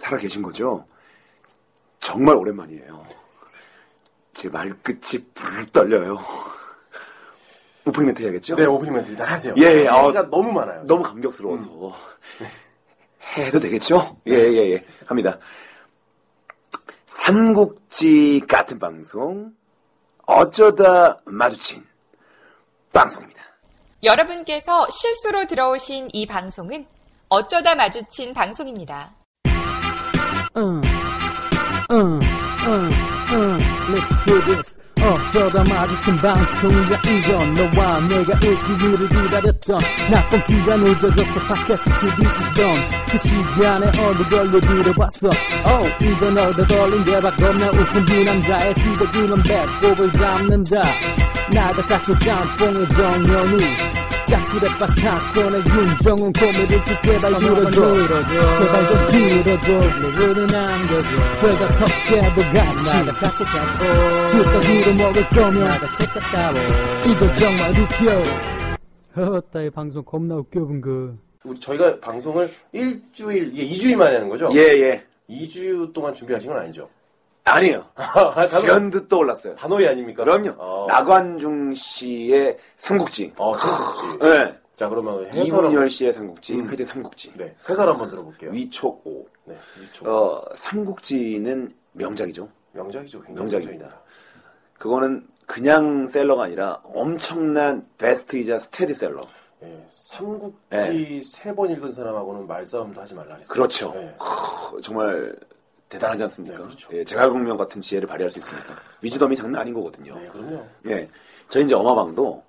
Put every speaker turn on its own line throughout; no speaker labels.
살아 계신 거죠? 정말 오랜만이에요. 제 말끝이 불 떨려요. 오프닝 멘트 해야겠죠?
네, 오프닝 멘트 일단 하세요. 네,
예, 예, 아,
얘기가 너무 많아요. 음.
너무 감격스러워서. 해도 되겠죠? 예, 예, 예. 합니다. 삼국지 같은 방송, 어쩌다 마주친 방송입니다.
여러분께서 실수로 들어오신 이 방송은 어쩌다 마주친 방송입니다.
Uh, uh, uh, uh. Let's do this. 어쩌다 마주친 방송이야 이건 너와 내가 일주일을 기다렸던 나쁜 시간 늦어져서 팟캐스트 뒤지던 그 시간에 어느 걸로 들어봤어 oh, 이건 얻어 걸린 대박 겁나 웃픈 두 남자의 시대주는 배꼽을 잡는다 나가사키 짬뽕의 정연우 짝수레빠 사건의 윤정훈 코미디스 제발 들어줘 제발 좀 들어줘 노래를 남겨줘 별거 섞여도 같이 나가사키 짬뽕 뒷다리로 먹을 거면 이거 정말 웃겨 허따이 방송 겁나 웃겨 본거
우리 저희가 방송을 일주일, 이게 2주일 만에 하는 거죠?
예, 예.
2주 동안 준비하신 건 아니죠?
아니에요.
단호,
연도 떠올랐어요.
단호의 아닙니까?
그럼요.
어,
나관중 씨의 삼국지.
어, 그렇지.
네.
자, 그러면 해설 한번,
이문열 씨의 삼국지, 회대 삼국지.
네, 해설 한번 들어볼게요.
위촉오.
네, 위촉.
어, 삼국지는 명작이죠.
명작이죠, 굉장히
명작입니다.
명작입니다.
그거는 그냥 셀러가 아니라 엄청난 베스트이자 스테디셀러. 어,
예, 삼국지
네.
세 번 읽은 사람하고는 말싸움도 하지 말라 했어요.
그렇죠.
예.
크, 정말 대단하지 않습니까?
네, 그렇죠.
예, 제갈공명 같은 지혜를 발휘할 수 있습니다. 위즈덤이 장난 아닌 거거든요.
네, 그럼요.
예, 저희 이제 어마방도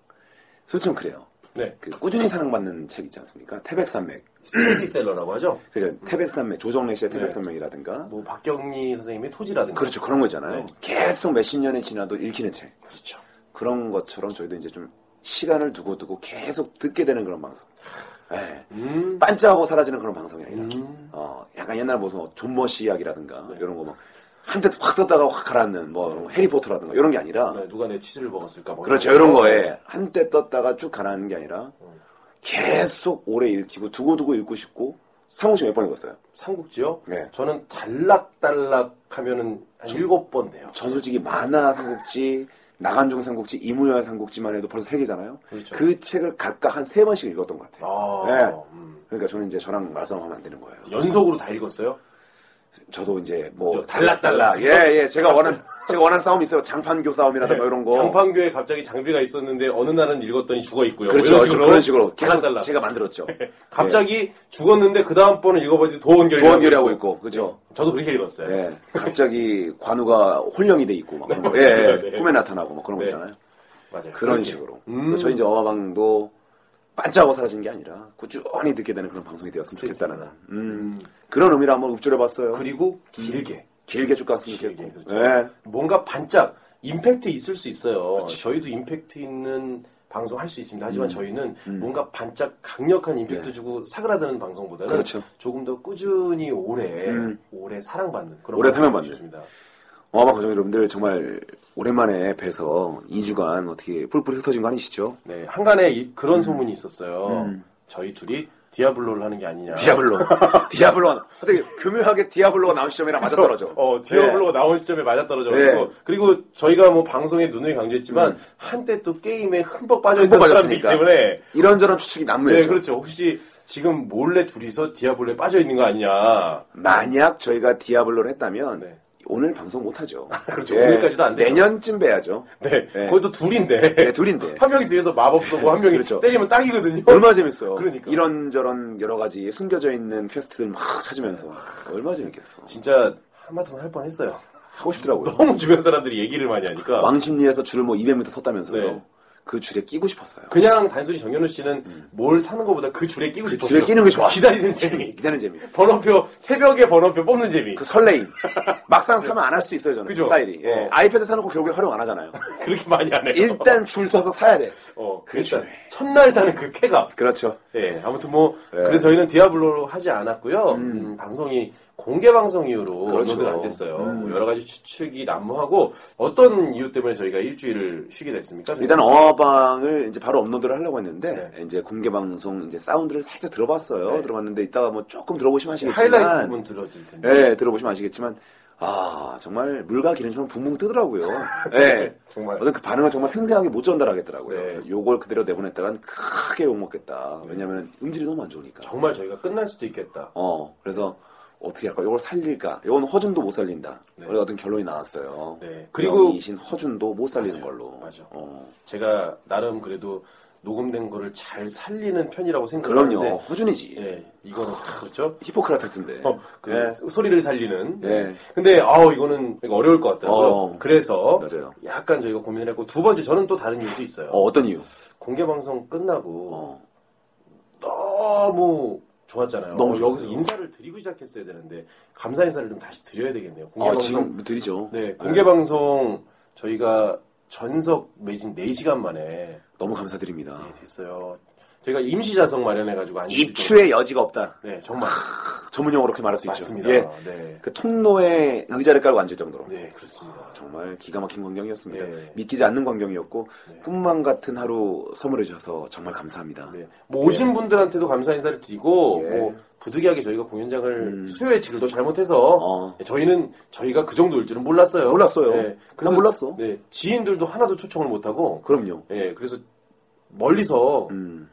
솔직히 그래요.
네,
그 꾸준히 사랑받는 책 있지 않습니까? 태백산맥.
스테디셀러라고 하죠?
그죠? 태백산맥, 조정래
네.
씨의 태백산맥이라든가.
뭐, 박경리 선생님의 토지라든가.
그렇죠. 그런 거 있잖아요.
네.
계속 몇십 년이 지나도 읽히는 책.
그렇죠.
그런 것처럼 저희도 이제 좀 시간을 두고 두고 계속 듣게 되는 그런 방송. 예.
음.
반짝하고 사라지는 그런 방송이 아니라,
음. 네.
어, 약간 옛날 무슨 존머시 이야기라든가, 이런 거 막, 한때 확 떴다가 확 가라앉는, 뭐, 이런 거, 해리포터라든가, 이런 게 아니라,
네, 누가 내 치즈를 먹었을까? 뭐
그렇죠. 이런 거에, 한때 떴다가 쭉 가라앉는 게 아니라,
네.
계속 오래 읽히고, 두고두고 읽고 싶고, 상호씨 몇 번 읽었어요?
삼국지요?
네.
저는 달락달락 하면은 한 일곱 번 돼요.
전 솔직히 만화 삼국지, 나간중 삼국지, 이무열 삼국지만 해도 벌써 세 개잖아요.
그렇죠.
그 책을 각각 한 세 번씩 읽었던 것 같아요.
아,
네.
음.
그러니까 저는 이제 저랑 말싸움하면 안 되는 거예요.
연속으로 다 읽었어요?
저도 이제 뭐
그죠? 달락달락. 네.
예예 제가 원한 제가 원한 싸움이 있어요. 장판교 네, 뭐 싸움이라든가 이런 거.
장판교에 갑자기 장비가 있었는데 어느 날은 읽었더니 죽어 있고요.
그렇죠
이런
그렇죠. 그런 식으로 계속
달락달락. 네.
제가 만들었죠.
갑자기 죽었는데 그 다음 번은 읽어보지 도원결이
도원결이 하고 예. 있고 그죠.
저도 그렇게 읽었어요.
예 갑자기 관우가 혼령이 돼 있고 막 그런 거.
네, 맞습니다.
예, 예.
네.
꿈에 나타나고 막 그런 거
네.
있잖아요.
맞아요.
그런
그렇게.
식으로.
음.
저희 이제 어마방도 반짝하고 사라진 게 아니라 꾸준히 듣게 되는 그런 방송이 되었으면 좋겠다는 음, 그런 의미로 한번 읊조려봤어요.
그리고 길게.
길게 쭉 갔으면
길게
좋겠고.
그렇죠.
예.
뭔가 반짝 임팩트 있을 수 있어요. 저희도 임팩트 있는 방송 할 수 있습니다. 하지만
음.
저희는 뭔가 반짝 강력한 임팩트 주고 사그라드는 방송보다는
예. 그렇죠.
조금 더 꾸준히 오래 오래 사랑받는 그런
오래
방송을
사랑받는.
해주십니다.
어마방 가족 여러분들 정말 오랜만에 뵈서 2주간 어떻게 뿔뿔이 흩어진 거 아니시죠?
네, 한간에 이- 그런
음.
소문이 있었어요. 저희 둘이 디아블로를 하는 게 아니냐.
디아블로. 디아블로. 어떻게 교묘하게 디아블로가 나온 시점이랑 맞아떨어져.
어,
예.
디아블로가 나온 시점에 맞아떨어져가지고
네.
그리고 저희가 뭐 방송에 눈을 강조했지만 한때 또 게임에 흠뻑 빠져있던
음. 흠뻑
사람이기
빠졌으니까.
때문에
이런저런 추측이 난무했죠.
네, 그렇죠. 혹시 지금 몰래 둘이서 디아블로에 빠져 있는 거 아니냐?
만약 저희가 디아블로를 했다면
네.
오늘 방송 못하죠. 예.
그렇죠. 오늘까지도 안 돼요.
내년쯤 봬야죠.
네.
네.
거기도 둘인데.
네, 둘인데.
한 명이 뒤에서 마법 쏘고 한 명이
그렇죠.
때리면 딱이거든요.
얼마나 재밌어요.
그러니까.
이런저런 여러 가지 숨겨져 있는 퀘스트들 막 찾으면서 아, 얼마나 재밌겠어.
네. 진짜 한마디만 할 뻔했어요.
하고 싶더라고요.
너무 주변 사람들이 얘기를 많이 하니까.
왕십리에서 줄을 뭐 200m 섰다면서요.
네.
그 줄에 끼고 싶었어요.
그냥 단순히 정현우 씨는 뭘 사는 것보다 그 줄에 끼고
음. 그
싶었어요.
줄에 끼는 게 좋아.
기다리는 재미.
기다리는 재미.
번호표 새벽에 번호표 뽑는 재미.
그 설레임. 막상 사면 안 할 수도 있어요, 저는.
네. 그죠?
스타일이. 예.
어.
아이패드 사놓고 결국에 활용 안 하잖아요.
그, 렇게 많이 안 해요.
일단 줄 서서 사야 돼.
어,
그게
일단
중요해.
첫날 사는 그 쾌감.
그렇죠.
예, 아무튼 뭐
네.
그래서 저희는 디아블로로 하지 않았고요. 음, 방송이 공개 방송 이후로
그렇죠.
업로드가 안 됐어요. 뭐 여러 가지 추측이 난무하고 어떤 이유 때문에 저희가 일주일을 쉬게 됐습니까?
일단 어방을 이제 바로 업로드를 하려고 했는데
네.
이제 공개 방송 이제 사운드를 살짝 들어봤어요. 들어봤는데 이따가 뭐 조금 들어보시면 아시겠지만
네, 하이라이트 부분 들어질 텐데.
예, 들어보시면 아시겠지만 아 정말 물과 기름처럼 붕붕 뜨더라고요. 예,
네. 정말.
어떤 그 반응을 정말 생생하게 못 전달하겠더라고요.
네.
그래서 요걸 그대로 내보냈다간 크게 욕 먹겠다. 왜냐면 음질이 너무 안 좋으니까.
정말 저희가 끝날 수도 있겠다.
어, 그래서 어떻게 할까? 요걸 살릴까? 요건 허준도 못 살린다.
네.
원래 어떤 결론이 나왔어요.
네. 그리고
그리고 이신 허준도 못 살리는
맞아요.
걸로.
맞아.
어.
제가 나름 그래도 녹음된 거를 잘 살리는 편이라고 생각하는데
그럼요. 허준이지.
예, 이거는 그렇죠.
히포크라테스인데.
어, 그
예.
소- 소리를 살리는.
예.
근데 아우 이거는 되게 어려울 것 같더라고요.
어.
그래서
맞아요.
약간 저희가 고민을 했고 두 번째 저는 또 다른 이유도 있어요.
어, 어떤 이유?
공개 방송 끝나고
어.
너무 좋았잖아요.
너무
어,
좋았어요.
여기서 인사를 드리고 시작했어야 되는데 감사 인사를 좀 다시 드려야 되겠네요. 공개
아,
방송
지금 드리죠.
네 공개 방송 저희가 전석 매진 4시간 만에
너무 감사드립니다.
네, 됐어요. 저희가 임시 좌석 마련해 가지고
아. 입추의 여지가 없다.
네 정말
전문용어로 그렇게 말할 수
맞습니다.
있죠. 예.
네.
그 통로에 의자를 깔고 앉을 정도로.
네 그렇습니다.
정말 기가 막힌 광경이었습니다.
예.
믿기지 않는 광경이었고 꿈만 같은 하루 선물해 주셔서 정말 감사합니다.
네. 뭐 오신 분들한테도 감사 인사를 드리고
예. 음.
뭐 부득이하게 저희가 공연장을 수요 예측을 또 잘못해서 예,
어.
저희는 저희가 그 정도일 줄은 몰랐어요. 예,
몰랐어요. 난 몰랐어.
네, 지인들도 하나도 초청을 못하고
그럼요.
예 그래서 멀리서
음.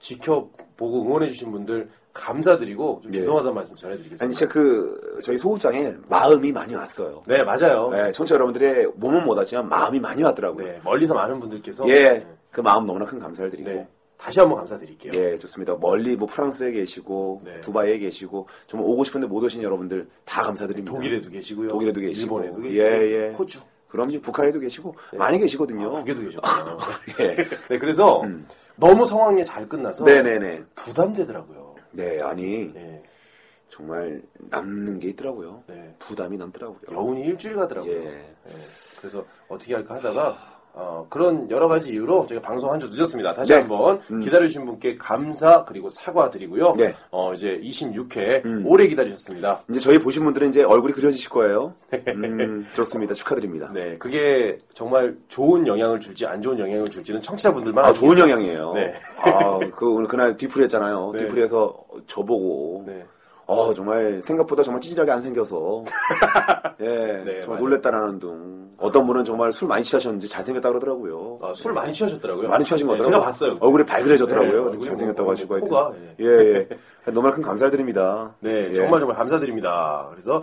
지켜보고 응원해주신 분들 감사드리고 좀
예.
죄송하다는 말씀
아니
전해드리겠습니다.
진짜 그 저희 소극장에 마음이 많이 왔어요.
네 맞아요. 네.
네, 청취자 여러분들의 몸은 못하지만 마음이 많이 왔더라고요.
멀리서 많은 분들께서
예, 그 마음 너무나 큰 감사를 드리고.
네, 다시 한번 감사드릴게요.
예, 좋습니다. 멀리 뭐 프랑스에 계시고
네.
두바이에 계시고 정말 오고 싶은데 못 오신 여러분들 다 감사드립니다.
독일에도 계시고요.
독일에도 계시고.
일본에도 계시고.
예, 예.
호주.
그럼 이제 북한에도 계시고 아, 많이 계시거든요.
두 개도 네. 아, 계셨어요.
예.
네, 그래서 너무 상황이 잘 끝나서
음. 네네네.
부담되더라고요.
네, 아니
네,
정말 남는 게 있더라고요.
네.
부담이 남더라고요.
여운이 일주일 가더라고요.
예.
네, 그래서 어떻게 할까 하다가 어, 그런 여러 가지 이유로 저희가 방송 한 주 늦었습니다. 다시
네.
한번 기다려주신 분께 감사 그리고 사과드리고요.
네. 음.
어, 이제 26회 오래 기다리셨습니다.
이제 저희 보신 분들은 이제 얼굴이 그려지실 거예요. 음, 좋습니다. 축하드립니다.
네, 그게 정말 좋은 영향을 줄지 안 좋은 영향을 줄지는 청취자분들만
아,
아시죠?
좋은 영향이에요.
네.
아, 그 오늘 그날 뒤풀이 했잖아요.
네.
뒤풀이에서 저보고
네.
어, 정말 생각보다 정말 찌질하게 안 생겨서 예,
네,
정말
맞아요.
놀랬다라는 둥. 어떤 분은 정말 술 많이 취하셨는지 잘생겼다 그러더라고요.
아, 술 많이 취하셨더라고요.
많이 취하신 것
네,
같더라고요.
제가 봤어요. 그때.
얼굴이 발그레졌더라고요.
네, 얼굴이
잘생겼다고
뭐,
하시고 하여튼.
코가,
예, 예. 너무나 큰 감사드립니다.
네,
예.
정말 정말 감사드립니다. 그래서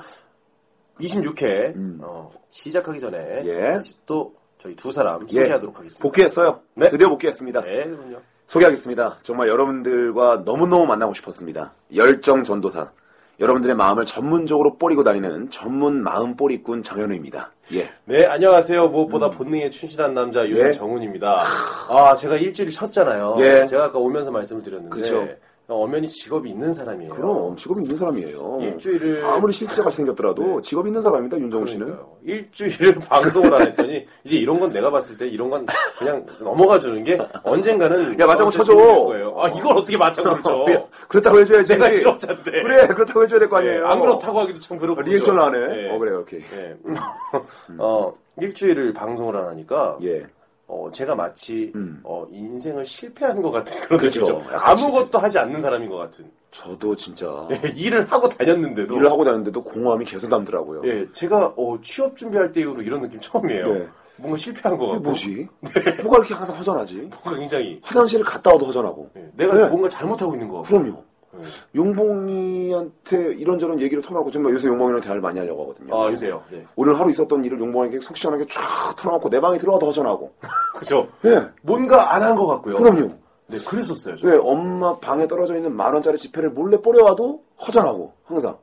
26회 어, 시작하기 전에
예.
다시 또 저희 두 사람
예.
소개하도록 하겠습니다.
복귀했어요.
네.
드디어 복귀했습니다.
네, 그럼요.
소개하겠습니다. 정말 여러분들과 너무너무 만나고 싶었습니다. 열정 전도사. 여러분들의 마음을 전문적으로 뿌리고 다니는 전문 마음 뿌리꾼 정현우입니다. 예.
네, 안녕하세요. 무엇보다 본능에 충실한 남자 윤정훈입니다. 예. 아, 제가 일주일 쉬었잖아요.
예.
제가 아까 오면서 말씀을 드렸는데
그쵸.
어, 엄연히 직업이 있는 사람이에요.
그럼 직업 있는 사람이에요.
일주일을-
아무리 실수가 생겼더라도 직업 있는 사람입니다. 윤정우 씨는.
네. 그러니까요. 일주일을 방송을 안 했더니 이제 이런 건 내가 봤을 때 이런 건 그냥 넘어가 주는 게 언젠가는
야, 맞장구 쳐줘.
거예요. 아, 이걸 어떻게 맞장구를 쳐?
야, 그렇다고 해줘야지.
내가 실업자인데.
그래, 그렇다고 해줘야 될 거
예,
아니에요.
안 그렇다고 하기도 참 그렇고.
아, 리액션을 안 해.
예.
어, 그래요, 오케이.
예. 어, 일주일을 방송을 안 하니까
예. 음.
어, 제가 마치 어, 인생을 실패한 것 같은 그런
그죠.
느낌이죠.
그렇죠. 약간
아무것도 하지 않는 사람인 것 같은.
저도 진짜
예, 일을 하고 다녔는데도
일을 하고 다녔는데도 공허함이 계속 남더라고요.
예, 제가 어, 취업 준비할 때 이후로 이런 느낌 처음이에요.
네.
뭔가 실패한 것
이게
같고.
뭐지? 뭐가 이렇게 항상 허전하지?
뭔가 굉장히
화장실을 갔다 와도 허전하고.
예, 내가
네.
뭔가 잘못하고 있는 것 같고.
그럼요. 용봉이한테 이런저런 얘기를 터놓고 정말 요새 용봉이랑 대화를 많이 하려고 하거든요.
아, 요새요. 네.
오늘 하루 있었던 일을 용봉에게 속 시원하게 쫙 터놓고 내 방에 들어가도 허전하고.
그죠?
예,
뭔가 안 한 것 같고요.
그럼요.
네, 그랬었어요. 저.
예, 엄마 방에 떨어져 있는 만 원짜리 지폐를 몰래 뿌려와도 허전하고 항상.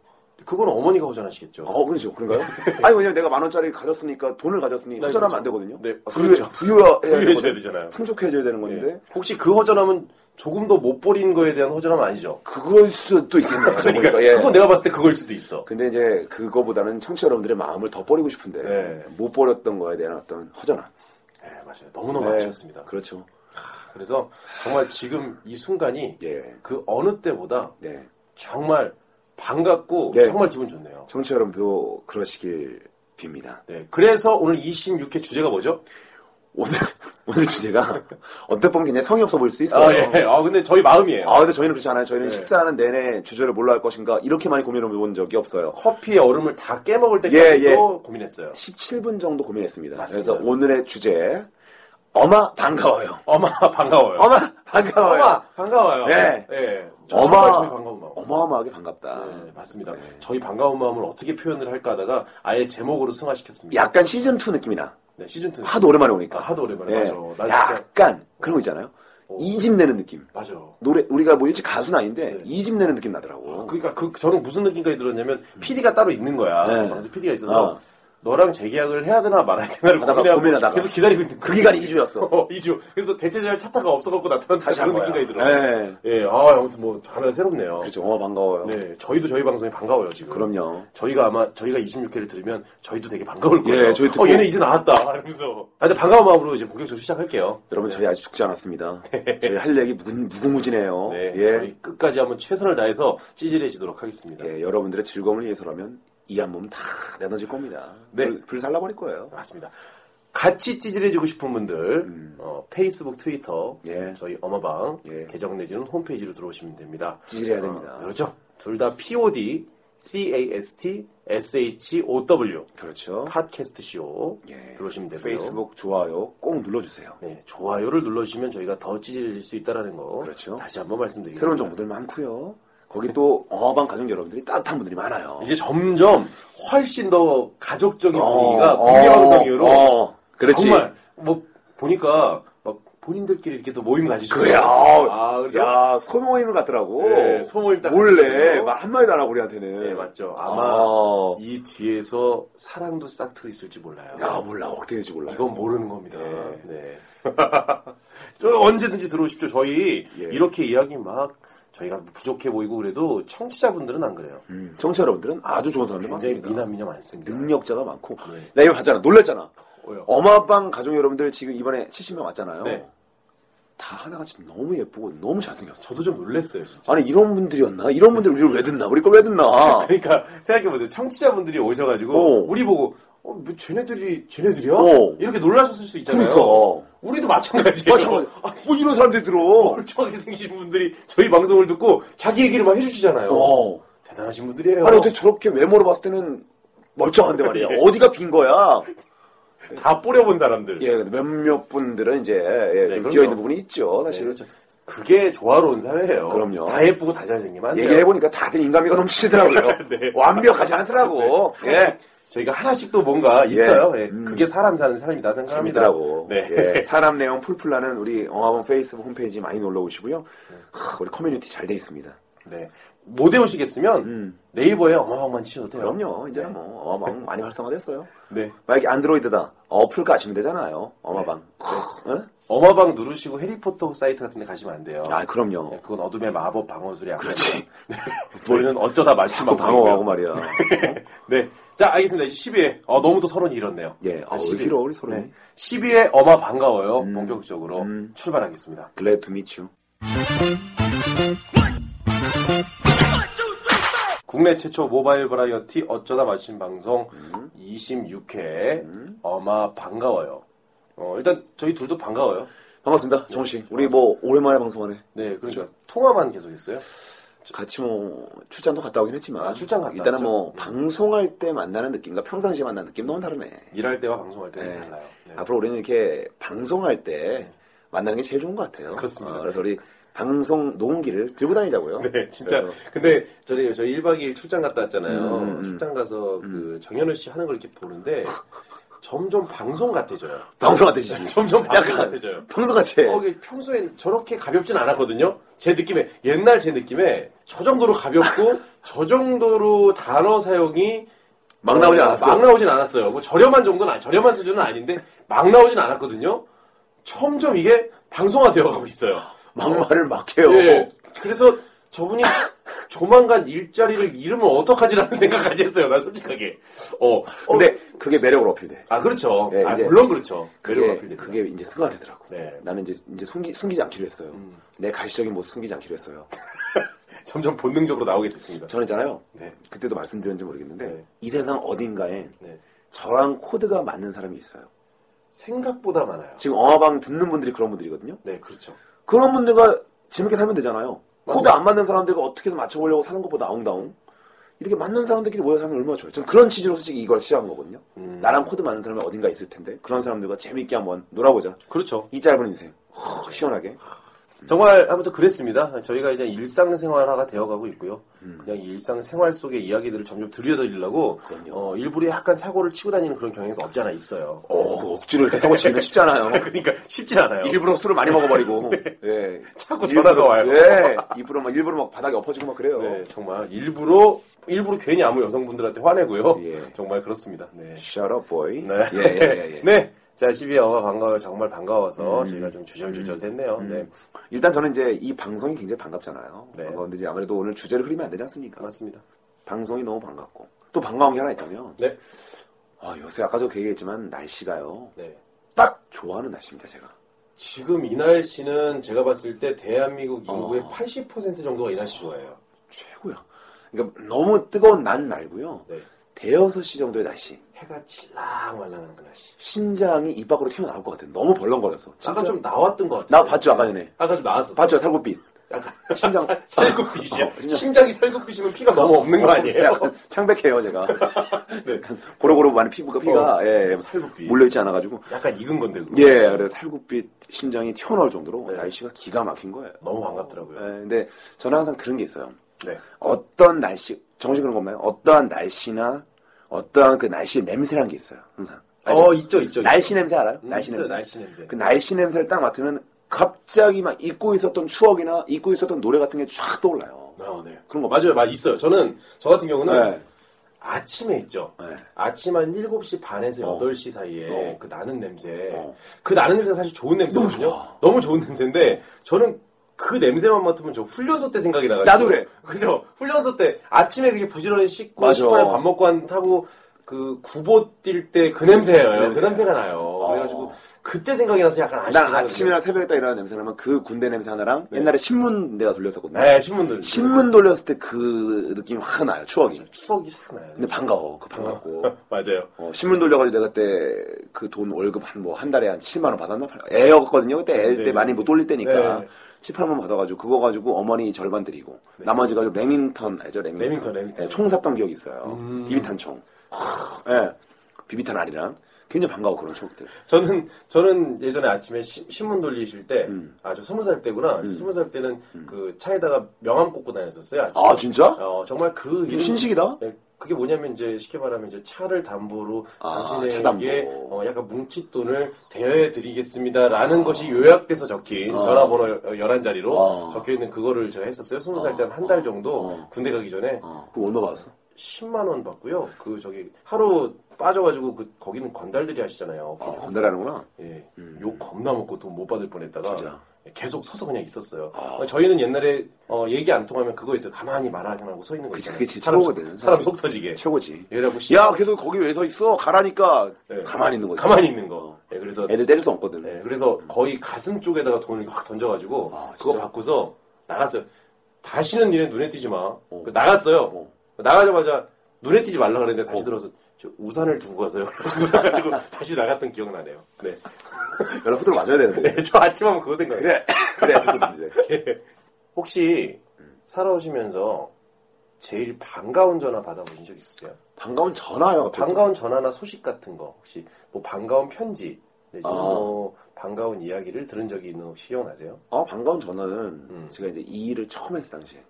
그건 어머니가 허전하시겠죠.
어, 그렇죠. 그런가요? 아니, 왜냐면 내가 만 원짜리 가졌으니까 돈을 가졌으니
네,
허전하면
그렇죠.
안 되거든요.
네, 아,
부유,
그렇죠.
부유해야
부유해져야
되거든요.
되잖아요.
풍족해져야 되는 건데.
예. 혹시 그 허전함은 조금 더 못 버린 거에 대한 허전함 은 아니죠?
그걸 수도 있겠네요.
그러니까
예.
그건 내가 봤을 때 그걸 수도 있어.
근데 이제 그거보다는 청취자 여러분들의 마음을 더 버리고 싶은데
네.
못 버렸던 거에 대한 어떤 허전함.
예, 맞아요. 너무너무 아쉬웠습니다.
그렇죠.
그래서 정말 지금 이 순간이
예.
그 어느 때보다
네.
정말 반갑고
네.
정말 기분 좋네요.
청취자 여러분도 그러시길 빕니다.
네, 그래서 오늘 26회 주제가 뭐죠?
오늘 오늘 주제가 어떻게 보면 굉장히 성의 없어 보일 수 있어요.
아, 예. 아, 근데 저희 마음이에요.
아, 근데 저희는 그렇지 않아요. 저희는
네.
식사하는 내내 주제를 뭘로 할 것인가 이렇게 많이 고민을 해본 적이 없어요.
커피에 얼음을 다 깨먹을 때까지도
예, 예.
고민했어요.
17분 정도 고민했습니다.
맞습니다.
그래서 오늘의 주제 어마 반가워요.
어마, 반가워요.
어마 반가워요.
어마, 반가워요.
예.
예. 저,
어마.
정말 저희 반가운 마음.
어마어마하게 반갑다.
네, 맞습니다. 저희 반가운 마음을 어떻게 표현을 할까 하다가 아예 제목으로 승화시켰습니다.
약간 시즌 2 느낌이나
네, 시즌2.
하도 오랜만에 오니까
아, 하도 오랜만에.
예.
맞아. 나 진짜.
약간 그런 거 있잖아요.
어.
이집 내는 느낌.
맞아.
노래 우리가 뭐 일찍 가수는 아닌데
네.
이집 내는 느낌 나더라고.
그러니까 그 저는 무슨 느낌까지 들었냐면 PD가 따로 있는 거야.
음. 네.
그래서 PD가 있어서
어.
너랑 재계약을 해야 되나 말아야 되나를
하다가
고민하고
고민하다가.
계속 기다리고 있는
그 기간이 2주였어.
어, 2주. 그래서 대체제를 차타가 없어갖고 나타난
다시
그런
한
느낌까지
거야.
들어.
예.
예, 아 아무튼 뭐 하나 새롭네요.
그렇죠. 어마 반가워요.
네, 저희도 저희 방송이 반가워요 지금.
그럼요.
저희가 아마 저희가 26회를 들으면 저희도 되게 반가울
예,
거예요.
저희 듣고-
어, 얘네 이제 나왔다. 이러면서. 아, 근데 반가운 마음으로 이제 본격적으로 시작할게요.
여러분
네.
저희 아직 죽지 않았습니다. 저희 할 얘기 무궁, 무궁무진해요.
네,
예.
저희 끝까지 한번 최선을 다해서 찌질해지도록 하겠습니다.
예, 여러분들의 즐거움을 위해서라면 이 한 몸 다 내던질 겁니다.
네.
불, 불 살라버릴 거예요.
맞습니다. 같이 찌질해지고 싶은 분들 어, 페이스북, 트위터,
음. 예.
저희 어마방
예.
계정 내지는 홈페이지로 들어오시면 됩니다.
찌질해야
어,
됩니다.
그렇죠. 둘 다 POD, CAST, SHOW
그렇죠.
팟캐스트 쇼
예.
들어오시면 되고요.
페이스북 좋아요 꼭 눌러주세요.
네, 좋아요를 눌러주시면 저희가 더 찌질해질 수 있다라는 거
그렇죠.
다시 한번 말씀드리겠습니다.
새로운 정보들 많고요. 거기 또 어방 가족 여러분들이 따뜻한 분들이 많아요.
이제 점점 훨씬 더 가족적인 분위기가
어,
공개 방송으로
어, 어, 그렇지.
정말 뭐 보니까 막 본인들끼리 이렇게 또 모임 가지시고
그래, 아우.
아 그렇죠
야, 소모임을 갖더라고.
네, 소모임 딱
몰래
가지고.
말 한마디도 안 하고 우리한테는.
네, 맞죠 아마
아.
이 뒤에서 사랑도 싹 트고 있을지 몰라요
야, 몰라. 어떻게 될지 몰라.
이건 모르는 겁니다 네. 저 언제든지 들어오십시오 저희
예.
이렇게 이야기 막 저희가 부족해 보이고 그래도 청취자분들은 안 그래요
음, 정치 여러분들은 아주 좋은 사람들
굉장히
많습니다.
미남미녀 많습니다
능력자가 많고.
네.
나 이거 봤잖아. 놀랬잖아.
왜요?
어마방 어. 가족 여러분들 지금 이번에 70명 왔잖아요.
네.
다 하나같이 너무 예쁘고 너무 잘생겼어.
저도 좀 놀랐어요 진짜
아니, 이런 분들이었나? 이런 분들 우리를 왜 듣나? 우리 걸 왜 듣나?
그러니까 생각해보세요. 청취자분들이 오셔가지고
어.
우리 보고 어, 뭐 쟤네들이 쟤네들이야?
어.
이렇게 놀라셨을 수 있잖아요.
그러니까.
우리도 마찬가지예요.
마찬가지. 뭐 이런 사람들이 들어.
멀쩡하게 생기신 분들이 저희 방송을 듣고 자기 얘기를 막 해주시잖아요.
어.
대단하신 분들이에요.
아니 어떻게 저렇게 외모로 봤을 때는 멀쩡한데 말이야.
예.
어디가 빈 거야?
다 뿌려본 사람들.
예, 근데 몇몇 분들은 이제 예,
네,
좀
그럼요.
비어 있는 부분이 있죠.
네,
사실
그렇죠. 그게 조화로운 사회예요.
그럼요.
다 예쁘고 다 잘생기면 안 돼요.
얘기를 해보니까 다들 인간미가 넘치더라고요.
네.
완벽하지 않더라고. 예,
저희가 하나씩 또 뭔가 있어요. 예, 그게 사람 사는 삶이다 생각합니다.
음. 재밌더라고.
네.
예, 사람 내용 풀풀 나는 우리 영화본 페이스북 홈페이지 많이 놀러 오시고요. 하, 우리 커뮤니티 잘 돼 있습니다.
네. 못 외우시겠으면 네이버에 네. 어마어마한 치셔도 돼요.
음. 그럼요. 이제는 뭐 어마방 많이 활성화됐어요.
네.
만약에 안드로이드다 어플 까시면 되잖아요. 어마방.
네.
어?
어마방 누르시고 해리포터 사이트 같은 데 가시면 안 돼요.
아 그럼요.
네, 그건 어둠의 마법 방어술의 약간.
그렇지.
우리는 어쩌다 마주친
자꾸 방어하고
방송이고요.
말이야.
네. 자, 알겠습니다. 이제 10위에. 어, 너무 또 서론이 이렇네요.
예, 아, 왜
10위.
길어, 우리 서론이? 음,
10위에 어마 반가워요. 본격적으로 출발하겠습니다.
Glad to meet you.
국내 최초 모바일 버라이어티 어쩌다 마주친 방송
음.
26회 어마 반가워요. 어, 일단 저희 둘도 반가워요.
반갑습니다, 정우 씨. 우리 뭐 오랜만에 방송하네.
네, 그러니까
그렇죠.
통화만 계속했어요.
같이 뭐 출장도 갔다 오긴 했지만
아, 출장 갔다
일단은
왔죠.
뭐
음.
방송할 때 만나는 느낌과 평상시에 만나는 느낌 너무 다르네.
일할 때와 방송할 때는
네.
달라요. 네.
앞으로 우리는 이렇게 방송할 때 만나는 게 제일 좋은 것 같아요.
그렇습니다.
어, 그래서 우리 방송 녹음기를 들고 다니자고요.
네, 진짜.
그래서
근데 저희 저희 1박 2일 출장 갔다 왔잖아요.
음, 음.
출장 가서 그 정현우 씨 하는 걸 이렇게 보는데 점점 방송 같아져요.
방송 같아지지. 네.
점점 방송
약간
같아져요.
방송 같이.
어, 이게 평소엔 저렇게 가볍진 않았거든요. 제 느낌에 옛날 제 느낌에 저 정도로 가볍고 저 정도로 단어 사용이
막 나오지
어,
않았어.
막 나오진 않았어요. 뭐 저렴한 정도는 아니, 저렴한 수준은 아닌데 막 나오진 않았거든요. 점점 이게 방송화 되어가고 있어요.
막말을 막 해요.
예. 그래서 저분이 조만간 일자리를 잃으면 어떡하지라는 생각까지 했어요. 난 솔직하게. 어.
근데
어,
그게 매력으로 어필돼.
아 그렇죠.
예,
아,
이제
물론 그렇죠. 매력을
그게,
어필
그게 이제 승화가 되더라고.
네. 음.
나는 이제, 이제 숨기, 숨기지 않기로 했어요. 내 가시적인 모습 숨기지 않기로 했어요.
점점 본능적으로 나오게 됐습니다.
저는 있잖아요.
네.
그때도 말씀드렸는지 모르겠는데,
네.
이 세상 어딘가에
네.
저랑 코드가 맞는 사람이 있어요.
생각보다 많아요.
지금 어화방 듣는 분들이 그런 분들이거든요.
네, 그렇죠.
그런 분들과 재밌게 살면 되잖아요.
맞아요.
코드 안 맞는 사람들과 어떻게든 맞춰보려고 사는 것보다 아웅다웅. 이렇게 맞는 사람들끼리 모여 살면 얼마나 좋아요. 전 그런 취지로 솔직히 이걸 시작한 거거든요.
음.
나랑 코드 맞는 사람이 어딘가 있을 텐데 그런 사람들과 재밌게 한번 놀아보자.
그렇죠.
이 짧은 인생. 허, 시원하게.
정말 아무튼 그랬습니다. 저희가 이제 일상생활화가 되어가고 있고요. 그냥 이 일상생활 속의 이야기들을 점점 들려드리려고 어, 일부러 약간 사고를 치고 다니는 그런 경향도 없지 않아 있어요.
어, 억지로 이렇게 하고 재기가 쉽지 않아요.
그러니까 쉽지 않아요. 네.
일부러 술을 많이 먹어버리고. 예.
자꾸 전화가 와요.
예. 일부러 막, 일부러 막 바닥에 엎어지고 막 그래요.
네, 정말 일부러 일부러 괜히 아무 여성분들한테 화내고요.
예.
정말 그렇습니다. 네.
Shut up, boy.
네.
예, 예, 음. 예, 예.
네. 자, 12화가 반가워요. 정말 반가워서 저희가 좀 주절주절 됐네요. 네.
음. 일단 저는 이제 이 방송이 굉장히 반갑잖아요.
네.
반가운데 이제 아무래도 오늘 주제를 흐리면 안 되지 않습니까?
맞습니다.
방송이 너무 반갑고 또 반가운 게 하나 있다면
네.
아, 요새 아까도 그 얘기했지만 날씨가요
네.
딱 좋아하는 날씨입니다 제가
지금 이 날씨는 제가 봤을 때 대한민국 인구의
어.
80% 정도가 이 날씨 좋아해요.
최고야 그러니까 너무 뜨거운 난 날고요
네.
대여섯 시 정도의 날씨
해가 칠랑 말랑하는 그 날씨.
심장이 입 밖으로 튀어나올 것 같아요 너무 벌렁거려서
아까 좀 나왔던 것 같아요.
나 봤죠 아까 전에
아까 좀 나왔었어.
봤죠 살구빛
약간
심장-
살- 살구빛이야.
어, 심장-
심장이 살구빛이면 피가 너무 없는 거 아니에요?
약간 창백해요 제가
네.
고루고루 많은 피부가 피가
어,
예, 예,
살구빛.
몰려있지 않아가지고
약간 익은 건데. 그거.
예 그래서 살구빛 심장이 튀어나올 정도로
네.
날씨가 기가 막힌 거예요
너무
예,
반갑더라고요.
근데 저는 항상 그런 게 있어요
네.
어떤 날씨, 정신 그런 거 없나요? 어떠한 날씨나 어떠한 그 날씨의 냄새라는 게 있어요, 항상. 알죠?
어, 있죠, 있죠.
날씨 냄새 알아요? 날씨
있어요,
냄새.
날씨 냄새.
그 날씨 냄새를 딱 맡으면 갑자기 막 잊고 있었던 추억이나 잊고 있었던 노래 같은 게 쫙 떠올라요.
아, 네.
그런 거
맞아요. 맞 있어요. 저는 저 같은 경우는
네.
아침에 있죠.
네.
아침 한 7시 반에서
어.
8시 사이에
어.
그 나는 냄새.
어.
그 나는 냄새가 사실 좋은 냄새거든요.
너무 좋아.
너무 좋은 냄새인데 저는 그 냄새만 맡으면 저 훈련소 때 생각이 나가지고.
나도 그래.
그죠? 훈련소 때 아침에 그게 부지런히 씻고
맞아.
식판에 밥 먹고 한 타고 그 구보 뛸 때 그 냄새예요. 그,
냄새. 아.
냄새가 나요. 그래가지고 그때 생각이 나서 약간 아쉽긴
난
하거든요.
아침이나 새벽에 딱 일어나는 냄새 나면 그 군대 냄새 하나랑 옛날에 신문 내가 돌렸었거든요.
네, 신문들.
신문 돌렸을 때 그 느낌이 확 나요, 추억이.
추억이 싹 나요.
근데 반가워, 그 반갑고.
맞아요.
어, 신문 돌려가지고 내가 그때 그 돈 월급 한 뭐 한 달에 한 7만 원 받았나? 팔- 애였거든요. 그때 애 때
네.
많이 못 돌릴 때니까.
네.
18만 원 받아가지고 그거 가지고 어머니 절반 드리고 나머지 가지고 레밍턴 알죠? 레밍턴.
레밍턴, 레밍턴. 음.
예, 총 샀던 기억이 있어요. 비비탄 총. 예. 비비탄 알이랑 굉장히 반가워 그런 추억들.
저는 저는 예전에 아침에 시- 신문 돌리실 때,
음.
아 저 스무 살 때구나. 스무 살 때는 그 차에다가 명함 꽂고 다녔었어요. 아침에.
아 진짜?
어, 정말 그
이게
이름-
신식이다?
네, 그게 뭐냐면 이제 쉽게 말하면 이제 차를 담보로
아, 차 담보.
당신에게 어, 약간 뭉칫돈을 대여해 드리겠습니다라는 것이 요약돼서 적힌 전화번호 11자리로
아.
적혀 있는 그거를 제가 했었어요. 스무 살 때 한 달 정도 군대 가기 전에
어. 그거 얼마 받았어?
10만 원 받고요. 그 저기 하루 빠져가지고 그 거기는 건달들이 하시잖아요.
아, 건달하는구나.
예, 욕 겁나 먹고 돈 못 받을 뻔했다가
음. 진짜. 아.
계속 서서 그냥 있었어요. 어, 저희는 옛날에 어, 얘기 안 통하면 그거 있어요. 가만히 말하기만하고 서 있는 거
그치,
있잖아요.
그게 제일
사람,
최고거든, 사실.
사람 속 터지게.
최고지.
얘라고 씨,
야 계속 거기 왜 서 있어? 가라니까
예,
가만히 있는 거지. 어.
가만히 있는 거. 예, 그래서
애들 때릴 수 없거든.
예, 그래서 거의 가슴 쪽에다가 돈을 확 던져가지고
아,
그거
진짜?
받고서 나갔어요. 다시는 니네 눈에 띄지 마. 그 나갔어요.
어.
나가자마자 눈에 띄지 말라 그랬는데 다시 들어서 저 우산을 두고 가서요. 우산 가지고 다시 나갔던 기억 나네요. 네.
연락 후들 맞아야 되는데.
예, 저 아침하면 그거 생각해요.
그래 그래 좋습니다. 이제.
혹시 살아오시면서 제일 반가운 전화 받아보신 적 있으세요? 그렇죠.
반가운 전화요.
반가운 전화나 소식 같은 거 혹시 뭐 반가운 뭐 편지 내지 뭐 반가운 이야기를 들은 적이 있는 혹시 기억나세요?
아 반가운 전화는
음.
제가 이제 이 일을 처음 했을 당시에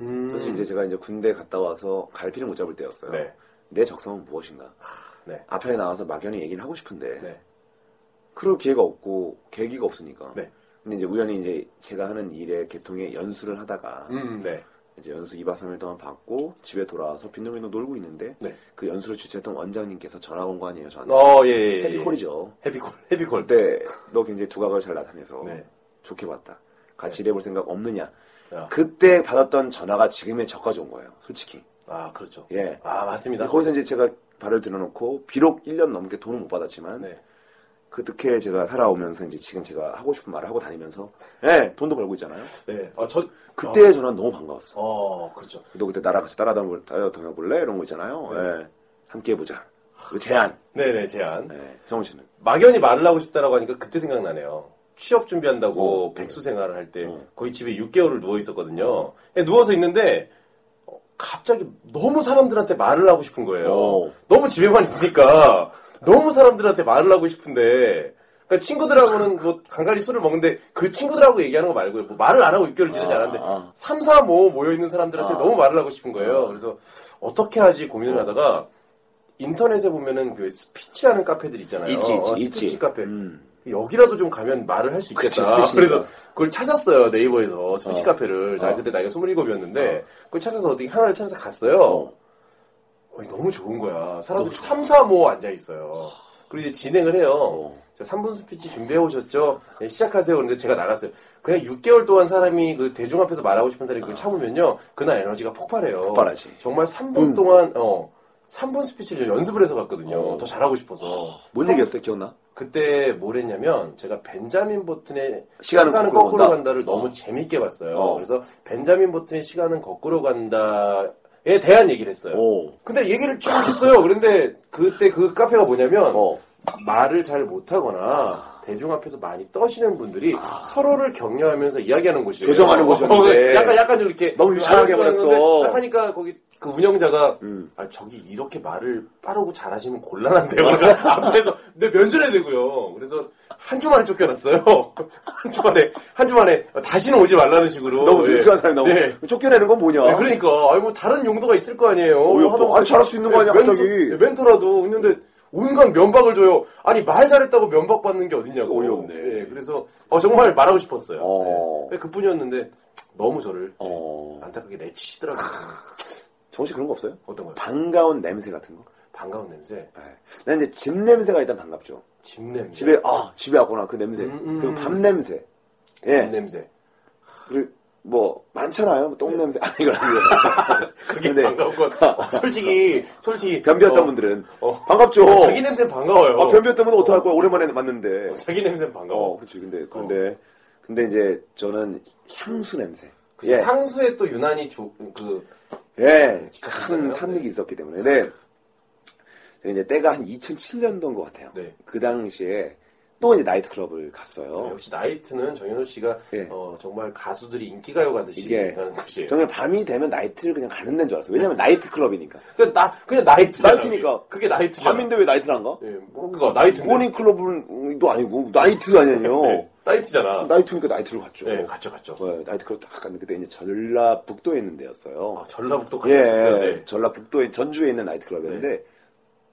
음.
그래서 이제 제가 이제 군대 갔다 와서 갈피를 못 잡을 때였어요.
네.
내 적성은 무엇인가?
네.
앞에 나와서 막연히 얘기를 하고 싶은데
네.
그럴 기회가 없고 계기가 없으니까.
네.
근데 이제 우연히 이제 제가 하는 일의 계통에 연수를 하다가
음, 네.
이제 연수 2박 3일 동안 받고 집에 돌아와서 빈둥빈둥 놀고 있는데
네.
그 연수를 주최했던 원장님께서 전화가 온 거 아니에요 저한테.
어, 예, 예. 예.
헬리콜이죠.
해비콜. 해비콜.
그때 너 굉장히 두각을 잘 나타내서
네.
좋게 봤다. 같이 일해볼 생각 없느냐.
아.
그때 받았던 전화가 지금의 저까지 온 거예요. 솔직히.
아, 그렇죠.
예.
아, 맞습니다.
거기서 이제 제가 발을 들여놓고 비록 1년 넘게 돈을 못 받았지만
네.
그렇게 제가 살아오면서 이제 지금 제가 하고 싶은 말을 하고 다니면서 예 돈도 벌고 있잖아요.
네. 아, 저
그때의 전화 너무 반가웠어.
어, 그렇죠.
너 그때 나랑 같이 따라다녀 따라다녀 볼래 이런 거 있잖아요. 예. 함께 해보자. 그 제안.
네, 네, 제안.
예. 정훈 씨는
막연히 말을 하고 싶다라고 하니까 그때 생각나네요. 취업 준비한다고
어.
백수 생활을 할 때
어.
거의 집에 6개월을 누워 있었거든요. 예, 누워서 있는데 어, 갑자기 너무 사람들한테 말을 하고 싶은 거예요.
어.
너무 집에만 있으니까 너무 사람들한테 말을 하고 싶은데 그러니까 친구들하고는 뭐 간간히 술을 먹는데 그 친구들하고 얘기하는 거 말고 뭐 말을 안 하고 6개월 지내지
아,
않았는데
아.
3, 4, 5 모여 있는 사람들한테
아.
너무 말을 하고 싶은 거예요.
아.
그래서 어떻게 하지 고민을 하다가 인터넷에 보면은 그 스피치하는 카페들 있잖아요. 어, 스피치 카페.
예. 음.
여기라도 좀 가면 말을 할 수
그치,
있겠다.
스피치니까.
그래서 그걸 찾았어요 네이버에서 스피치
어.
카페를. 나
어.
그때 나이가 27이었는데 그걸 찾아서 어떻게 하나를 찾아서 갔어요. 어, 너무 좋은 거야. 사람들이 3, 4, 5 앉아 있어요. 그리고 이제 진행을 해요.
어.
자, 3분 스피치 준비해 오셨죠? 네, 시작하세요. 그런데 제가 나갔어요. 그냥 6개월 동안 사람이 그 대중 앞에서 말하고 싶은 사람이 그걸 참으면요. 그날 에너지가 폭발해요.
아. 폭발하지. 음.
정말 3분 동안 어 3분 스피치를 연습을 해서 갔거든요.
어.
더 잘하고 싶어서.
뭔
삼-
얘기였어요? 기억나?
그때 뭘 했냐면 제가 벤자민 버튼의
시간은
시간은,
거꾸로
거꾸로,
간다.
간다. 를 너무
어.
재밌게 봤어요.
어.
그래서 벤자민 버튼의 시간은 거꾸로 간다에 대한 얘기를 네. 했어요.
오.
근데 얘기를 쭉 했어요. 그런데 그때 그 카페가 뭐냐면
어.
말을 잘 못하거나 대중 앞에서 많이 떠시는 분들이 서로를 격려하면서 이야기하는 곳이에요.
교정하는
어,
아. 곳이었는데.
약간 약간 좀 이렇게
너무 유창하게
말을 하는데
보냈어.
딱 하니까 거기 그 운영자가
음.
아 저기 이렇게 말을 빠르고 잘하시면 곤란한데요. 그래서 내 면전에 대고요. 그래서 한 주만에 쫓겨났어요. 한 주만에 한 주만에 다시는 오지 말라는 식으로.
너무
예.
느슨한 사람이 너무
네.
쫓겨내는 건 뭐냐?
네, 그러니까 아니 뭐 다른 용도가 있을 거 아니에요. 뭐
어이없어. 뭐
하다못해
아니, 잘할 수 있는 거 아니야,
멘토,
갑자기.
네, 멘토라도 있는데 온갖 면박을 줘요. 아니 말 잘했다고 면박 받는 게 어딨냐고.
어이없네.
네, 그래서 어, 정말 말하고 싶었어요.
어.
네, 그뿐이었는데 너무 저를
어.
안타깝게 내치시더라고요.
정훈 씨 그런 거 없어요?
어떤 거요?
반가운 냄새 같은 거?
반가운 냄새,
네. 난 이제 집 냄새가 일단 반갑죠.
집 냄새,
집에 아 집에 왔구나 그 냄새
네. 음, 네. 음.
그리고 밥 냄새 예
집 냄새.
그리고 뭐 많잖아요 뭐똥
네.
냄새 아니
어.
그런
그게
근데-
반가운 건 어, 솔직히 솔직히
변비였던
어,
분들은
어.
반갑죠
어, 자기 냄새 반가워요.
아, 변비였던 분은 어떡할 거야 오랜만에 만났는데
어, 자기 냄새 반가워.
어 그렇지 근데 근데 근데 이제 저는 향수 냄새 예.
그죠? 향수에 네, 또 유난히 좋그
예예큰
있잖아요.
탐닉이 있었기 때문에 네 제가 이제 때가 한 2007년도인 것 같아요
네.
그 당시에 또 이제 나이트클럽을 갔어요
네, 역시 나이트는 정현우 씨가
예.
어, 정말 가수들이 인기가요 가듯이
이게
가는 곳이에요.
저는 밤이 되면 나이트를 그냥 가는 데인 줄 알았어요 왜냐면 나이트클럽이니까
그러니까 나 그냥 나이트
나이트니까.
그게 나이트잖아.
밤인데 왜 나이트를 안 가?
예, 뭔가 나이트인데.
모닝클럽은도 아니고 나이트 아니에요.
네, 나이트잖아.
나이트니까 나이트를 갔죠.
네, 갔죠 갔죠.
네, 나이트클럽 딱 갔는데 그때 이제 전라북도에 있는 데였어요.
아, 전라북도
예,
갔었어요. 네.
전라북도에 전주에 있는 나이트클럽이었는데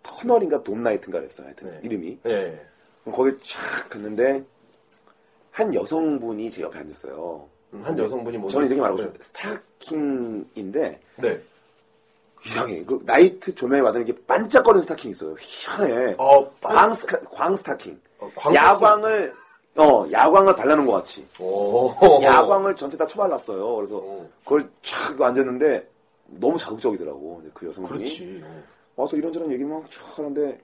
터널인가 돔나이트인가 그랬어요. 하여튼
네.
이름이.
네.
그럼 거기 촥 갔는데 한 여성분이 제 옆에 앉았어요.
음, 한 여성분이 뭐
네. 저는 이렇게 말하고 싶어요. 스타킹인데
네.
이상해. 그 나이트 조명이 받으면 이게 반짝거리는 스타킹이 있어요. 희한해.
어, 빵.
광, 스타, 광 스타킹.
어, 광-
야광을 어 야광을 발라놓은 것 같이
오.
야광을 전체 다 쳐발랐어요. 그래서
어.
그걸 촥 앉았는데 너무 자극적이더라고 이제 그 여성분이
그렇지. 어.
와서 이런저런 얘기 막촥 하는데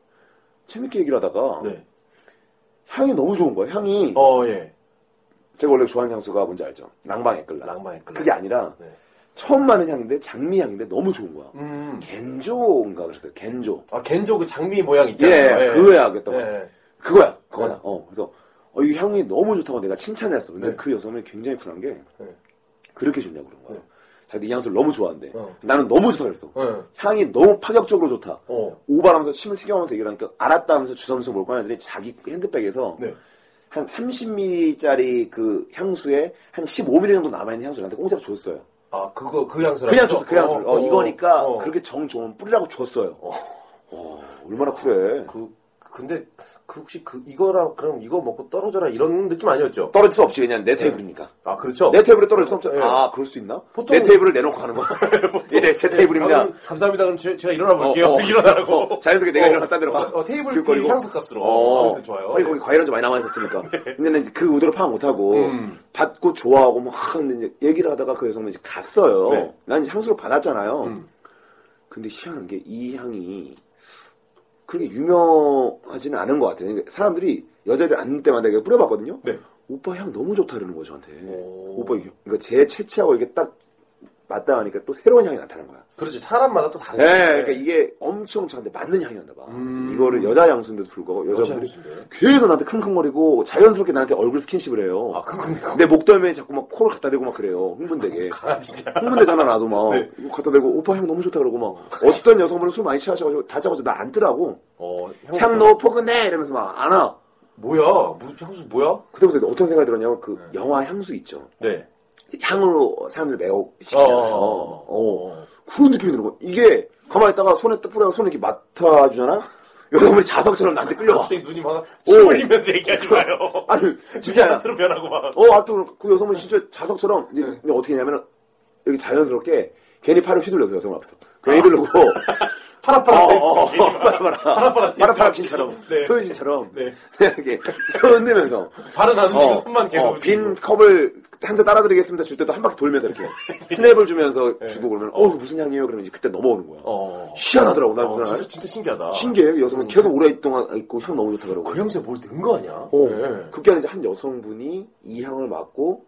재밌게 얘기를 하다가
네.
향이 너무 좋은 거예요. 향이
어 예.
제가 원래 좋아하는 향수가 뭔지 알죠? 랑방에 끌라.
낭만의 끌라.
그게 아니라
네.
처음 마는 향인데 장미 향인데 너무 좋은 거야.
음.
겐조인가 그랬어요. 겐조.
아 겐조 그 장미 모양 있잖아요.
예, 그거야 그랬던 거.
예.
그거야, 그거다.
네.
어, 그래서 어, 이 향이 너무 좋다고 내가 칭찬을 했어. 근데
네.
그 여성이 굉장히 쿨한 게
네.
그렇게 좋냐고 그런 거예요. 자기도 이 향수를 너무 좋아한대.
어.
나는 너무 좋다 그랬어.
어.
향이 너무 파격적으로 좋다.
어.
오바라면서 침을 튀겨가면서 얘기를 하니까 알았다 하면서 주섬주섬 몰고 하는 애들이 자기 핸드백에서
네.
한 30ml짜리 그 향수에 한 15ml 정도 남아있는 향수를 나한테 공짜로 줬어요.
아 그거 그 향수랑
그냥 줬어, 그 향수를. 어, 이거니까
어.
그렇게 정 좋은 뿌리라고 줬어요. 어, 얼마나 쿨해.
그 근데 그 혹시 그 이거랑 그럼 이거 먹고 떨어져라 이런 느낌 아니었죠?
떨어질 수 없지, 그냥 내 테이블이니까.
아 그렇죠.
내 테이블에 떨어질 수 없잖아.
예.
아, 그럴 수 있나?
보통-
내 테이블을 내놓고 가는 거야. 이게 내- 제 테이블입니다.
아, 그럼 감사합니다. 그럼 제, 제가 일어나 볼게요.
어, 어.
일어나라고.
어, 자연스럽게 내가 일어나서 딴 데로 가.
어, 어, 테이블
그 거리고.
비 향수 값으로.
어.
아무튼 좋아요. 예. 네.
아니, 거기 과일 좀 많이 남아있었으니까. 근데 난 이제 그 의도로 파악 못하고,
음.
받고 좋아하고 막 하는데 이제 얘기를 하다가 그 여성분이 이제 갔어요.
네.
난 이제 향수를 받았잖아요.
음.
근데 희한한 게 이 향이 그렇게 유명하지는 않은 것 같아요. 그러니까 사람들이 여자들 앉는 때마다 이렇게 뿌려봤거든요.
네. 어.
오빠 향 너무 좋다 이러는 거예요, 저한테.
오.
오. 빠 이게. 그러니까 제 채취하고 이게 딱 맞다 하니까 또 새로운 향이 나타난 거야.
그렇지. 사람마다 또 다르죠. 예.
네, 그러니까 이게 엄청 저한테 맞는 향이었나 봐.
음.
그래서 이거를 여자 향수인데도 불구하고
여자
여자분들이
향수인데.
계속 나한테 킁킁거리고 자연스럽게 나한테 얼굴 스킨십을 해요.
아, 그건 이거.
내 목덜미에 자꾸 막 코를 갖다 대고 막 그래요. 흥분되게.
아, 진짜.
흥분되잖아 나도 막
네.
이거 갖다 대고 오빠 향 너무 좋다 그러고 막 어떤 여성분은 술 많이 취하셔가지고 다자고자 나 안 뜨라고
어, 향,
향 너무 포근해 이러면서 막 안 와.
뭐야? 무슨 향수 뭐야?
그때부터 어떤 생각이 들었냐면 그 영화 향수 있죠.
네.
향으로 사람들 매혹시키잖아요.
어.
어. 그런 느낌이 드는 거야. 이게 가만히 있다가 손에 딱 뿌려서 손에 이렇게 맡아주잖아? 여성분이 자석처럼 나한테 끌려와.
갑자기 눈이 막, 침
오.
흘리면서 얘기하지 마요.
아니,
진짜 네.
진짜야.
한트로 변하고 막.
어, 하여튼 그 여성분이 진짜 자석처럼 이제 이제 어떻게 했냐면 여기 자연스럽게 괜히 팔을 휘둘려, 그 여성 앞에서. 괜히 휘둘르고
파라파라
어,
돼 있어.
어, 어, 파라파라. 파라파라 킨처럼.
네.
소유진처럼.
네.
이렇게 손 흔들면서.
발은 안 움직이고
어,
손만 계속
어, 빈
움직이고.
컵을 한 잔 따라드리겠습니다 줄 때도 한 바퀴 돌면서 이렇게 스냅을 주면서 주고 그러면 어 이거 무슨 향이에요 그러면 이제 그때 넘어오는 거야
예. 어.
희한하더라고 난
어,
그날.
진짜, 진짜 신기하다.
신기해요 여성분 계속 오랫동안 있고 향 너무 좋다 그러고
그 향수에 뭘 넣은 거 아니야?
어,
네.
급기야는 이제 한 여성분이 이 향을 맡고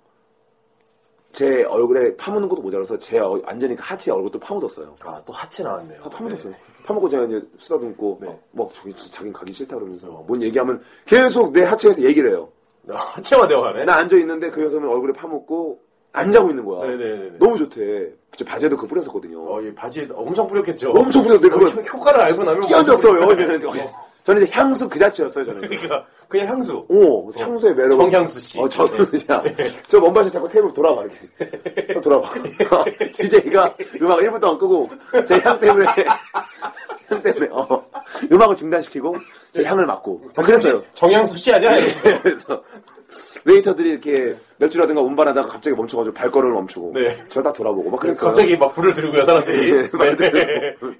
제 얼굴에 파묻는 것도 모자라서 제 어- 완전히 그 하체 얼굴도 파묻었어요
아, 또 하체 나왔네요.
아, 파묻었어요 파묻고 제가 이제 수다듬고
네. 어.
막 저기 진짜 자긴 가기 싫다 그러면서 뭔 얘기하면 계속 내 하체에서 얘기를 해요
네. 하체와 대화하네.
나 앉아 있는데 그 여성은 얼굴에 파묻고 안 자고 있는 거야.
네네네네.
너무 좋대. 저 바지에도 그 뿌렸었거든요.
어, 이 바지에 엄청 뿌렸겠죠.
엄청 뿌렸는데
어,
그걸
효- 효과를 알고 나면
끼얹었어요. 네,
완전-
저는 이제- 저는 이제 향수 그 자체였어요. 저는.
그러니까 그냥 향수.
오, 그래서 향수의 매력.
정향수 씨. 네.
어, 저는 진짜. 저 먼발에 자꾸 테이블 돌아봐, 이렇게. 또 돌아봐. DJ가 음악 1분도 안 끄고, 제 향 때문에, 향 때문에, 어, 음악을 중단시키고, 제 향을 맡고. 어, 그랬어요.
네,
네,
정향수 씨 아니야? 이러면서.
그래서 웨이터들이 이렇게 맥주라든가 운반하다가 갑자기 멈춰가지고 발걸음을 멈추고
네.
저를 딱 돌아보고 막 그랬어요.
갑자기 막 불을 들고요 사람들이.
예, 말
네.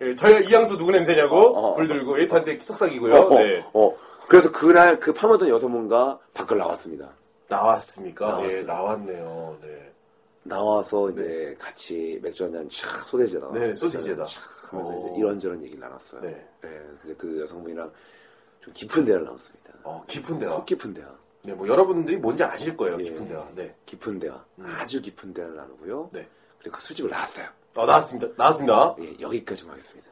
예, 저이 향수 누구 냄새냐고
어, 어.
불 들고 에이트한테 속삭이고요.
어, 어,
네.
어. 그래서 그날 그 파묻은 여성분과 밖을 나왔습니다.
나왔습니까? 네,
나왔어요.
나왔네요. 네.
나와서 이제 같이 맥주 한잔촥 소세지에다가
네, 소시지에다.
촥 하면서
어.
이제 이런저런 얘기를 나눴어요.
네.
네. 그래서 이제 그 여성분이랑 좀 깊은 대화를 나눴습니다.
어, 깊은 대화.
속 깊은 대화.
네, 뭐 여러분들이 뭔지 아실 거예요.
예.
깊은 대화. 네.
깊은 대화. 아주 깊은 대화를 나누고요.
네.
그리고 그 술집을 나왔어요.
어, 나왔습니다. 나왔습니다.
예, 여기까지만 하겠습니다.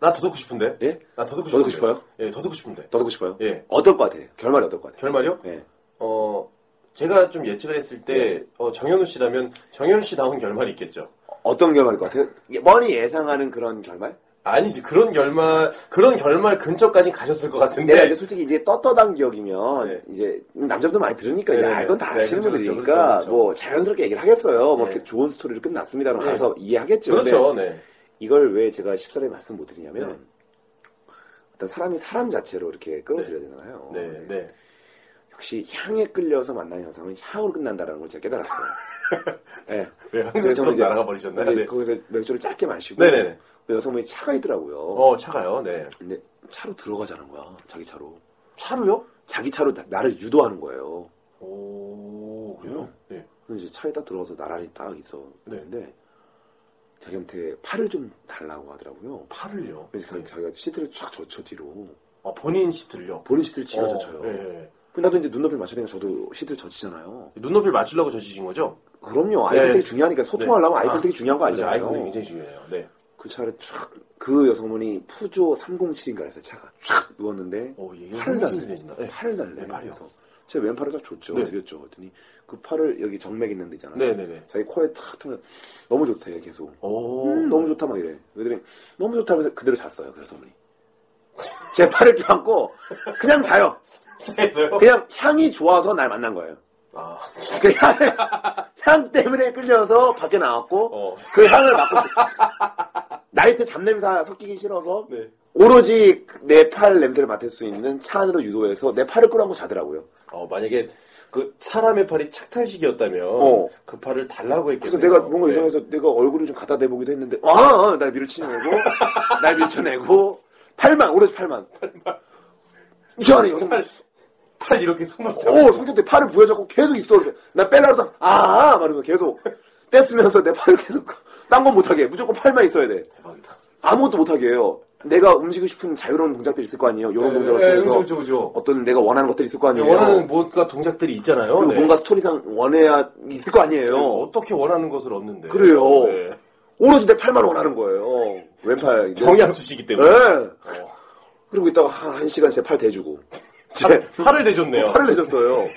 나 더 듣고 싶은데.
예?
나 더 듣고
더 듣고
싶은데.
싶어요?
예, 더 듣고 싶은데.
더 듣고 싶어요?
예.
어떨 것 같아요? 결말이 어떨 것 같아요?
결말이요?
예.
어, 제가 좀 예측을 했을 때, 어, 정현우 씨라면, 정현우 씨 나온 결말이 있겠죠.
어떤 결말일 것 같아요? 예, 뻔히 예상하는 그런 결말?
아니지, 그런 결말, 그런 결말 근처까지 가셨을 것 같은데.
내가 이제 솔직히 이제 떳떳한 기억이면
네.
이제 남자분들 많이 들으니까 이제
네, 네,
알건 다
네,
아시는
그렇죠,
분들이니까
그렇죠, 그렇죠.
뭐 자연스럽게 얘기를 하겠어요. 뭐
네.
이렇게 좋은 스토리를 끝났습니다라고
네.
해서 이해하겠죠.
그렇죠,
근데
네.
이걸 왜 제가 14에 말씀 못 드리냐면
네.
어떤 사람이 사람 자체로 이렇게 끌어들여야 되잖아요.
네, 네.
역시 향에 끌려서 만나는 현상은 향으로 끝난다라는 걸 제가 깨달았어요. 네.
왜 항상
그래서 저는
저런
이제
날아가 버리셨나요?
이제
네.
거기서 맥주를 짧게 마시고
네, 네, 네.
그 여성분이 차가 있더라고요.
어, 차가요, 네.
근데 차로 들어가자는 거야. 자기 차로.
차로요?
자기 차로 나- 나를 유도하는 거예요.
오, 그래요? 네.
그래서 이제 차에 딱 들어가서 나란히 딱 있어.
네.
근데 자기한테 팔을 좀 달라고 하더라고요.
팔을요?
네, 그래서 자- 자기가 시트를 쫙 젖혀 뒤로.
아, 본인 시트를요?
본인 시트를 지가
어,
젖혀요.
예, 예.
근데 나도 이제 눈높이를 맞춰야 되니까 저도 시트를 젖히잖아요.
눈높이를 맞추려고 저지신 거죠?
그럼요. 아이
네.
컨택이 중요하니까 소통하려면 아이
아,
컨택이 중요한 거
그렇죠.
알잖아요.
아이콘이 굉장히 중요해요. 네.
그 차를 쫙, 그 여성분이 푸조 307인가 해서 차가 쫙 누웠는데
오, 얘기가
팔을 달래.
흥미진진해진다. 어, 네.
팔을 달래.
네, 팔이요.
그래서 제 왼팔을 딱 줬죠.
네.
드렸죠. 그랬더니 그 팔을 여기 정맥 있는 데 있잖아요.
네네네.
자기 코에 탁 하면 너무 좋대 계속.
오.
음, 너무 좋다 막 이래. 애들이 너무 좋다 하면서 그대로 잤어요. 그래서 어머니. 제 팔을 껴안고 그냥 자요.
했어요?
그냥 향이 좋아서 날 만난 거예요.
아,
그 향, 향 때문에 끌려서 밖에 나왔고
어.
그 향을 맡고 싶- 나이트 잡냄새 섞이기 싫어서
네.
오로지 내 팔 냄새를 맡을 수 있는 차 안으로 유도해서 내 팔을 끌어안고 자더라고요.
어, 만약에 그 사람의 팔이 착탈식이었다면
어.
그 팔을 달라고
그래서
했겠네요.
내가 뭔가
네.
이상해서 내가 얼굴을 좀 갖다 대보기도 했는데 아, 날 밀어치내고 날 밀쳐내고 팔만 오로지 팔만 이상하네 여성
팔, 팔 이렇게 손으로 잡고
어, 성격 때 팔을 부여잡고 계속 있어. 그래서 나 빼려고 하다, 아, 말하면서 계속 떼쓰면서 내 팔을 계속 딴 건 못하게. 해. 무조건 팔만 있어야 돼.
대박이다.
아무것도 못하게 해요. 내가 움직이고 싶은 자유로운 동작들이 있을 거 아니에요. 이런 동작을
예, 예,
통해서
그죠, 그죠, 그죠.
어떤 내가 원하는 것들이 있을 거 아니에요.
원하는 뭔가 동작들이 있잖아요.
그리고
네.
뭔가 스토리상 원해야 있을 거 아니에요.
그리고 뭐, 어떻게 원하는 것을 얻는데.
그래요.
네.
오로지 내 팔만 원하는 거예요. 왼팔. 이제.
정양수시기
예.
때문에.
그리고 있다가 한, 한 시간 제 팔 대주고. 제
팔, 팔을 대줬네요.
뭐 팔을 내줬어요.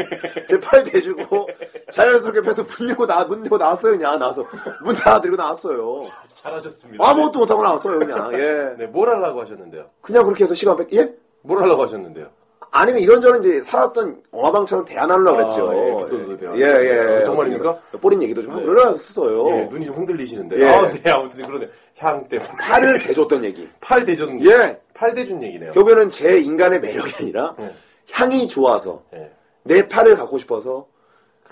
제 팔 대주고 자연스럽게 배에서 문 열고 나, 문 열고 나왔어요, 그냥. 나와서. 문 닫아드리고 나왔어요.
잘하셨습니다.
아무것도 뭐 못하고 나왔어요, 그냥. 예.
네, 뭘 하려고 하셨는데요?
그냥 그렇게 해서 시간 뺏기, 예?
뭘 하려고 하셨는데요?
아니면 이런저런 이제 살았던 영화방처럼 대안하려고 그랬죠.
아, 예, 에피소드도 대안.
예, 예.
아, 정말입니까? 네.
어떻게 뿌린 얘기도 좀 하고 그러셨어요.
예, 눈이 좀 흔들리시는데.
예.
아, 네, 아무튼 그러네. 향 때문에.
팔을 대줬던 얘기.
팔 대준.
예.
팔 대준 얘기네요.
결국에는 제 인간의 매력이 아니라
예.
향이 좋아서
예.
내 팔을 갖고 싶어서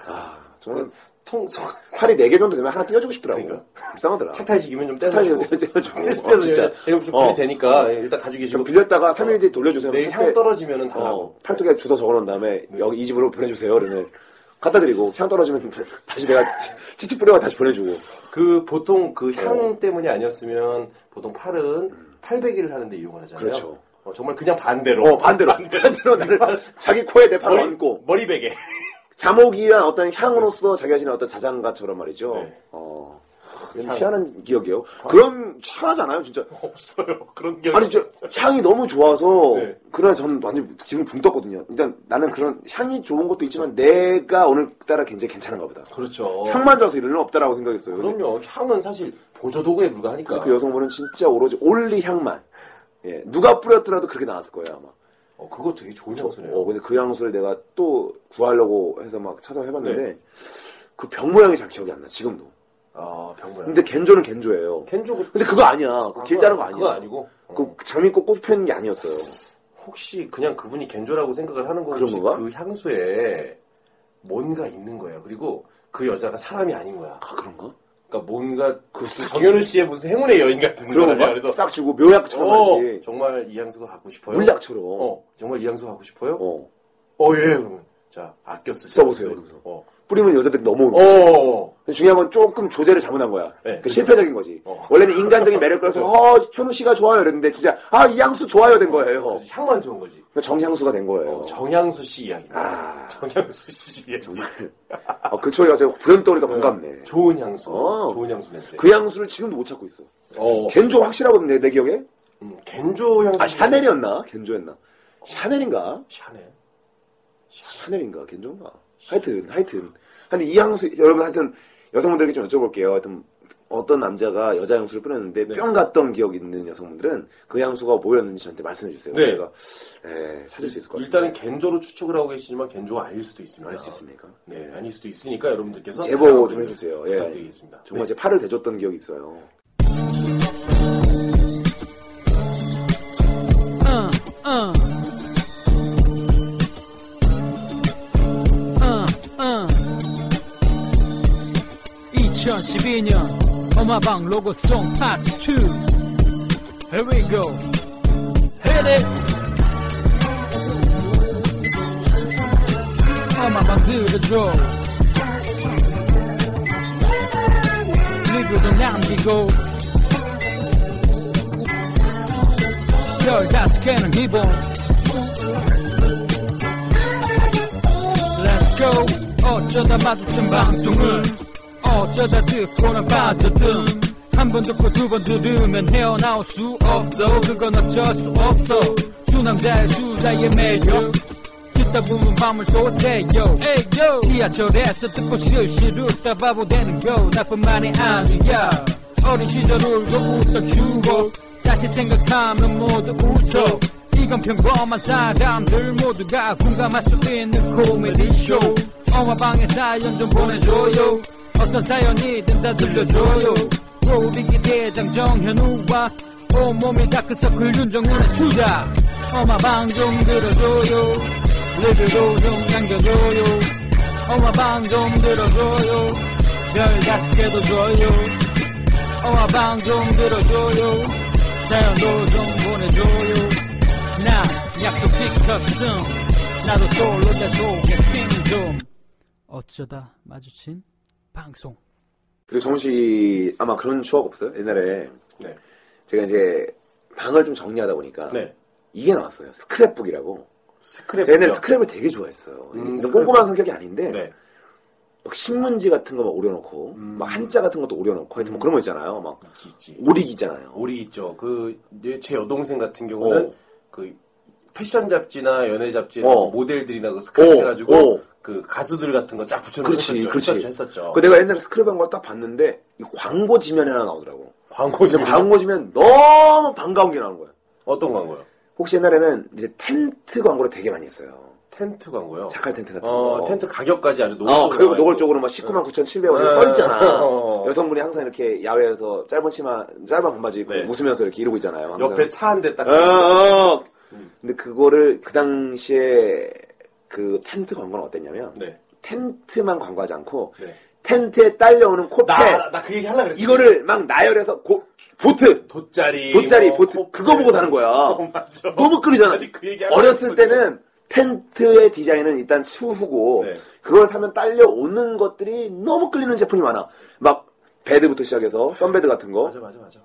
아, 정말
통, 통,
팔이 네 개 정도 되면 하나 띄워주고 싶더라고. 요
그러니까.
이상하더라.
착탈식이면 좀 떼어주고.
아. 떼어주고, 떼어주고.
떼어주고.
어, 진짜.
제가 좀
어.
분이 되니까 일단 가지고 계시고.
지금 빌렸다가 3일 뒤에 돌려주세요.
내 향 떨어지면은 달라고.
어, 팔뚝에 주소 적어놓은 다음에
네.
여기 이 집으로 보내주세요. 이러면 갖다 드리고 향 떨어지면 다시 내가 치치 뿌려가 다시 보내주고.
그 보통
어.
그 향 때문이 아니었으면 보통 팔은 팔베기를 하는데 이용을 하잖아요.
그렇죠.
어, 정말 그냥 반대로.
어 반대로 반대로 나를 자기 코에 내 팔을
머리,
얹고
머리베개.
자목이와 어떤 향으로서 자기 자신의 어떤 자장가처럼 말이죠.
네.
어.
향. 아. 네.
희한한 기억이에요. 그럼 희한하지 않아요, 진짜.
없어요. 그런 기억이
아니, 저,
없어요.
향이 너무 좋아서,
네.
그날 저는 완전 기분이 붕 떴거든요. 일단 나는 그런 향이 좋은 것도 있지만, 내가 오늘따라 굉장히 괜찮은가 보다.
그렇죠. 네,
향만 좋아서 이럴 일은 없다라고 생각했어요.
그럼요. 향은 사실 보조도구에 불과하니까.
근데 그 여성분은 진짜 오로지 올리 향만. 예, 누가 뿌렸더라도 그렇게 나왔을 거예요, 아마.
어, 그거 되게 좋은 향수네요.
어, 근데 그 향수를 내가 또 구하려고 해서 막 찾아 해봤는데,
네.
그 병 모양이 잘 기억이 안 나, 지금도.
아, 병모야.
어, 근데 겐조는 겐조예요.
겐조 그
근데 그거 아니야. 그 길다는 거 아니야.
그거 아니고. 어.
그 장미꽃 꽃 피는 게 아니었어요.
혹시 그냥 그분이 겐조라고 생각을 하는 거고
그런
혹시
건가?
그 향수에 뭔가 있는 거예요. 그리고 그 여자가 사람이 아닌 거야.
아, 그런가?
그러니까 뭔가
그
정현우 씨의 무슨 행운의 여인 같은
그런
거야.
건가?
그래서
싹 주고 묘약처럼
어,
하지.
정말 이 향수가 갖고 싶어요.
물약처럼.
어, 정말 이 향수 갖고 싶어요. 어,
어.
예. 그러면 자 아껴 쓰세요.
써보세요, 그러면서.
어,
뿌리면 여자들이 넘어오는 거야.
어,
근데 중요한 건 조금 조제를 잘못한 거야.
네,
그
그죠.
실패적인 거지.
어.
원래는 인간적인 매력을 해서 어, 현우 씨가 좋아요 이랬는데 진짜 아, 이 향수 좋아요 된 거예요.
그래서 향만 좋은 거지.
그러니까 정향수가 된 거예요.
어, 정향수 씨 이야기입니다.
아.
정향수 씨 이야기. 네.
아, 그 소리가 제가 불현 떠오니까 반갑네.
좋은 향수,
어.
좋은 향수 냄새.
그 향수를 지금도 못 찾고 있어.
어,
겐조 확실하고 내, 내 기억에?
음, 겐조 향수.
아, 샤넬이었나? 겐조였나? 샤넬인가?
샤넬.
샤넬인가 겐조인가 하여튼 하여튼 근데 이 향수 여러분 하여튼 여성분들에게 좀 여쭤볼게요 하여튼 어떤 남자가 여자 향수를 뿌렸는데
네.
뿅 갔던 기억이 있는 여성분들은 그 향수가 뭐였는지 저한테 말씀해 주세요
네.
제가 에, 찾을 수 있을 것 같아요
일단은 겐조로 추측을 하고 계시지만 겐조가 아닐 수도 있습니다.
알수 있습니까
네, 아닐 수도 있으니까 여러분들께서 네,
제보 좀 해주세요 예.
부탁드리겠습니다. 네,
정말 제 팔을 대줬던 기억이 있어요
Uh, uh. Uh, uh. 2012년 엄마방 로고송 파트 2 Here we go Hit it 엄마방 들어줘 리뷰도 남기고 열다섯 개는 기본 Let's go 어쩌다 마주친 방송은 어쩌다 듣고는 빠져든 한 번 듣고 두 번 들으면 헤어나올 수 없어 그건 어쩔 수 없어 두 남자의 수다의 매력 듣다 웃다 보면 마음을 쏘세요 지하철에서 듣고 실실 웃다 바보 되는 거 나뿐만이 아니야 어린 시절 울고 웃던 추억 다시 생각하면 모두 웃어 이건 평범한 사람들 모두가 공감할 수 있는 코미디 쇼 엄마방에 사연 좀 보내줘요 어떤 사연이든 다 들려줘요 로비기 대장 정현우와 온몸이 다크서클 윤정훈의 수다 엄마방 좀 들어줘요 리뷰도 좀 남겨줘요 엄마방 좀 들어줘요 별 다섯 개도 줘요 엄마방 좀 들어줘요 사연도 좀 보내줘요 나 약속 지켰음 나도 솔로 내 속에 핑좀 어쩌다 마주친 방송
그리고 정우 씨 아마 그런 추억 없어요? 옛날에
네.
제가 이제 방을 좀 정리하다 보니까
네.
이게 나왔어요. 스크랩북이라고.
스크랩.
제가 옛날에 스크랩을 되게 좋아했어요.
음,
근데
스크랩북.
꼼꼼한 성격이 아닌데
네.
막 신문지 같은 거 막 오려놓고
음.
막 한자 같은 것도 오려놓고 하여튼 뭐 그런 거 있잖아요. 막
있지, 있지.
오리기잖아요.
오리 있죠. 그, 이제 제 여동생 같은 경우는
어.
그 패션 잡지나 연애 잡지에서
어.
모델들이나 그 스크랩 해가지고
오.
그 가수들 같은 거 쫙 붙여놓고
그렇지,
했었죠.
그렇지.
했었죠, 했었죠.
그 내가 옛날에 스크랩 한 걸 딱 봤는데 이 광고 지면이 하나 나오더라고.
광고 좀 광고
광고 지면 너무 반가운 게 나오는 거예요.
어떤 광고요?
혹시 옛날에는 이제 텐트 광고를 되게 많이 했어요.
텐트 광고요.
자칼 텐트 같은
어,
거.
텐트 가격까지 아주 노골적으로.
어, 그리고
나와 있고.
노골적으로 막 19만 9,700원이
네.
써 있잖아.
어, 어.
여성분이 항상 이렇게 야외에서 짧은 치마, 짧은 반바지 입고
네.
웃으면서 이렇게 이러고 있잖아요. 항상.
옆에 차 한 대딱
어, 어. 근데 그거를 그 당시에 그 텐트 광고는 어땠냐면
네.
텐트만 광고하지 않고
네.
텐트에 딸려오는 코페
나, 나 그 얘기 하려고 그랬어.
이거를 막 나열해서 고- 보트
돗자리.
돗자리
뭐,
보트
코-
그거 보고 사는 거야.
어, 맞아.
너무 끌리잖아.
아직 그 얘기 하려고
어렸을
그랬거든요.
때는 텐트의 디자인은 일단 추후고
네.
그걸 사면 딸려오는 것들이 너무 끌리는 제품이 많아. 막 베드부터 시작해서 선베드 같은 거
맞아, 맞아, 맞아.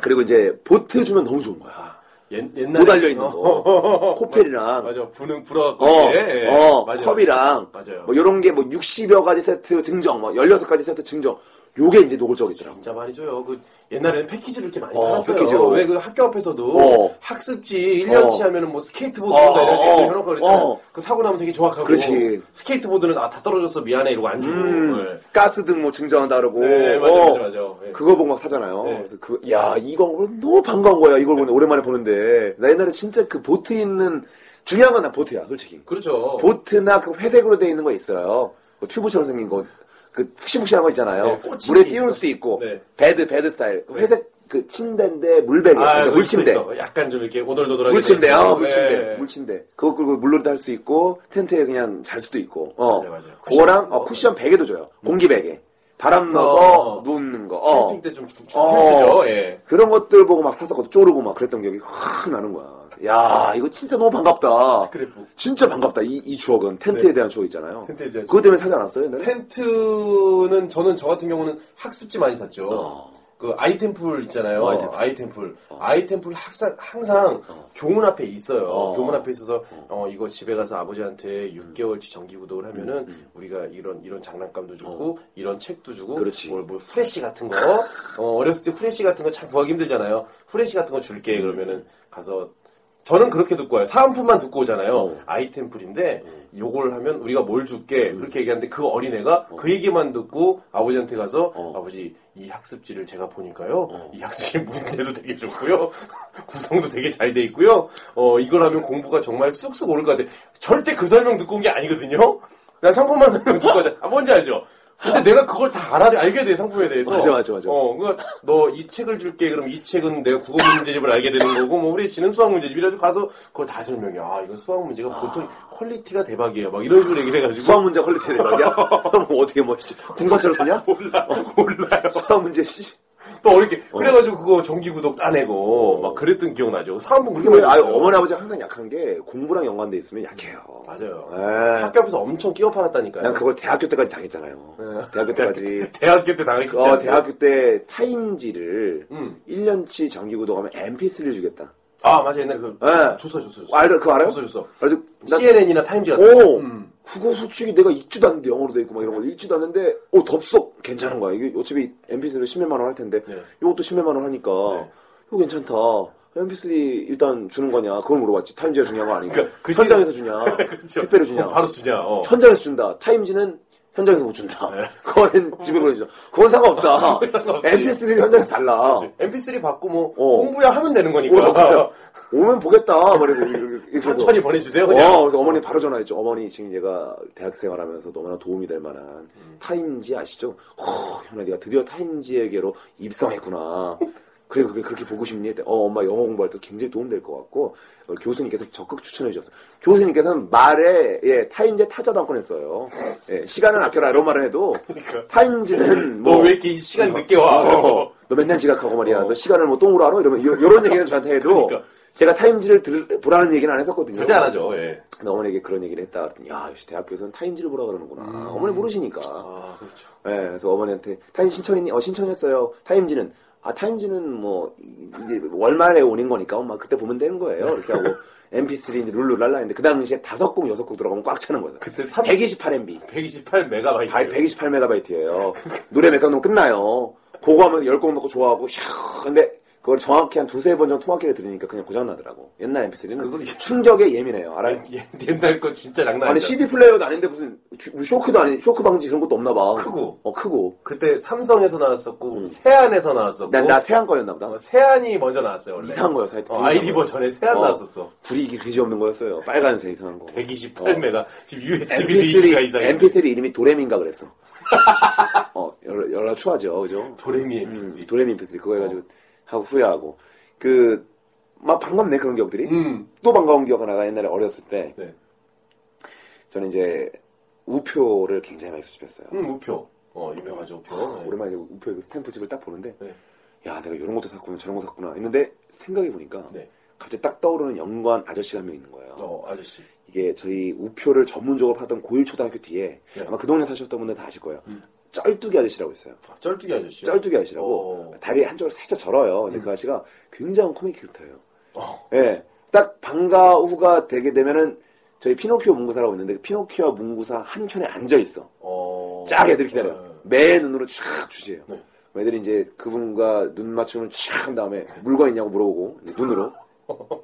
그리고 이제 보트 주면 너무 좋은 거야.
옛,
못
옛날에. 어.
달려 있는 거
맞아,
코펠이랑
맞아. 부는 불어갖고.
어,
이렇게. 예,
어,
맞아요.
컵이랑
맞아요.
뭐 이런 게 뭐 60여 가지 세트 증정, 뭐 16가지 세트 증정. 요게 이제 노골적이더라고.
진짜 많이 줘요. 그 옛날에는 패키지를 이렇게 많이
어,
팔았어요.
패키지로.
왜 그 학교 앞에서도
어.
학습지 1년치
어.
하면은 뭐 스케이트보드인가
어,
이런 게
어,
해놓고 그랬잖아요.
어.
그 사고 나면 되게 조악하고
그렇지.
스케이트보드는 아 다 떨어졌어 미안해 이러고 안 주고.
음, 가스 등 뭐 증정한다 그러고.
네. 네, 맞아
어,
맞아 맞아. 예.
그거 보고 막 사잖아요.
네.
그래서 그, 야, 이거 너무 반가운 거야. 이걸 보는 오랜만에 보는데. 나 옛날에 진짜 그 보트 있는, 중요한 건 나 보트야, 솔직히.
그렇죠.
보트나 그 회색으로 돼 있는 거 있어요. 그 튜브처럼 생긴 거, 그 푹신푹신한 거 있잖아요.
네, 꽂힌
물에
게
띄우는
있어.
수도 있고,
네.
배드, 배드 스타일. 그 회색 그 침대인데 물베개,
아,
그러니까
그거
물침대.
있어, 있어. 약간 좀 이렇게 오돌도돌하게.
물침대,
돼있고.
어, 물침대,
예.
물침대. 그거 끌고 물놀이도 할 수 있고, 텐트에 그냥 잘 수도 있고, 어.
맞아요, 맞아요.
그거랑,
쿠션
어, 쿠션 베개도 줘요. 공기 베개. 바람 넣어서
어.
눕는 거, 어.
캠핑 때좀
어.
필수죠. 예.
그런 것들 보고 막 샀었거든. 쪼르고 막 그랬던 기억이 확 나는 거야. 야, 이거 진짜 너무 반갑다.
스크랩북.
진짜 반갑다. 이, 이 추억은. 텐트에
네.
대한 추억 있잖아요.
텐트에 대한
그것 때문에 사지 않았어요, 옛날에?
텐트는 저는 저 같은 경우는 학습지 많이 샀죠.
어.
그 아이템플 있잖아요.
어, 아이템플.
아이템플. 아이템플. 학사, 항상 교문 앞에 있어요.
어. 음.
교문 앞에 있어서 어, 이거 집에 가서 아버지한테 6개월치 정기 구독을 하면은 우리가 이런 이런 장난감도
어.
주고 이런 책도 주고
그렇지.
뭘, 뭘 후레쉬 같은 거 어, 렸을때 후레쉬 같은 거 참 구하기 힘들잖아요. 후레쉬 같은 거 줄게 그러면은 가서 저는 그렇게 듣고 와요. 사은품만 듣고 오잖아요.
어.
아이템플인데
음.
요걸 하면 우리가 뭘 줄게 그렇게 얘기하는데 그 어린애가 그 얘기만 듣고 아버지한테 가서
어.
아버지 이 학습지를 제가 보니까요. 이 학습지 문제도 되게 좋고요. 구성도 되게 잘 돼 있고요. 어 이걸 하면 공부가 정말 쑥쑥 오를 것 같아. 절대 그 설명 듣고 온 게 아니거든요. 나 상품만 설명 듣고 하자. 아, 뭔지 알죠? 근데 내가 그걸 다 알아, 알게 돼, 상품에 대해서.
맞아, 맞아, 맞아.
어, 그니까, 너 이 책을 줄게. 그럼 이 책은 내가 국어 문제집을 알게 되는 거고, 뭐, 후레쉬는 수학 문제집. 이래서 가서 그걸 다 설명해. 아, 이건 수학 문제가 보통 퀄리티가 대박이에요. 막 이런 식으로 얘기를 해가지고.
수학 문제 퀄리티 대박이야? 그럼 뭐 어떻게 멋있지? 군사처럼 쓰냐?
몰라, 몰라요.
수학 문제, 씨.
또 어렵게. 그래가지고 그거 정기구독 따내고, 막 그랬던 기억나죠. 사은품 그렇게 많이.
아,
줬어요.
어머니 아버지 항상 약한 게 공부랑 연관돼 있으면 약해요.
맞아요.
네.
학교 앞에서 엄청 끼워 팔았다니까요.
난 그걸 대학교 때까지 당했잖아요.
어.
대학교 때까지.
대학교 때 당했죠.
어, 대학교 때 타임지를
음.
1년치 정기 구독하면 MP3를 주겠다.
아, 맞아. 옛날에 그,
네.
줬어, 줬어, 줬어.
알, 그거 알아요?
줬어, 줬어.
아주 난-
CNN이나 타임즈 같은 거. 음.
오, 그거 솔직히 내가 읽지도 않는데 영어로 돼 있고 막 이런 걸 읽지도 않는데, 오 덥석 괜찮은 거야. 이게 어차피 m p 3로 십몇만 원 할 텐데,
네.
이것도 십몇만 원 하니까,
네.
이거 괜찮다. 햄피슬리 일단 주는 거냐? 그걸 물어봤지. 타임지가 주냐가 아니고.
그러니까 그
현장에서 주냐?
그렇죠.
택배로 주냐?
그럼 바로 주냐. 어.
현장에서 준다. 타임지는 현장에서 못 준다.
네.
그거는 집에 보내주죠. 그건 상관없다.
상관없지.
MP3는 현장에서 달라.
MP3 받고 뭐
어.
공부야 하면 되는
오,
거니까. 아,
그래요. 오면 보겠다. 그리고 이렇게 해서.
천천히 보내주세요. 그냥.
어, 그래서 어머니 바로 전화했죠. 어머니 지금 얘가 대학 생활하면서 너무나 도움이 될 만한
음.
타임지 아시죠? 허, 현아 네가 드디어 타임지에게로 입성했구나. 그리고 그게 그렇게 보고 싶니? 했더니, 어, 엄마 영어 공부할 때 굉장히 도움 될 것 같고 어, 교수님께서 적극 추천해 주셨어요. 교수님께서는 말에 예, 타임지에 타자도 안 꺼냈어요. 예, 시간은 아껴라 이런 말을 해도 타임지는
그러니까. 너
뭐
왜 이렇게 시간 늦게 와?
어, 너 맨날 지각하고 말이야.
어.
너 시간을 뭐 똥으로 알아? 이러면 요- 요런 얘기는 저한테 해도
그러니까.
제가 타임지를 들, 보라는 얘기는 안 했었거든요.
절대 안 하죠. 예.
근데 어머니에게 그런 얘기를 했다 그랬더니 야 역시 대학교에서는 타임지를 보라 그러는구나. 어머니 모르시니까.
음. 아 그렇죠.
예, 그래서 어머니한테 타임 신청했니? 어 신청했어요. 타임지는 아 타임지는 뭐 이- 이제 월말에 오는 거니까 엄마 그때 보면 되는 거예요. 이렇게 하고 MP3 이제 룰루랄라 했는데 그 당시에 다섯 곡 여섯 곡 들어가면 꽉 차는 거죠.
그때 3
128MB.
128 메가바이트.
128메가바이트예요. 노래 몇 가면 끝나요. 그거 하면서 열 곡 넣고 좋아하고 휴. 근데 그걸 정확히 한 두세 번 정도 토막기를 들으니까 그냥 고장 나더라고. 옛날 MP3는
그거
충격에 예민해요. 알아요?
옛- 옛날 거 진짜 장난
아니
아니죠.
CD 플레이어도 아닌데 무슨 주- 무슨 쇼크도 아니 쇼크 방지 그런 것도 없나 봐.
크고. 뭐?
어 크고.
그때 삼성에서 나왔었고 세안에서 나왔었고
난나 세한 거였나 보다.
어, 세안이 먼저 나왔어요 원래.
이상한 거였어요.
어, 아이리버 전에 세안
어.
나왔었어.
불이익이 그지 없는 거였어요. 빨간색 이상한 거.
128 메가 지금 USB도 이기가
MP3
이상해.
MP3 이름이 도레미인가 그랬어. 어 연락 연락 추하죠, 그죠?
도레미
음,
MP3.
도레미 피스 그거
어.
해가지고 하고 후회하고 그 막 반갑네 그런 기억들이
음.
또 반가운 기억 하나가 옛날에 어렸을 때
네.
저는 이제 우표를 굉장히 많이 수집했어요
음 우표. 어 유명하죠 우표. 네.
아, 오랜만에 우표 그 스탬프집을 딱 보는데
네.
야 내가 이런 것도 샀구나 저런 거 샀구나 했는데 생각해 보니까
네.
갑자기 딱 떠오르는 연관 아저씨가 한 명 있는 거예요
어 아저씨.
이게 저희 우표를 전문적으로 파던 고일초등학교 뒤에
네.
아마 그 동네 사셨던 분들 다 아실 거예요
음.
쩔뚝이 아저씨라고 있어요
아, 쩔뚝이 아저씨.
쩔뚝이 아저씨라고
어.
다리 한쪽으로 살짝 절어요. 근데
음.
그 아저씨가 굉장한 코믹 캐릭터예요.
어.
예. 딱 방과 후가 되게 되면은 저희 피노키오 문구사라고 있는데 그 피노키오 문구사 한 켠에 앉아 있어.
어.
쫙 애들 기다려요. 매 눈으로 쫙 주시해요.
네.
애들이 이제 그분과 눈 맞춤을 쫙한 다음에 물건 있냐고 물어보고 이제 눈으로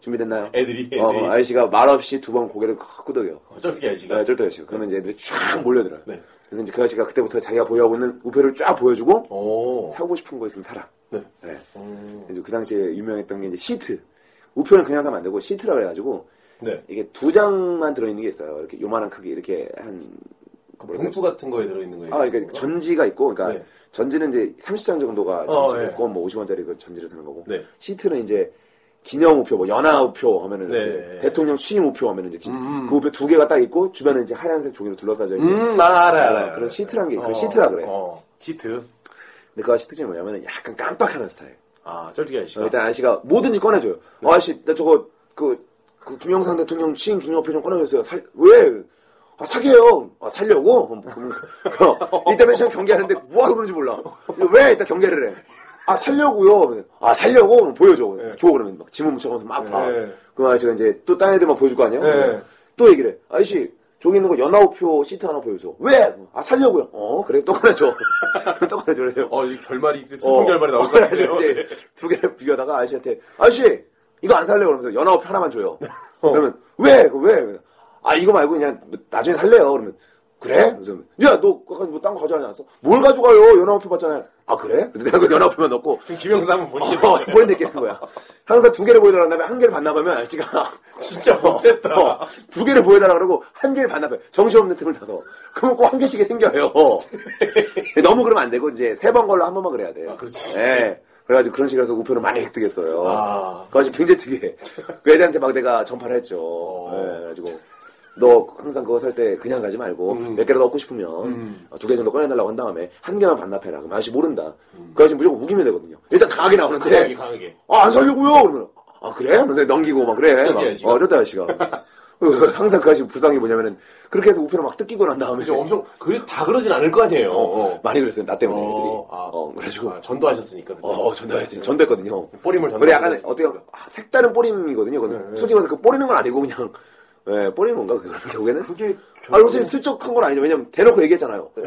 준비됐나요?
네. 애들이 애들이.
어, 그럼 아저씨가 말없이 두 번 고개를 끄- 끄덕여요.
어, 쩔뚝이 아저씨가.
네, 쩔뚝 아저씨가. 그러면 이제 애들이 쫙 몰려들어요.
네.
그래서 이제 그 아저씨가 그때부터 자기가 보유하고 있는 우표를 쫙 보여주고
오.
사고 싶은 거 있으면 사라.
네.
네.
어. 음.
이제 그 당시에 유명했던 게 이제 시트. 우표는 그냥 사면 안 되고 시트라 그래가지고
네.
이게 두 장만 들어있는 게 있어요. 이렇게 요만한 크기 이렇게 한.
그 봉투 같은 거에 들어있는 거예요.
아, 그러니까 전지가 있고, 그러니까
그렇죠. 네.
전지는 이제 30장 정도가
어,
전지가
예.
있고, 뭐 50원짜리 그 전지를 사는 거고.
네.
시트는 이제 기념 우표, 뭐 연하 우표 하면은
네.
이렇게 대통령 취임 우표 하면은 이제 기-
음.
그 우표 두 개가 딱 있고 주변에 이제 하얀색 종이로 둘러싸져 있는.
음, 나 알아, 알아.
그런 시트란 게, 그걸 시트라 그래.
어, 시트.
근데 그 시트집이 뭐냐면은 약간 깜빡하는 스타일.
아, 쩔뚝이 아저씨가.
어, 일단 아저씨가 뭐든지 꺼내줘요. 어, 아저씨, 나 저거, 그, 그 김영삼 대통령 취임 기념표 좀 꺼내주세요. 살, 왜? 아, 사게요. 아, 살려고? 그럼 뭐, 어, 이때 맨 처음 경계하는데 뭐하러 그런지 몰라. 왜 이따 경계를 해? 아, 살려고요. 그러면, 아, 살려고? 그럼 보여줘. 줘. 그러면 막 지문 묻혀가면서 막 봐.
네.
그 아저씨가 이제 또 딴 애들만 보여줄 거 아니야?
네.
또 얘기를 해. 아저씨, 저기 있는 거 연하우표 시트 하나 보여줘. 왜? 아, 살려고요. 어, 그래. 또 꺼내줘. 그럼 또 꺼내줘요. 네.
어, 이 결말이, 슬픈 결말이 나올 것 같아요. 네.
이제 두 개를 비교하다가 아저씨한테 아저씨 이거 안 살래요 그러면서 연하업 하나만 줘요.
어.
그러면 왜? 그거 왜? 그래서, 아 이거 말고 그냥 뭐 나중에 살래요. 그러면 그래? 그래서 야너 아까 뭐딴거 가져가지 않았어? 뭘 가져가요? 연하업표 받잖아요. 아 그래? 근데 내가 그 연하업표만 넣고
그럼 김영삼은 본인이.
어, 보인 데 있겠는 거야. 항상 두 개를 보여달라 하면 한 개를 반납하면 아저씨가
진짜 못됐다.
어, 두 개를 보여달라 그러고 한 개를 반납해. 정신없는 틈을 타서. 그러면 꼭 한 개씩 생겨요. 너무 그러면 안 되고 이제 세 번 걸로 한 번만 그래야 돼.
아, 그렇지.
예. 그래가지고 그런 식으로 해서 우표를 많이 획득했어요.
아.
그래가지고 굉장히 특이해. 그 애들한테 막 내가 전파를 했죠.
어.
예, 그래가지고 너 항상 그거 살 때 그냥 가지 말고
음.
몇 개라도 얻고 싶으면 어, 두 개 정도 꺼내달라고 한 다음에 한 개만 반납해라. 그럼 아저씨 모른다. 그 아저씨 무조건 우기면 되거든요. 일단 강하게 나오는데
강하게, 강하게.
아, 안 살려고요! 그러면, 아, 그래? 그래서 넘기고 막 그래.
어쩌지,
막,
아저씨가?
어, 이랬다, 아저씨가. 항상 그 아저씨 부상이 뭐냐면은, 그렇게 해서 우표를 막 뜯기고 난 다음에,
그죠? 엄청, 그, 다 그러진 않을 거 아니에요. 어.
많이 그랬어요. 나 때문에, 애들이.
어, 아,
어, 그래가지고,
아, 전도하셨으니까. 그때.
어, 전달했어요. 전달했거든요.
뿌림을 전달.
근데 약간, 어떻게, 아, 색다른 뿌림이거든요. 근데 솔직히 말해서 그 뿌리는 건 아니고, 그냥, 예, 뿌리는 건가, 그런 결국에는?
네. 그게, 네.
아, 어쨌든 슬쩍한 건 아니죠. 왜냐면, 대놓고 얘기했잖아요. 그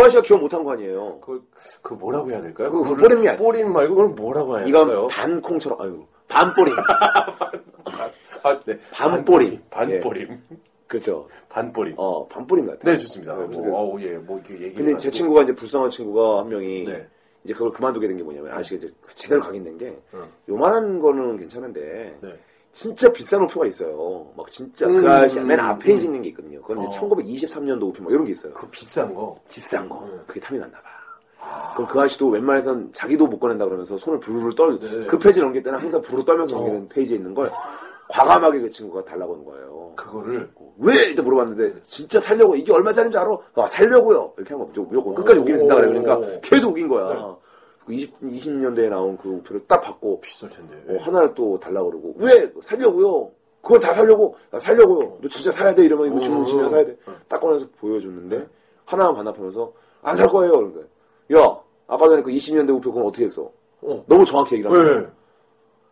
아저씨가 기억 못한 거 아니에요.
그, 그 뭐라고 해야 될까요?
그- 그 뿌리는 게 아니-
뿌림 말고 네, 그걸 뭐라고 해야
이건
될까요?
단콩처럼, 아유, 반뿌림.
아, 네.
반뿌림. 예.
반뿌림.
그죠.
반뿌림.
어, 반뿌림 같아요.
네, 좋습니다.
네,
뭐,
근데-
아우, 예, 뭐, 이렇게 얘기
근데 제 친구가 이제 불쌍한 친구가 한 명이
네.
이제 그걸 그만두게 된 게 뭐냐면 아저씨가 이제 제대로 강인된 게 요만한 거는 괜찮은데
어. 네.
진짜 비싼 오표가 있어요. 막 진짜
음.
그 아저씨 맨 앞에 있는 게 있거든요. 그건 이제
어.
1923년도 오표 막 이런 게 있어요.
그 비싼 거.
비싼 거.
네.
그게 탐이 났나 봐. 그럼 그 아저씨도 웬만해선 자기도 못 꺼낸다 그러면서 손을 부르르 떨,
네. 어.
그 페이지 넘길 때는 항상 부르르 떨면서 넘기는 페이지에 있는 걸 과감하게 그 친구가 달라고 한 거예요.
그거를. 뭐
왜? 이렇게 물어봤는데, 진짜 살려고, 이게 얼마짜리인 줄 알아? 아, 살려고요. 이렇게 한 거죠. 무조건 끝까지
오.
우기는 된다 그래. 그러니까 계속 우긴
네.
거야. 그 20, 20년대에 나온 그 우표를 딱 받고,
비쌀 텐데.
어, 하나를 또 달라고 그러고, 왜? 살려고요. 그거 다 살려고. 아, 살려고요. 너 진짜 사야 돼. 이러면 이거
어.
주문 지면 사야 돼. 딱 꺼내서 보여줬는데, 하나만 반납하면서, 안 살 거예요. 그러니까. 야, 아까 전에 그 20년대 우표 그건 어떻게 했어?
어.
너무 정확히 얘기를 하는 거야.
네.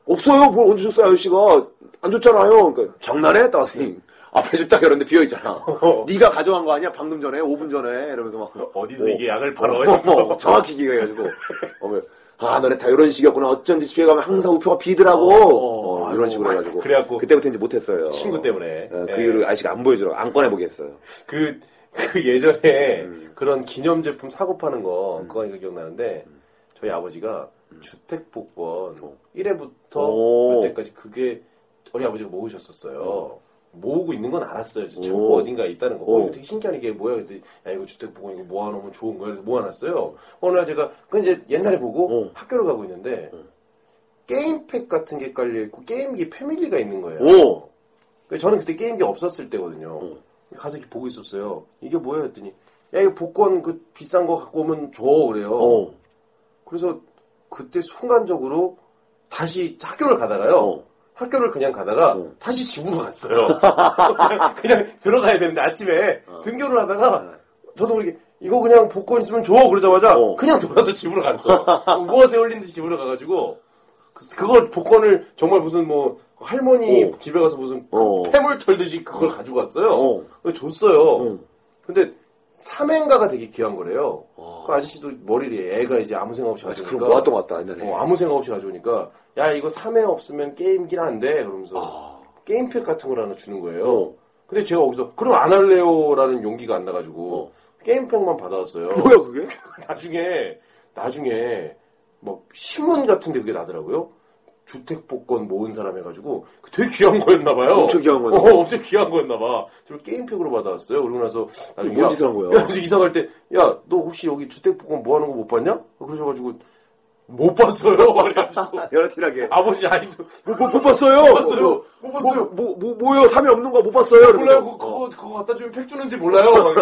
없어요. 뭘 언제 줬어요, 아저씨가. 안 줬잖아요. 그러니까 장난해? 따더니 앞에 줬다 그러는데 비어있잖아. 네가 가져간 거 아니야? 방금 전에? 5분 전에? 이러면서 막
그 어디서
어.
이게 약을 팔아?
어, 정확히 기억해가지고 어머, 아 너네 다 이런 식이었구나. 어쩐지 집에 가면 항상 우표가 비더라고.
어,
어,
아이고.
이런 식으로 해가지고
그래갖고
그때부터 이제 못했어요.
친구 때문에.
어, 그
예.
이후로 아저씨가 안 보여주라고 안 꺼내보게 했어요.
그, 그 예전에
음.
그런 기념 제품 사고 파는 거, 그거 하니까 기억나는데, 저희 아버지가 주택 복권 1회부터
음. 오.
그때까지 그게 우리 아버지가 모으셨었어요. 모으고 있는 건 알았어요. 이제
음. 오.
창고 어딘가에 있다는 거. 어,
오.
이거 되게 신기한 이게 뭐야. 그랬더니, 야, 이거 주택 복권 이거 모아놓으면 좋은 거야. 그래서 모아놨어요.
음.
어느 날 제가, 그 이제 옛날에 보고
어.
학교를 가고 있는데, 게임팩 같은 게 깔려있고, 게임기 패밀리가 있는 거예요.
오,
그래서 저는 그때 게임기 없었을 때거든요. 가서 이렇게 보고 있었어요. 이게 뭐야 했더니 야 이거 복권 그 비싼 거 갖고 오면 줘 그래요.
어,
그래서 그때 순간적으로 다시 학교를 가다가요.
어.
학교를 그냥 가다가
어.
다시 집으로 갔어요. 그냥, 그냥 들어가야 되는데 아침에 등교를 하다가 저도 모르게 이거 그냥 복권 있으면 줘 그러자마자
네. 어.
그냥 돌아서 집으로 갔어. 무엇에 홀린 듯이 집으로 가가지고 그- 그걸 복권을 정말 무슨 뭐 할머니
어.
집에 가서 무슨
어.
폐물 털듯이 그걸 가지고 왔어요.
어.
그걸 줬어요.
어.
근데 삼행가가 되게 귀한 거래요. 그 아저씨도 머리를 애가 이제 아무 생각 없이
아직
가져오니까
그런 거 모았던 것 같다 옛날에.
어, 아무 생각 없이 가져오니까 야 이거 3회 없으면 게임기는 안돼 그러면서 게임팩 같은 걸 하나 주는 거예요
아. 어.
근데 제가 거기서 그럼 안 할래요 라는 용기가 안 나가지고
어.
게임팩만 받아왔어요
뭐야 그게?
나중에 나중에 막 신문 같은데 그게 나더라고요 주택 복권 모은 사람 해가지고 그 되게 귀한 거였나 봐요
엄청 귀한 거였나
어, 엄청 귀한 거였나 봐 저 게임팩으로 받아왔어요 그러고 나서 나중에
뭔
야,
짓을 한 거야?
야, 그래서 이사 갈 때, 야, 너 혹시 여기 주택복권 뭐 하는 거 못 봤냐? 그러셔가지고, 못 봤어요. 그래가지고.
여러 티나게.
아버지 아니죠.
못, 못, 못 봤어요.
못 봤어요. 못
뭐,
봤어요.
뭐, 뭐, 뭐요? 삼이 없는 거 못 봤어요.
몰라요.
이러면서.
그거, 그거, 그거 갖다 주면 팩 주는지 몰라요. 막.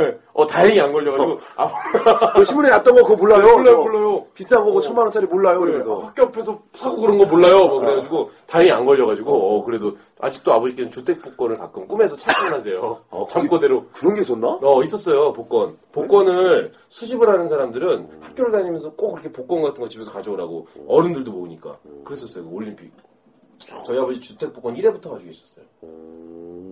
네. 어, 다행히 안 걸려가지고. 아,
그 신문에 났던 거 그거 몰라요.
네,
어.
몰라요,
그거
몰라요. 어.
비싼 거고 천만 원짜리 몰라요.
네,
그러면서
학교 앞에서 사고 그런 거 몰라요. 막 그래가지고, 다행히 안 걸려가지고, 어, 그래도, 아직도 아버지께는 주택복권을 가끔 꿈에서 착각하세요. 잠꼬대로.
그런 게 있었나?
어, 있었어요, 복권. 복권을 수집을 하는 사람들은 학교를 다니면서 꼭 이렇게 복권 같은 거 집에서 가져오라고 어른들도 모으니까. 그랬었어요, 그 올림픽. 저희 아버지 주택 복권 1회부터 가지고 계셨어요.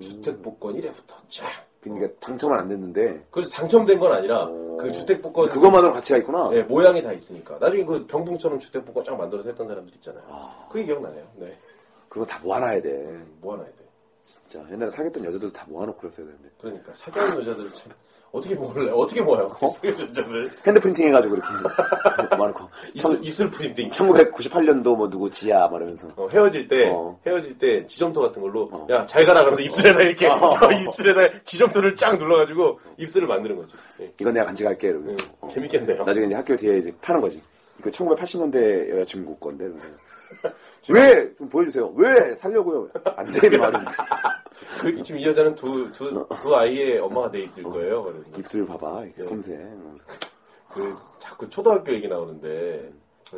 주택 복권 1회부터 쫙.
그러니까 당첨은 안 됐는데
그래서 당첨된 건 아니라 그 주택 복권
그것만으로 가치가 있구나.
네, 모양이 다 있으니까. 나중에 그 병풍처럼 주택 복권 쫙 만들어서 했던 사람들 있잖아요. 그게 기억나네요. 네.
그거 다 모아놔야 돼.
음, 모아놔야 돼.
진짜 옛날에 사귀었던 여자들 다 모아놓고 그랬어야 되는데
그러니까 사귀는 여자들 참 어떻게 모을래? 어떻게 모아요? 사귀는 여자들.
핸드 프린팅 해가지고 이렇게 모아놓고
입술, 입술 프린팅.
1998년도 뭐 누구 지야 말하면서
어, 헤어질 때
어.
헤어질 때 지점토 같은 걸로 야 잘 가라 그러면서 입술에다 이렇게
어.
어, 입술에다 지점토를 쫙 눌러가지고 입술을 만드는 거지. 예.
이건 내가 간직할게 이러면서
음,
어.
재밌겠네요.
나중에 이제 학교 뒤에 이제 파는 거지. 이거 1980년대 여자친구 건데 이러면서. 왜? 좀 보여주세요. 왜? 살려고요. 안 돼, 이러면 서
그, 지금 이 여자는 두 두 두 아이의 엄마가 돼 있을 거예요. 그러니까. 그래서
어. 입술 봐봐.
네.
이렇게 어, 섬세.
그 자꾸 초등학교 얘기 나오는데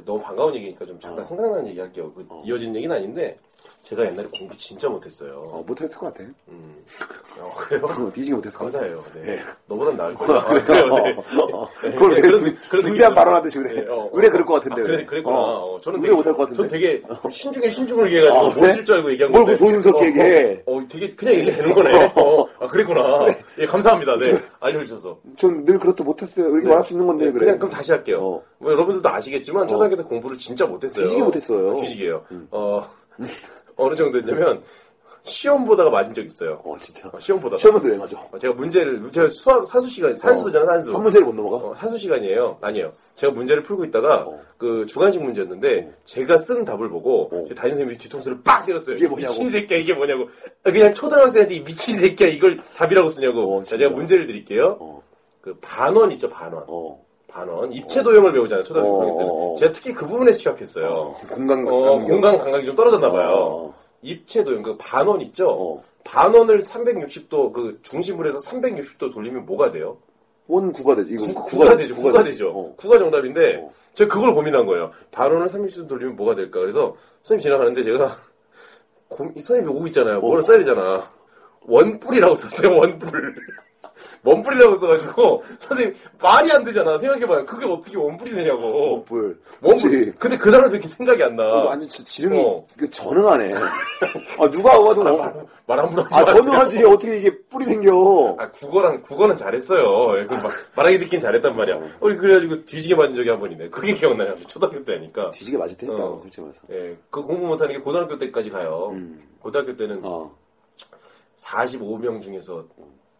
너무 반가운 얘기니까 좀
어.
잠깐 생각나는 얘기 할게요. 그 이어진 얘기는 아닌데 제가 옛날에 공부 진짜 못했어요.
어, 못했을 것 같아.
음. 어, 그래요?
그거 뒤지게 못했을 것 같아.
감사해요. 네. 너보단 나을 거예요. 네.
아, 그래요? 어, 어. 그걸 왜 진- 진지한 발언하듯이 그래. 의뢰 그럴 것 같은데,
어. 아, 그래,
왜.
그랬구나.
어.
어, 저는
의뢰 못할 것 같은데.
저는 되게 신중에 신중을 얘기해가지고
어,
못
그래?
모실 줄 알고 얘기한
뭘
건데.
그렇게 조심스럽게
어,
얘기해.
어, 어, 되게 그냥 얘기 되는 거네. 어, 아, 그랬구나. 예, 감사합니다. 네, 알려주셔서.
전 늘 그렇다 못했어요. 이렇게 말할 수 있는 건데,
네,
그래.
그냥 그럼 다시 할게요.
어.
뭐 여러분들도 아시겠지만 초등학교 때 공부를 진짜 못했어요.
뒤지게 못했어요. 음.
아, 뒤지게요. 어, 어느 정도였냐면, 시험 보다가 맞은 적 있어요.
어, 진짜.
어, 시험 보다가.
시험은 왜 맞아?
어, 제가 문제를, 제가 수학, 사수 시간, 산수잖아, 산수.
한 문제를 못 넘어가?
어, 사수 시간이에요. 아니에요. 제가 문제를 풀고 있다가
어.
그 주관식 문제였는데 제가 쓴 답을 보고
어.
제 담임 선생님이 뒤통수를 빡 때렸어요.
이게 뭐냐고.
미친 새끼야 이게 뭐냐고. 아, 그냥 초등학생한테 이 미친 새끼야 이걸 답이라고 쓰냐고.
어,
자,
진짜.
제가 문제를 드릴게요.
어.
그 반원 있죠 반원.
어.
반원 입체 도형을 배우잖아요 초등학교
어,
6학년 때는.
어, 어.
제가 특히 그 부분에 취약했어요.
어,
어,
공간
공간 감각이 좀 떨어졌나 봐요.
어.
입체 도형 그 반원 있죠.
어.
반원을 360도 그 중심으로 해서 360도 돌리면 뭐가 돼요?
원 구가 되죠. 이거
구,
구-
구가, 되죠. 구가, 되죠.
어.
구가 정답인데
어.
제가 그걸 고민한 거예요. 반원을 30도 돌리면 뭐가 될까? 그래서 선생님 지나가는데 제가 고, 이 선생님이 오고 있잖아요. 뭐를 써야 되잖아. 원뿔이라고 썼어요. 원뿔. 원뿔이라고 써가지고 선생님 말이 안 되잖아. 생각해봐요. 그게 어떻게 원뿔이 되냐고.
원뿔.
원뿔.
그치.
근데 그 사람 밖에 생각이 안
이거
나.
완전 지- 지름이
어.
이거 전응하네. 아 누가 와도 원-
말 함부로 하지
아
마세요.
전응하지 어떻게 이게 뿔이 생겨?
아, 국어랑, 국어는 잘했어요. 예, 그 마- 말하기 듣긴 잘했단 말이야. 어, 그래가지고 뒤지게 맞은 적이 한 번 있네. 그게 기억나요. 초등학교 때 하니까.
뒤지게 맞을 때 했다.
어.
솔직히 말해서.
예, 그 공부 못하는 게 고등학교 때까지 가요.
음.
고등학교 때는
어.
45명 중에서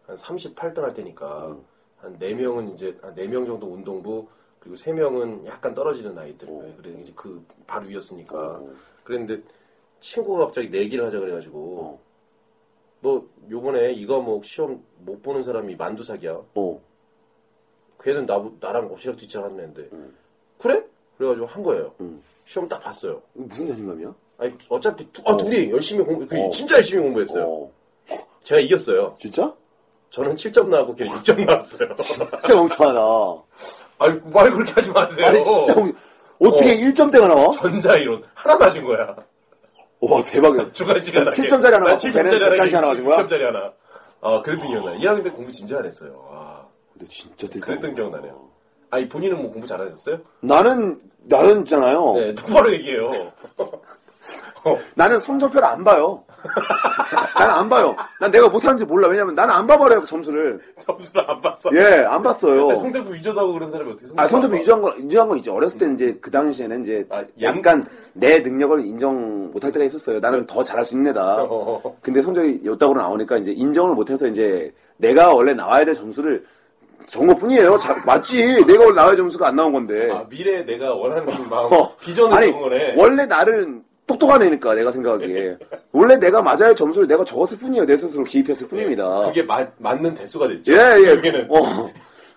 한 38등 할 때니까
음.
한 4명은 이제 한 4명 정도 운동부 그리고 3명은 약간 떨어지는 아이들. 예, 그래 이제 그 바로 위였으니까. 그랬는데 친구가 갑자기 내기를 하자
어.
그래가지고 너 요번에 이 과목 시험 못 보는 사람이 만두 사기야.
어.
걔는 나, 나랑 엎치락 뒤치락 하는 애인데
음.
그래? 그래가지고 한 거예요
음.
시험 딱 봤어요
이거 무슨 자신감이야?
아니 어차피 두, 아, 둘이 열심히 공부 그
어.
진짜 열심히 공부했어요
어.
제가 이겼어요
진짜?
저는 7점 나왔고 걔는 6점 나왔어요
진짜 멍청하다.
아니 말 그렇게 하지 마세요
아니 진짜 멍. 어떻게
네, 어.
1점대가 나와?
전자이론 하나 맞은 거야
와 대박이다.
주간지가 나
7점짜리 하나 맞고
7점짜리
걔는
하나
몇까지 하나 맞은 거야?
6점짜리 하나 아 그랬던 기억나요 1학년 때 공부 진짜 잘했어요 아.
근데 진짜 대박.
그랬던 기억나네요 아니 본인은 뭐 공부 잘하셨어요?
나는 나는 있잖아요.
네 똑바로 얘기해요
나는 성적표를 안 봐요. 나는 안 봐요. 난 내가 못하는지 몰라. 왜냐면 나는 안 봐버려요, 그 점수를.
점수를 안 봤어
예, 안 봤어요.
네. 근데 성적표 위조다고 그런 사람이 어떻게 성적표
아, 성적표
안 봐?
인정한 거, 인정한 거 있죠. 어렸을 때 이제 그 당시에는 이제
아, 양-
약간 내 능력을 인정 못할 때가 있었어요.
네.
나는 더 잘할 수 있는 애다.
어.
근데 성적이 요따구로 나오니까 이제 인정을 못해서 이제 내가 원래 나와야 될 점수를 좋은 것 뿐이에요. 자- 맞지. 내가 원래 나와야 될 점수가 안 나온 건데.
아, 미래에 내가 원하는 마음,
어.
비전을
아니,
그런 거네. 네.
원래 나는 똑똑한 애니까 내가 생각하기에 원래 내가 맞아야 할 점수를 내가 적었을 뿐이에요 내 스스로
네.
기입했을 뿐입니다
그게 마- 맞는 대수가 됐죠.
예예
결국에는
어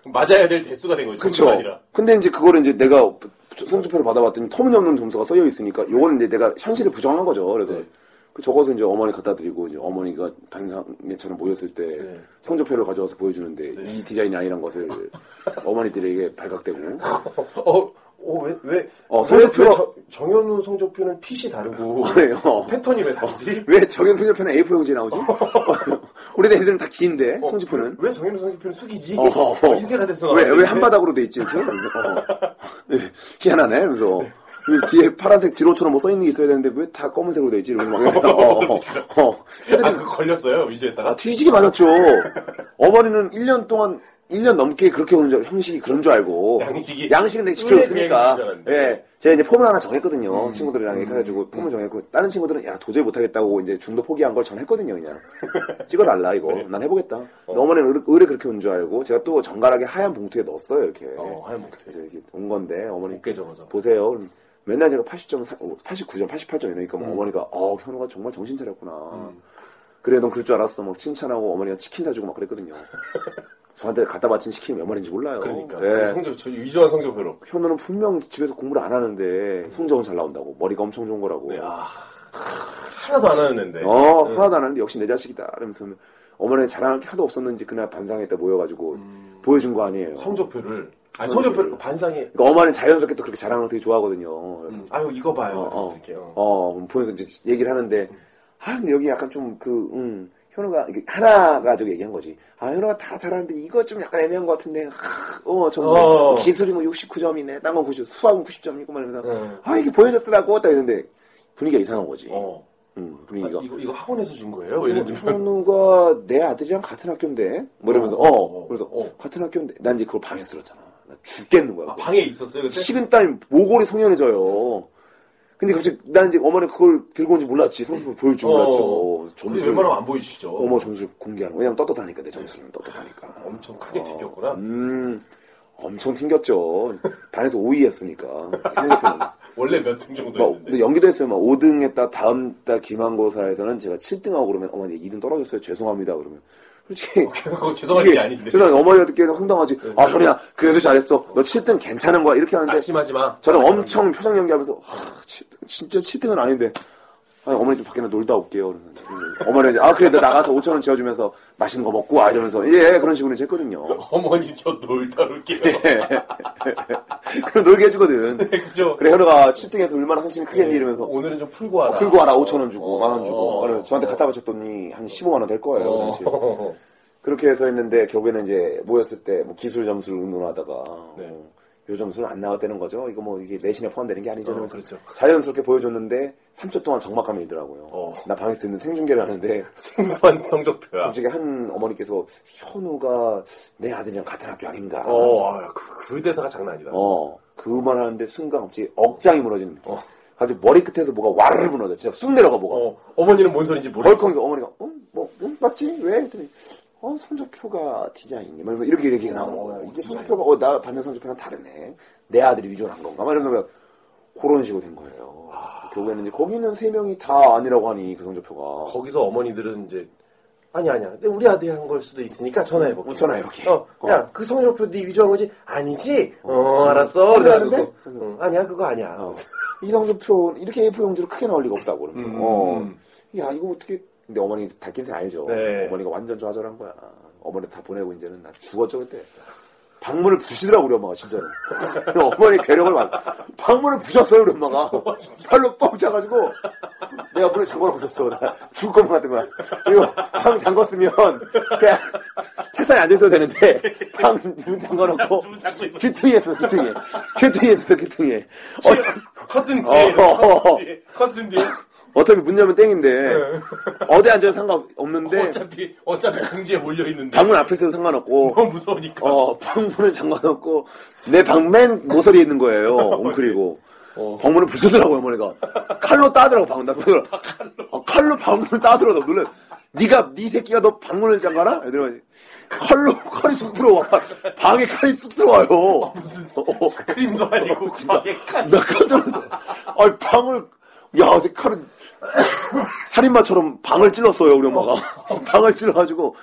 맞아야 될 대수가 된 거지.
그쵸
점수가 아니라.
근데 이제 그거를 이제 내가 성적표를 받아봤더니 터무니없는 점수가 써여 있으니까 요거는 이제 내가 현실을 부정한 거죠 그래서
네.
그 적어서 이제 어머니 갖다 드리고 이제 어머니가 반상회처럼 모였을 때
네.
성적표를 가져와서 보여주는데
네.
이 디자인이 아니란 것을 어머니들에게 발각되고
어, 어, 왜, 왜,
어,
왜-
성적표가-
왜 정- 정현우 성적표는 핏이 다르고,
그래요
패턴이 왜 다르지?
왜 정현 성적표는 A4 용지 나오지? 우리 애들은 다 긴데
어,
성적표는
왜, 왜 정현우 성적표는 숙이지?
어, 어, 어.
인쇄가 됐어.
왜 왜 한바닥으로 돼 있지 이렇게? 그래서 어. 예, 희한하네. 그래서 뒤에 파란색 지로처럼 뭐 써 있는 게 있어야 되는데 왜 다 검은색으로 돼 있지? 이러면서 막 어, 어, 어.
아, 그거 걸렸어요, 위주에다가.
아, 뒤지게 맞았죠. 어머니는 1년 동안 1년 넘게 그렇게 오는 줄 형식이 그런 줄 알고
양식이?
양식은 내가
원래
지켜줬으니까
그 양식인 줄 알았는데.
예 제가 이제 폼을 하나 정했거든요
음.
친구들이랑 이렇게 해가지고 폼을 정했고 다른 친구들은 야 도저히 못하겠다고 이제 중도 포기한 걸 전했거든요 그냥 찍어달라 이거
네.
난 해보겠다 근데 어머니는 의뢰, 의뢰 그렇게 온 줄 알고 제가 또 정갈하게 하얀 봉투에 넣었어요 이렇게
어, 하얀 목대.
그래서 네. 이렇게 온 건데 어머니
어깨 적어서.
보세요 그럼 맨날 제가 80점 89점 88점 이러니까
음.
뭐 어머니가 어 현우가 정말 정신 차렸구나 그래, 넌 그럴 줄 알았어. 막 칭찬하고 어머니가 치킨 사주고 막 그랬거든요. 저한테 갖다 바친 치킨이 몇 마리인지 몰라요.
그러니까.
예.
그 성적, 저 위조한 성적표로.
현우는 분명 집에서 공부를 안 하는데 성적은 잘 나온다고. 머리가 엄청 좋은 거라고.
음. 네, 아, 하나도 안 하는 앤데.
어,
네.
하나도 안 하는데 역시 내 자식이다. 이러면서 어머니는 자랑할 게 하나도 없었는지 그날 반상회 때 모여가지고 보여준 거 아니에요.
음. 성적표를.
성적표를.
아니, 성적표를 반상에
그러니까 어머니는 자연스럽게 또 그렇게 자랑하는 거 되게 좋아하거든요. 그래서
음, 아유 이거 봐요.
어,
이러면서
어.
이렇게, 어.
어, 보면서 이제 얘기를 하는데, 아, 근데 여기 약간 좀 그, 음, 현우가, 이게 하나가 저기 얘기한 거지. 아, 현우가 다 잘하는데 이거 좀 약간 애매한 것 같은데, 하, 어, 점수.
어.
기술이 뭐 69점이네, 딴 건 90, 수학은 90점이고 말면서,
네.
아, 이게 보여줬더라고, 딱 했는데, 분위기가 이상한 거지.
어.
음,
아,
분위기가.
이거 이거 학원에서 준 거예요? 뭐 예를
어,
들면
현우가 내 아들이랑 같은 학교인데? 뭐 이러면서,
어,
어,
어,
그래서,
어.
같은 학교인데? 난 이제 그걸 방에 쓸었잖아. 나 죽겠는 거야.
아, 방에 있었어요 그때?
식은 땀이 모골이 송연해져요. 근데 갑자기 난 이제 어머니 그걸 들고 온지 몰랐지. 성적표 보일
어.
줄 몰랐죠.
점수
점수를
웬만하면 안 보이시죠?
어머 점수 공개하는 거. 왜냐면 떳떳하니까 내 점수는 떳떳하니까.
어, 엄청 크게 튀겼구나.
아. 음, 엄청 튕겼죠. 반에서 5위 했으니까. 성적표는.
원래 몇 등 정도
막,
했는데.
뭐, 근데 연기도 했어요. 막 5등 했다, 다음 달 기말고사에서는 제가 7등하고 그러면, 어머니 2등 떨어졌어요. 죄송합니다. 그러면. 솔직히.
그거 죄송할
이게
일이 아닌데. 네.
죄송해요. 어머니가 듣기에는 황당하지. 아, 현이야, 그래도 잘했어. 너 7등 괜찮은 거야. 이렇게 하는데.
낙심하지 마.
저는 엄청 표정 연기하면서, 하, 7등, 진짜 7등은 아닌데. 아, 어머니 좀 밖에 나 놀다 올게요. 그러면서. 어머니가 이제, 아, 그래, 나 나가서 5천원 지어주면서 맛있는 거 먹고, 아, 이러면서. 예, 예, 그런 식으로 이제 했거든요.
어머니 저 놀다 올게요.
그럼 놀게 해주거든.
네, 그죠?
그래, 현우가 7등에서 얼마나 상심이 크겠니? 이러면서.
네.
어,
오늘은 좀 풀고 와라.
풀고 와라 5천 원 주고 만 원 주고
어.
그래서 저한테 갖다 바쳤더니 한 15만 원 될 거예요 그 당시에.
어.
그렇게 해서 했는데 결국에는 이제 모였을 때 뭐 기술 점수를 의논하다가
네.
어, 요 점수는 안 나왔다는 거죠 이거 뭐 이게 내신에 포함되는 게 아니죠
어,
이러면서
그렇죠.
자연스럽게 보여줬는데 3초 동안 적막감이 일더라고요
어.
나 방에서 듣는 생중계를 하는데
생소한 성적표야.
갑자기 한 어머니께서 현우가 내 아들이랑 같은 학교 아닌가
어, 아, 그, 그 대사가 장난 아니다.
어, 그말 하는데 순간 갑자기 억장이 무너지는 느낌 갑자기 머리끝에서 뭐가 와르르 무너져 진짜 쑥 내려가 뭐가
어, 어머니는 뭔 소린지 모르.
벌컥 어머니가 응? 뭐 응? 맞지? 왜? 그랬더니 어 성적표가 디자인이 막 이렇게 이렇게 나오는 거야
어,
이게
디자인.
성적표가 어 나 받는 성적표랑 다르네 내 아들이 위조를 한 건가 막 이러면서 막 그런 식으로 된 거예요
아.
결국에는 이제 거기 있는 세 명이 다 아니라고 하니 그 성적표가
거기서 어머니들은 이제 아니 아니야. 근데 우리 아들이 한 걸 수도 있으니까 전화해 볼게.
어, 전화해 볼게.
어, 야, 그 성적표 네 위조한 거지? 아니지? 어, 알았어.
그래,
그래가지고,
하는데?
응, 아니야, 그거 아니야.
이 성적표 이렇게 A4 용지로 크게 나올 리가 없다고 그러면서
음.
어. 야 이거 어떻게 근데 어머니 닭김새 알죠
네.
어머니가 완전 좌절한 거야 어머니 다 보내고 이제는 나 죽었죠 그때 방문을 부시더라고 우리 엄마가 진짜로 어머니 괴력을 막 방문을 부셨어요 우리 엄마가 팔로 뻥 차가지고 내가 문을 잠궈놓고 있었어 나 죽을 것만 같은 거야 그리고 방 잠궜으면 그냥 책상에 앉아있어야 되는데 방문 잠궈놓고 귀퉁이에 있어 귀퉁이에 귀퉁이에 있어 귀퉁이에 어,
커튼
어, 어, 어.
뒤에. 커튼 뒤에.
어차피 문 열면 땡인데 어디 앉아도 상관없는데
어차피, 어차피 궁지에 몰려있는데.
방문 앞에 있어도 상관없고
너무 무서우니까.
어 방문을 잠가놓고 내 방맨 모서리에 있는 거예요 웅크리고 방문을 부수더라고요 어머니가 칼로 따더라고 방문 나 그걸 어, 칼로 방문을 따더라고 나 놀래 네가 네 새끼가 너 방문을 잠가라 애들아 칼로 칼이 쑥 들어와 방에 칼이 쑥 들어와요
무슨 스크린도 아니고
어,
예, 방에 칸.
나 깜짝 놀랐어. 아니, 방을, 야, 이 칼은, 살인마처럼 방을 찔렀어요, 우리 엄마가. 방을 찔러가지고,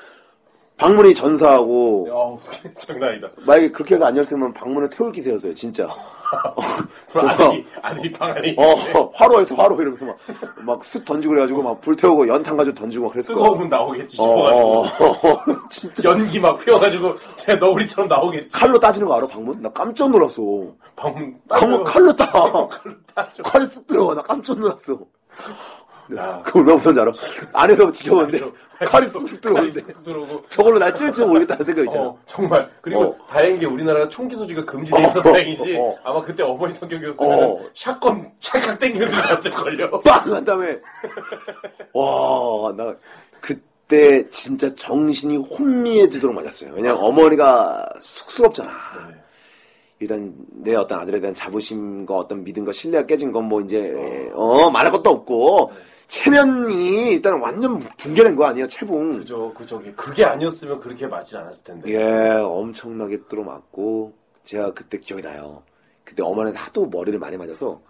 방문이 전사하고,
어, 장난 아니다.
만약에 그렇게 해서 안 열었으면 방문을 태울 기세였어요, 진짜.
그 아들이, 아들이 방 안에
어,
있는데
어, 화로에서 화로 이러면서 막, 막 숯 던지고 그래가지고, 막 불 태우고 연탄 가지고 던지고 막 그랬을 거야.
뜨거우면 나오겠지
어, 어,
싶어가지고.
어, 어. 진짜.
연기 막 피어가지고 쟤 너구리처럼 나오겠지.
칼로 따지는 거 알아, 방문? 나 깜짝 놀랐어.
방문
방문 칼로 따.
따죠.
칼이 쑥 들어가. 나 깜짝 놀랐어.
야.
그걸 왜 무서운지 알아? 안에서 지켜봤는데 칼이 쑥쑥
칼이
들어오는데
쑥쑥 들어오고.
저걸로 날 찔릴지 모르겠다는 생각이 있잖아.
어, 정말. 그리고
어.
다행인 게 우리나라가 총기 소지가 금지돼 있어서
어,
다행이지.
어, 어.
아마 그때 어머니 성격이었으면
어.
샷건 찰칵 땡겨서 갔을걸요.
빵! 한 다음에 와, 나 그때 진짜 정신이 혼미해지도록 맞았어요. 왜냐면 어머니가 쑥스럽잖아. 일단 내 어떤 아들에 대한 자부심과 어떤 믿음과 신뢰가 깨진 건 뭐 이제 어 네. 말할 것도 없고 체면이 일단 완전 붕괴된 거 아니야 체봉
그죠, 그 저기 그게 아니었으면 그렇게 맞진 않았을 텐데.
예, 엄청나게 뚫어 맞고 제가 그때 기억이 나요. 그때 어머니한테 하도 머리를 많이 맞아서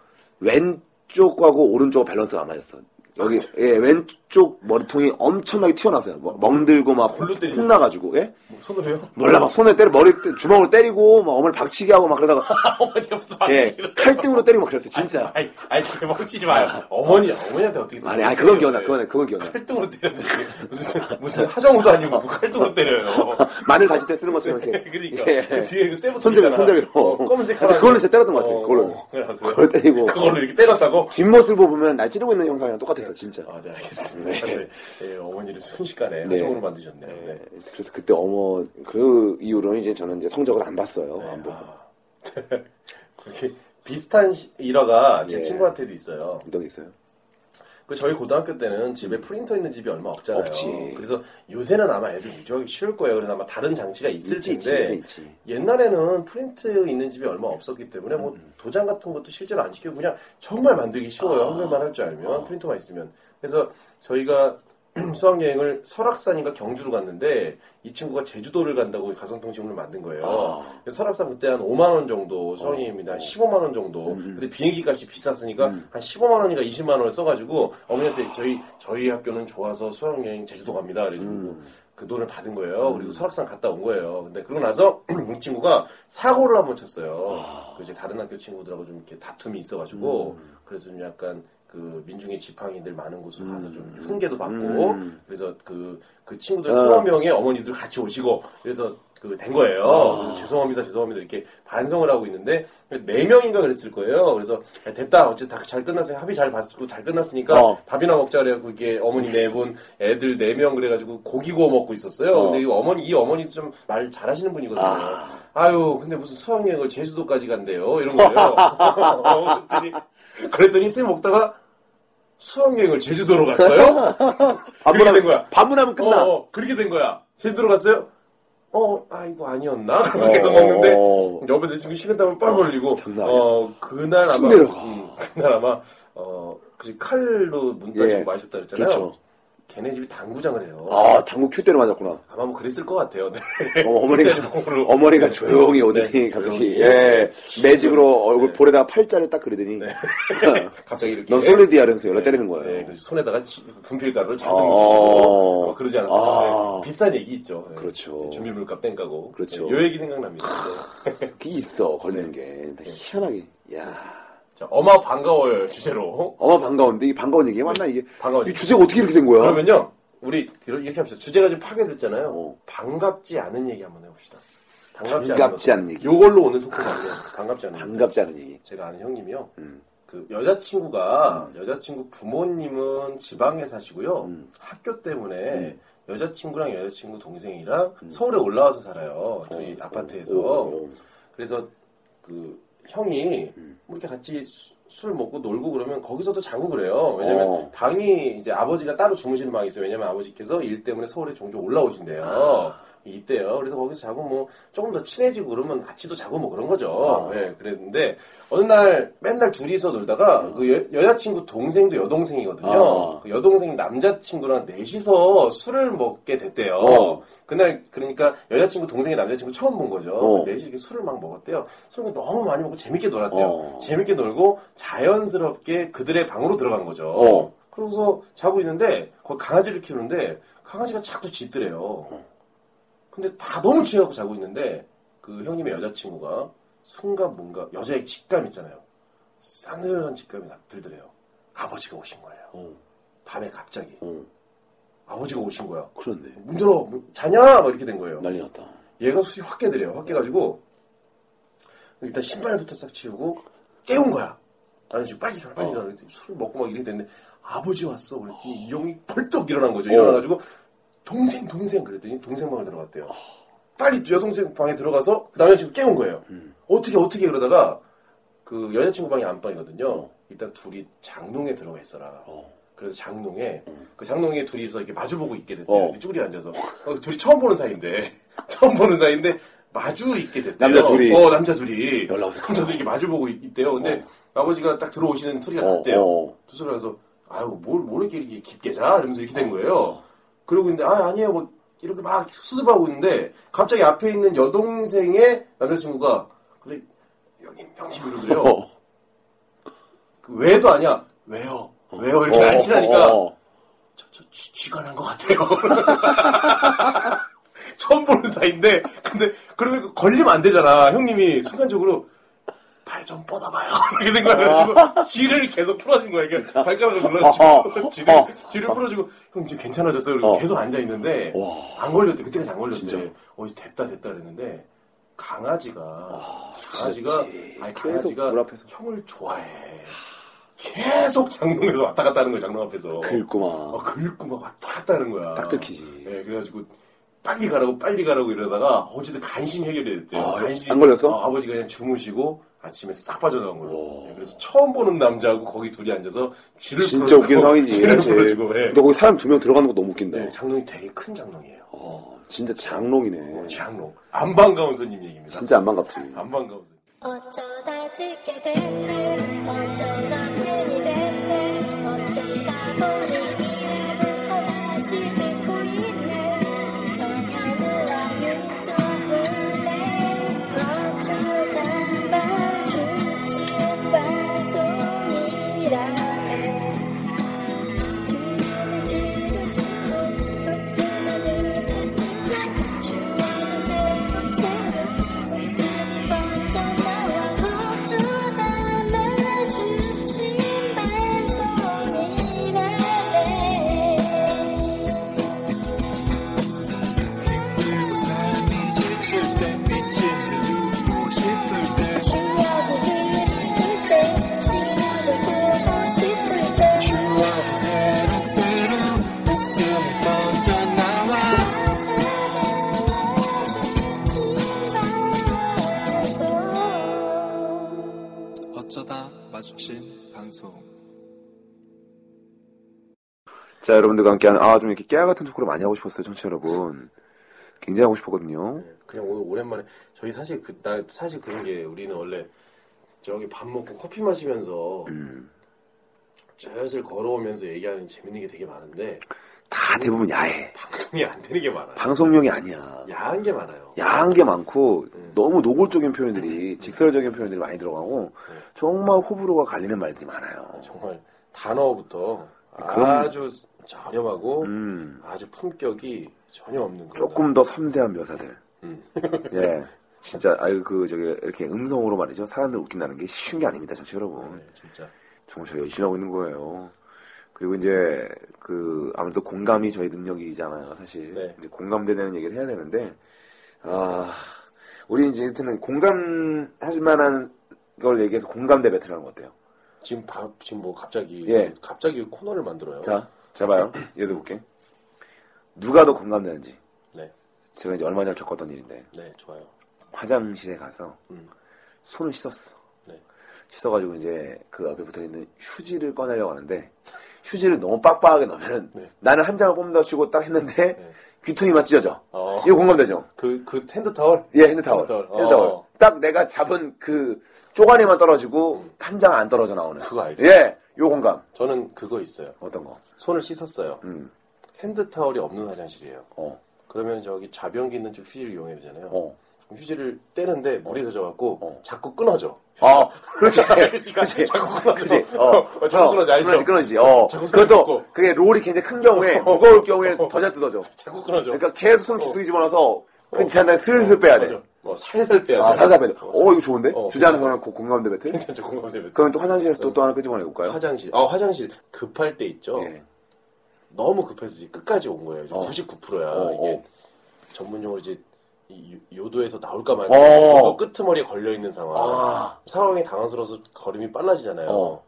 왼쪽하고 오른쪽 밸런스가 안 맞았어. 여기
아,
예, 왼쪽 머리통이 엄청나게 튀어나왔어요. 뭐, 멍들고 막
골로 아, 때리죠.
혼나가지고 예?
뭐 손으로요?
몰라 막 손에 때려 머리 때- 주먹으로 때리고 막 어머니 박치기 하고 막 그러다가
어머니가 무슨
예,
방식으로.
칼등으로 때리고 막 그랬어요. 진짜.
아, 아니, 아니, 지금 멈추지 마요. 어머니, 어머니한테 어떻게.
아니, 아니 그건
예.
기억나. 그건 그건 기억나.
칼등으로 때려도 이렇게 무슨, 무슨 하정우도 아니고 뭐 칼등으로 때려요.
마늘 다질 때 쓰는 것처럼 이렇게.
그러니까.
예.
그 뒤에 그 세부터.
손잡이로,
있잖아.
손잡이로.
어, 검은색
근데
하나.
그걸로 진짜 때렸던 것 같아요.
어,
그걸로.
어, 그래, 그래.
그걸 때리고.
그걸로 이렇게 때렸다고?
뒷모습을 보면 날 찌르고 있는 형상이랑 똑같았어, 진짜.
아, 네, 알겠습니다. 네. 예, 어머니를 순식간에
네.
하정우로 만드셨네요. 네.
그래서 그때 어머 그 이후로는 이제 저는 이제 성적을 안 봤어요.
네.
안 보고.
아. 그렇게 비슷한 시- 일화가 제
예.
친구한테도 있어요.
운동 있어요.
그 저희 고등학교 때는 집에 프린터 있는 집이 얼마 없잖아요.
없지.
그래서 요새는 아마 애들 무지하게 쉬울 거예요. 그래서 아마 다른 장치가 있을
있지, 있지,
텐데
있지, 있지.
옛날에는 프린트 있는 집이 얼마 없었기 때문에 뭐
음.
도장 같은 것도 실제로 안 시키고 그냥 정말 만들기 쉬워요. 한글만 할 줄 알면
아.
프린터만 있으면. 그래서 저희가 수학여행을 설악산인가 경주로 갔는데 이 친구가 제주도를 간다고 가성통신문을 만든 거예요.
아.
그래서 설악산 그때 한 5만 원 정도 수학여행입니다. 한 15만 원 정도. 근데 비행기 값이 비쌌으니까 한 15만 원인가 20만 원을 써가지고 어머니한테 저희 저희 학교는 좋아서 수학여행 제주도 갑니다. 그래가지고
음.
그 돈을 받은 거예요. 그리고 설악산 갔다 온 거예요. 근데 그러고 나서 이 친구가 사고를 한 번 쳤어요. 그 이제 다른 학교 친구들하고 좀 이렇게 다툼이
음.
있어가지고
음.
그래서 좀 약간 그 민중의 지팡이들 많은 곳으로 가서 좀 훈계도 받고 그래서 그, 그 친구들 서너 명의 어머니들 같이 오시고 그래서 그 된 거예요. 그래서 죄송합니다, 죄송합니다 이렇게 반성을 하고 있는데 네 명인가 그랬을 거예요. 그래서 야, 됐다, 어쨌든 다 잘 끝났어요. 합의 잘 봤고 잘 끝났으니까
어.
밥이나 먹자 그래갖고 이게 어머니 네 분, 애들 네 명 그래가지고 고기 구워 먹고 있었어요.
어.
근데 이 어머니 이 어머니 좀 말 잘하시는 분이거든요. 아. 유 근데 무슨 수학여행을 제주도까지 간대요 이런 거예요. 어, 그랬더니, 그랬더니 쌤 먹다가 수학여행을 제주도로 갔어요. 그렇게 된 거야.
반문하면 반문하면 끝나.
어, 어, 그렇게 된 거야. 제주도로 갔어요. 어, 아 이거 아니었나? 그러면서
어,
계속 먹는데
어.
옆에서 지금 식은땀을 뻘 흘리고
장난 아니야.
어 그날 아마
신내려가.
음, 그날 아마 어 그지 칼로 문
예.
따지고 마셨다 그랬잖아요.
그렇죠.
걔네 집이 당구장을 해요.
아 당구 큐대로 맞았구나. 어,
아마 뭐 그랬을 것 같아요. 네.
어머니가
그대로.
어머니가 조용히 오더니
네,
갑자기
조용히.
예 매직으로 얼굴
네.
볼에다가 팔자를 딱 그리더니
갑자기 이렇게
넌 솔리디야 이러면서 연락
네,
때리는 거예요.
네, 그래서 손에다가 지- 분필가루를 잔뜩
아.
묻히고 뭐 그러지 않았어요.
아.
네, 비싼 얘기 있죠. 네.
그렇죠.
준비물값 땡까고.
그렇죠.
네, 요 얘기 생각납니다. 네.
그게 있어 걸리는 게다 희한하게. 야
자, 어마 반가워요 주제로.
어마 반가운데 이 반가운 얘기가 맞나 이게?
반가운
이
얘기.
주제가 어떻게 이렇게 된 거야?
그러면요, 우리 이렇게 합시다. 주제가 지금 파괴됐잖아요.
어.
반갑지 않은 얘기 한번 해봅시다. 반갑지,
반갑지
않은
않은 얘기.
이걸로 오늘 토크가 안 돼요. 반갑지 않은 얘기.
반갑지 않은 얘기.
제가 아는 형님이요. 그 여자친구가 여자친구 부모님은 지방에 사시고요. 학교 때문에 여자친구랑 여자친구 동생이랑 서울에 올라와서 살아요. 저희 아파트에서.
오.
그래서 그 형이 뭐 이렇게 같이 수- 술 먹고 놀고 그러면 거기서도 자고 그래요. 왜냐면
어.
방이 이제 아버지가 따로 주무시는 방이 있어요. 왜냐면 아버지께서 일 때문에 서울에 종종 올라오신대요.
아.
이때요. 그래서 거기서 자고 뭐 조금 더 친해지고 그러면 같이도 자고 뭐 그런 거죠.
아.
예, 그랬는데 어느 날 맨날 둘이서 놀다가 그 여, 자친구 동생도 여동생이거든요.
음. 아.
그 여동생 남자친구랑 넷이서 술을 먹게 됐대요.
어.
그날 그러니까 여자친구 동생이 남자친구 처음 본 거죠.
어.
넷이 이렇게 술을 막 먹었대요. 술을 너무 많이 먹고 재밌게 놀았대요.
어.
재밌게 놀고 자연스럽게 그들의 방으로 들어간 거죠.
어.
그러고서 자고 있는데 거기 강아지를 키우는데 강아지가 자꾸 짖더래요. 근데 다 너무 취해갖고 자고 있는데 그 형님의 여자친구가 순간 뭔가 여자의 직감 있잖아요. 싸늘한 직감이 나- 들더래요. 아버지가 오신 거예요.
어.
밤에 갑자기
어.
아버지가 오신 거야.
그런데
문 열어 문- 자냐? 막 이렇게 된 거예요.
난리 났다.
얘가 수이 확 깨더래요. 확 깨가지고 일단 신발부터 싹 치우고 깨운 거야. 나는 지금 빨리 일어나, 빨리 일어나. 그랬더니 술 먹고 막 이렇게 됐는데 아버지 왔어. 그랬더니 이 형이 벌떡 일어난 거죠. 일어나가지고 동생 동생 그랬더니 동생 방을 들어갔대요. 빨리 여동생 방에 들어가서 그 남자친구 깨운 거예요. 어떻게 어떻게 그러다가 그 여자친구 방이 안방이거든요. 일단 둘이 장롱에 들어가 있어라. 그래서 장롱에 그 장롱에 둘이서 이렇게 마주보고 있게 됐대요.
어.
이렇게 쭈그리 앉아서 어, 둘이 처음 보는 사이인데 처음 보는 사이인데 마주 있게 됐대요.
남자 둘이.
어 남자 둘이
연락 오세요.
남자 둘이 이렇게 마주 보고 있대요. 근데 아버지가 딱 들어오시는 소리가
어,
났대요.
어.
두 소리 가서 아유 뭘, 뭘 이렇게, 이렇게 깊게 자 이러면서 이렇게
어.
된 거예요. 그러고 있는데 아 아니에요 뭐 이렇게 막 수습하고 있는데 갑자기 앞에 있는 여동생의 남자친구가 근데 여기 형님 이러더래요.
어.
그 왜도 아니야. 왜요? 왜요? 이렇게 안 친하니까
어, 어.
저, 저 쥐, 쥐가 난 것 같아요. 처음 보는 사이인데 근데 그러면 걸리면 안 되잖아. 형님이 순간적으로 발 좀 뻗어봐요. 이렇게 된 거야. 그래가지고 쥐를 계속 풀어준 거야. 이게 발가락을 눌러주고
어허.
쥐를,
어.
쥐를 풀어주고 형 이제 괜찮아졌어요. 그리고
어.
계속 앉아있는데
와.
안 걸렸대. 그때까지 안 걸렸대.
진짜?
어 이제 됐다 됐다 그랬는데 강아지가 강아지가
진짜 지-
아니
계속
강아지가
문 앞에서.
형을 좋아해. 계속 장롱에서 왔다 갔다 하는 거야. 장롱 앞에서.
긁고만
어, 긁고 막 왔다 갔다 하는 거야.
딱그 들키지.
예, 그래가지고 빨리 가라고 빨리 가라고 이러다가 어제도 간신 해결이 됐대요.
아,
간신
안 걸렸어?
어, 아버지가 그냥 주무시고 아침에 싹 빠져나온 거예요. 예, 그래서 처음 보는 남자하고 거기 둘이 앉아서 쥐를
진짜
풀어주고,
네. 웃긴 상황이지.
쥐를
사실.
풀어주고. 예.
근데 거기 사람 두 명 들어가는 거 너무 웃긴다.
네, 장롱이 되게 큰 장롱이에요.
어, 진짜 장롱이네.
장롱. 안 반가운 손님 얘기입니다.
예. 진짜 안 반갑지.
안 반가운 손님.
어쩌다 듣게 됐네 어쩌다 팬이 됐네 어쩌다 보니 이래부터 다시 듣고 있네 전혀는 아닌 적은네 어쩌다 마주친 방송이라네 들으면 들을수록 웃으면 웃을수록 추억은 새록새록 번져나와 어쩌다 마주친 반성이라네 추억이 흐를 때 친구를 보고 싶을 때
어쩌다 마주친 방송.
자, 여러분들과 함께하는, 아, 좀 이렇게 깨알 같은 토크를 많이 하고 싶었어요, 청취자 여러분. 굉장히 하고 싶었거든요.
그냥 오늘 오랜만에 저희 사실 그 나 사실 그런 게 우리는 원래 저기 밥 먹고 커피 마시면서 슬슬 걸어오면서 얘기하는 재밌는 게 되게 많은데
다 대부분 야해.
방송이 안 되는 게 많아요.
방송용이 아니야.
야한 게 많아요.
야한 게 많고, 너무 노골적인 표현들이, 직설적인 표현들이 많이 들어가고, 정말 호불호가 갈리는 말들이 많아요.
정말 단어부터
그럼-
아주 저렴하고
음,
아주 품격이 전혀 없는 거다.
조금 더 섬세한 묘사들.
음.
예. 진짜, 아유, 그, 저기, 이렇게 음성으로 말이죠. 사람들 웃긴다는 게 쉬운 게 아닙니다, 청취자 여러분.
네, 진짜
정말 저희 열심히 하고 있는 거예요. 그리고 이제 그 아무래도 공감이 저희 능력이잖아요, 사실.
네.
이제 공감되는 얘기를 해야 되는데 아 우리 이제 일단은 공감할 만한 걸 얘기해서 공감대 배틀 하는 거 어때요?
지금 밥 지금 뭐 갑자기
예.
갑자기 코너를 만들어요.
자, 자 봐요. 예를 들어볼게. 누가 더 공감되는지.
네,
제가 이제 얼마 전에 겪었던 일인데
네 좋아요.
화장실에 가서
음.
손을 씻었어.
네.
씻어가지고 이제 그 앞에 붙어 있는 휴지를 꺼내려고 하는데 휴지를 너무 빡빡하게 넣으면
네.
나는 한 장을 뽑는다 치고 딱 했는데
네.
귀퉁이만 찢어져.
어.
이거 공감되죠?
그그 핸드 타월.
예, 핸드타월.
핸드타월. 어.
핸드타월. 딱 내가 잡은 그 쪼가리만 떨어지고 한 장 안 떨어져 나오는.
음. 그거 알죠?
예, 요 공감.
저는 그거 있어요.
어떤 거?
손을 씻었어요.
음,
핸드 타월이 없는 화장실이에요.
어,
그러면 저기 좌변기 있는 쪽 휴지를 이용해야 되잖아요.
어.
그럼 휴지를 떼는데 물이 젖어갖고
어.
자꾸 끊어져.
아, 그렇지.
그치. 자꾸 끊어져.
그렇지.
어, 자꾸 끊어져. 알죠?
끊어지, 끊어지. 어.
자꾸 손에
그것도,
묻고.
그게 롤이 굉장히 큰 경우에, 무거울 경우에 더 잘 뜯어져.
자꾸 끊어져.
그러니까 계속 손 깊숙이 집어넣어서 괜찮아 슬슬 빼야 돼.
맞아. 어, 살살 빼야 돼.
아, 살살 빼야 돼.
어,
오, 이거 좋은데?
어.
주자는 그냥 공감대 배틀?
괜찮죠. 공감세면.
그러면 또 화장실에서 또, 또 하나 끄집어내 볼까요?
화장실. 아, 화장실. 급할 때 있죠.
예.
너무 급해서 이제 끝까지 온 거예요. 이제 99%야.
어,
이게
어.
전문용어로 이제 이 요- 요도에서 나올까 말까.
어.
요도 끄트머리에 걸려있는 상황.
아.
상황이 당황스러워서 걸음이 빨라지잖아요.
어.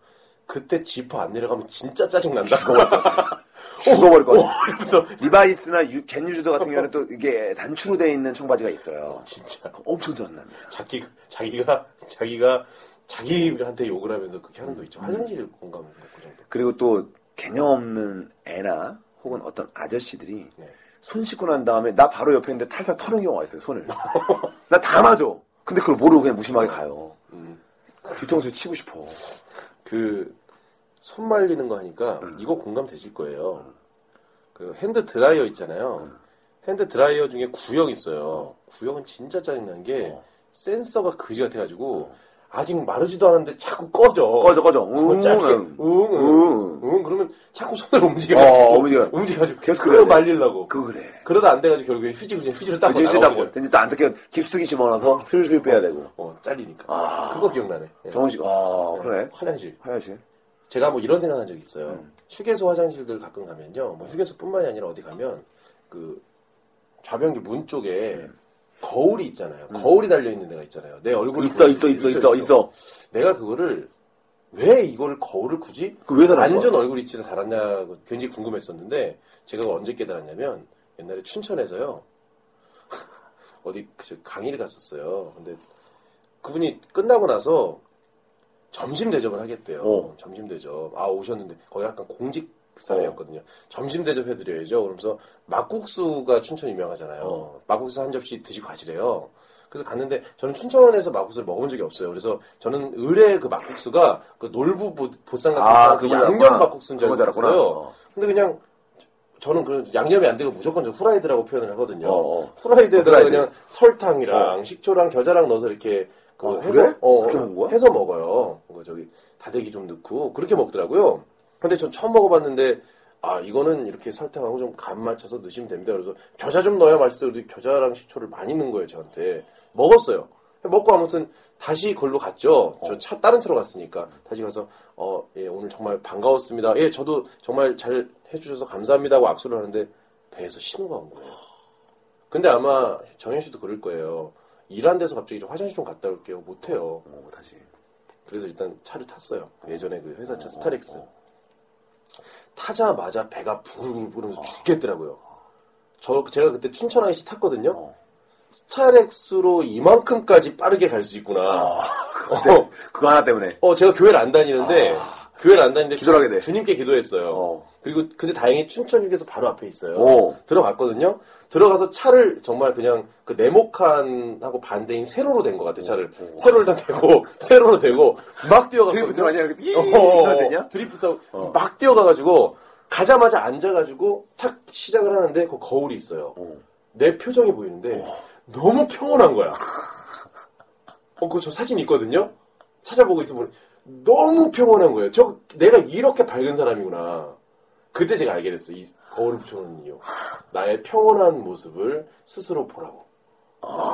그때 지퍼 안 내려가면 진짜 짜증난다.
죽어버릴 것
오,
같아.
이러면서
리바이스나 유, 겐유즈도 같은 경우는 또 이게 단추로 돼 있는 청바지가 있어요.
진짜
엄청 짜증납니다.
자기 자기가 자기가 자기한테 욕을 하면서 그렇게 하는 거 있죠. 화장실 공감 그 정도.
그리고 또 개념 없는 애나 혹은 어떤 아저씨들이
네.
손 씻고 난 다음에 나 바로 옆에 있는데 탈탈 털는 경우가 있어요, 손을. 나 다 맞아. 근데 그걸 모르고 그냥 무심하게 가요.
음.
뒤통수에 치고 싶어.
그 손 말리는 거 하니까 이거 공감 되실 거예요. 그 핸드 드라이어 있잖아요. 핸드 드라이어 중에 구형 있어요. 구형은 진짜 짜증난 게
어.
센서가 그지 같아가지고 아직 마르지도 않았는데 자꾸 꺼져.
꺼져, 꺼져.
그거
응,
어, 짧게
응.
응, 응, 응. 그러면 자꾸 손을
어,
움직여가지고
움직여.
움직여가지고
계속
끌어
그래야 돼.
말리려고.
그거 그래.
그러다 안 돼가지고 결국에 휴지 그냥 휴지로 닦고
이제
나가고
뜯다고.
그냥.
이제 또안 뜯겨. 깊숙이 집어넣어서 슬슬 빼야 되고.
어 잘리니까
아.
그거 기억나네 예.
정훈씨, 아,
예.
그래. 음.
화장실
화장실.
제가 뭐 이런 생각한 적이 있어요 휴게소 화장실들 가끔 가면요 뭐 휴게소뿐만이 아니라 어디 가면 그 좌변기 문 쪽에
음.
거울이 있잖아요 거울이 달려 있는 데가 있잖아요 내 얼굴이 그
있어, 있어, 있어, 있어, 있어.
내가 그거를 왜 이걸 거울을 굳이
그왜 달아?
완전 얼굴 위치를 달았냐고 굉장히 궁금했었는데 제가 그걸 언제 깨달았냐면 옛날에 그 춘천에서요 어디 그저 강의를 갔었어요. 근데 그분이 끝나고 나서 점심 대접을 하겠대요.
어.
점심 대접. 아 오셨는데 거의 약간 공직 사회였거든요. 점심 대접 해드려야죠. 그러면서 막국수가 춘천 유명하잖아요.
어.
막국수 한 접시 드시고 가시래요. 그래서 갔는데 저는 춘천에서 막국수를 먹어본 적이 없어요. 그래서 저는 을의 그 막국수가 그 놀부 보- 보쌈 같은
아,
그
그거
양념
알았구나.
막국수인 줄
그거 알았구나.
알았어요.
어.
근데 그냥 저는 그 양념이 안 되고 무조건 저 후라이드라고 표현을 하거든요.
어, 어.
후라이드에다가
후라이드. 어.
그냥 설탕이랑 식초랑 겨자랑 넣어서 이렇게 그
아,
해서
그래?
어,
그렇게 먹은 거야?
해서 먹어요. 그 저기 다대기 좀 넣고 그렇게 먹더라고요. 근데 전 처음 먹어봤는데 아 이거는 이렇게 설탕하고 좀 간 맞춰서 넣으시면 됩니다. 그래서 겨자 좀 넣어야 맛있어요. 그래서 겨자랑 식초를 많이 넣은 거예요 저한테 먹었어요. 먹고 아무튼 다시 걸로 갔죠.
어.
저 차, 다른 차로 갔으니까 다시 가서 어, 예, 오늘 정말 반가웠습니다. 예, 저도 정말 잘 해주셔서 감사합니다 하고 악수를 하는데 배에서 신호가 온 거예요. 근데 아마 정현 씨도 그럴 거예요. 일한 데서 갑자기 좀 화장실 좀 갔다 올게요. 못해요.
어, 다시.
그래서 일단 차를 탔어요. 예전에 그 회사 차 스타렉스.
어.
타자마자 배가 부글부글
어.
부르면서 죽겠더라고요. 저 제가 그때 춘천 아이씨 탔거든요.
어.
스타렉스로 이만큼까지 빠르게 갈 수 있구나.
아.
어,
그거 하나 때문에.
어, 제가 교회를 안 다니는데 교회를 안 다니는데
아. 기도를 하게 돼.
주님께 기도했어요.
어.
그리고 근데 다행히 춘천 휴게소 바로 앞에 있어요.
오.
들어갔거든요. 들어가서 차를 정말 그냥 그 네모칸하고 반대인 세로로 된 것 같아. 차를 세로를 다 대고 세로로 대고 막 뛰어가거든요.
드리프트 아니야? 이렇게 삐-
어,
이렇게 되냐?
드리프트
어.
막 뛰어가가지고 가자마자 앉아가지고 탁 시작을 하는데 그 거울이 있어요.
어.
내 표정이 보이는데 너무 평온한 거야. 어, 그 저 사진 있거든요. 찾아보고 있으면 너무 평온한 거예요. 저 내가 이렇게 밝은 사람이구나. 그때 제가 알게 됐어요. 이 거울을 붙여놓는 이유. 나의 평온한 모습을 스스로 보라고.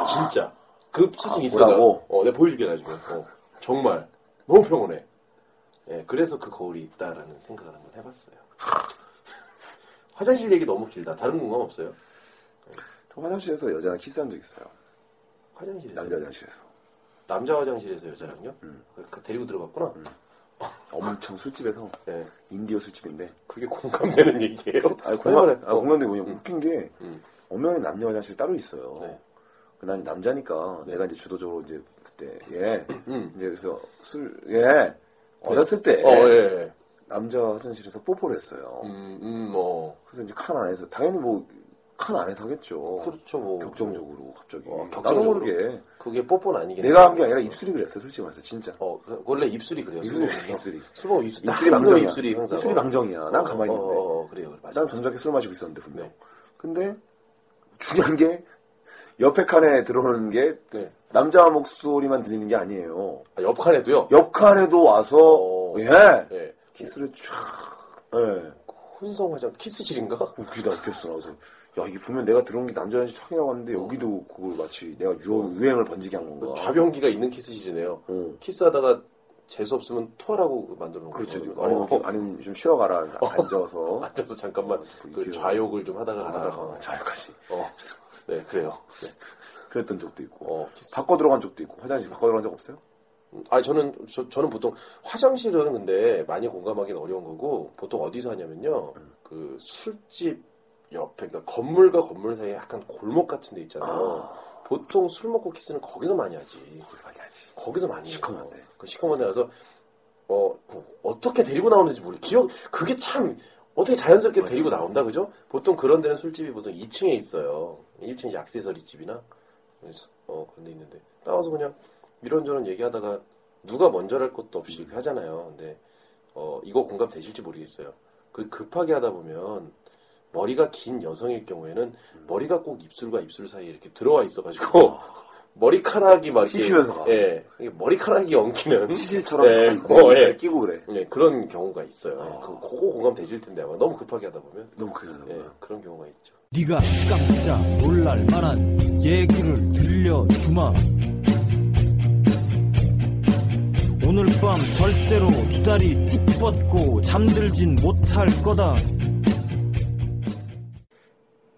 진짜. 그 사진
아,
있어요. 나-
보라고?
어, 내가 보여줄게 나중에. 어, 정말 너무 평온해. 예, 그래서 그 거울이 있다라는 생각을 한번 해봤어요. 화장실 얘기 너무 길다. 다른 건강 없어요?
저 화장실에서 여자랑 키스한 적 있어요.
화장실에서
남자 화장실에서. 음.
남자 화장실에서 여자랑요? 그- 데리고 들어갔구나.
엄청 술집에서
예,
인디어 술집인데.
그게 공감되는 얘기예요.
아, 공연,
왜냐면은-
아,
어.
공연대 뭐냐면 웃긴 게,
음.
엄연히 남녀 화장실 따로 있어요.
네.
그 나는 남자니까
네.
내가 이제 주도적으로 이제 그때 예
음.
이제 그래서 술 예 얻었을 때
어, 예, 예.
남자 화장실에서 뽀뽀를 했어요.
음, 음, 어.
그래서 이제 칸 안에서 당연히 뭐 칸 안에서 하겠죠.
그렇죠, 뭐.
격정적으로 갑자기
어,
나도
격정적으로.
모르게
그게 뽀뽀는 아니겠네.
내가 한 게 아니라 입술이 그랬어요. 솔직히 말해서 진짜
어, 그- 원래 입술이 그래요.
입술이
수범은요.
입술이
수범 입술.
입술이
딱
망정이야.
입술이 항상.
입술이 망정이야. 난 가만히 있는데
어, 어, 어, 그래요. 맞아.
난 점잖게 술 마시고 있었는데 분명.
네.
근데 중요한 게 옆에 칸에 들어오는 게
네.
남자 목소리만 들리는 게 아니에요.
아, 옆칸에도요.
옆 칸에도 와서
어.
예
예. 네.
키스를 쫙예
혼성 화장 키스실인가?
웃기다 웃겼어 나서 야 이게 분명 내가 들어온 게 남자 연식 창이라고 하는데 여기도 그걸 마치 내가
어.
유행, 유행을 번지게 한 건가
그 좌변기가 있는 키스실이네요.
어.
키스하다가 재수 없으면 토하라고 만들어 놓은
그렇죠
거거든요.
아니면,
어.
이렇게- 아니면 좀 쉬어가라 앉아서
앉아서 잠깐만
그
그
이렇게- 아,
좌욕을 좀 하다가 가다가
하다가 자기까지
어. 네 그래요. 네.
그랬던 적도 있고
어, 키스.
바꿔 들어간 적도 있고 화장실 바꿔 들어간 적 없어요?
아 저는 저, 저는 보통 화장실은 근데 많이 공감하기는 어려운 거고 보통 어디서 하냐면요 그 술집 옆에 그러니까 건물과 건물 사이에 약간 골목 같은 데 있잖아요 보통 술 먹고 키스는 거기서 많이 하지
거기서 어, 많이 하지 네.
거기서 많이 해요.
시커먼데.
그 시커먼 데 가서 어 뭐, 어떻게 데리고 나오는지 모르 기억 그게 참 어떻게 자연스럽게
맞아요.
데리고 나온다 그죠? 보통 그런 데는 술집이 보통 2층에 있어요. 1층 이제 액세서리 집이나 그래서, 어 그런 데 있는데 따와서 그냥 이런저런 얘기하다가 누가 먼저랄 것도 없이 이렇게 하잖아요. 근데 어 이거 공감 되실지 모르겠어요. 그 급하게 하다 보면 머리가 긴 여성일 경우에는 머리가 꼭 입술과 입술 사이에 이렇게 들어와 있어가지고 머리카락이 막 이렇게
아. 씹히면서 가.
예, 이게 머리카락이 엉키는
치실처럼
네.
자꾸 내
뭐,
어, 예.
밑에 끼고 그래
예, 그런 경우가 있어요.
어.
그, 그거 공감 되실 텐데 아마 너무 급하게 하다 보면
너무 크게 하다
예,
보면
그런 경우가 있죠.
네가 깜짝 놀랄 만한 얘기를 들려주마 오늘 밤 절대로 두 다리 쭉 뻗고 잠들진 못할 거다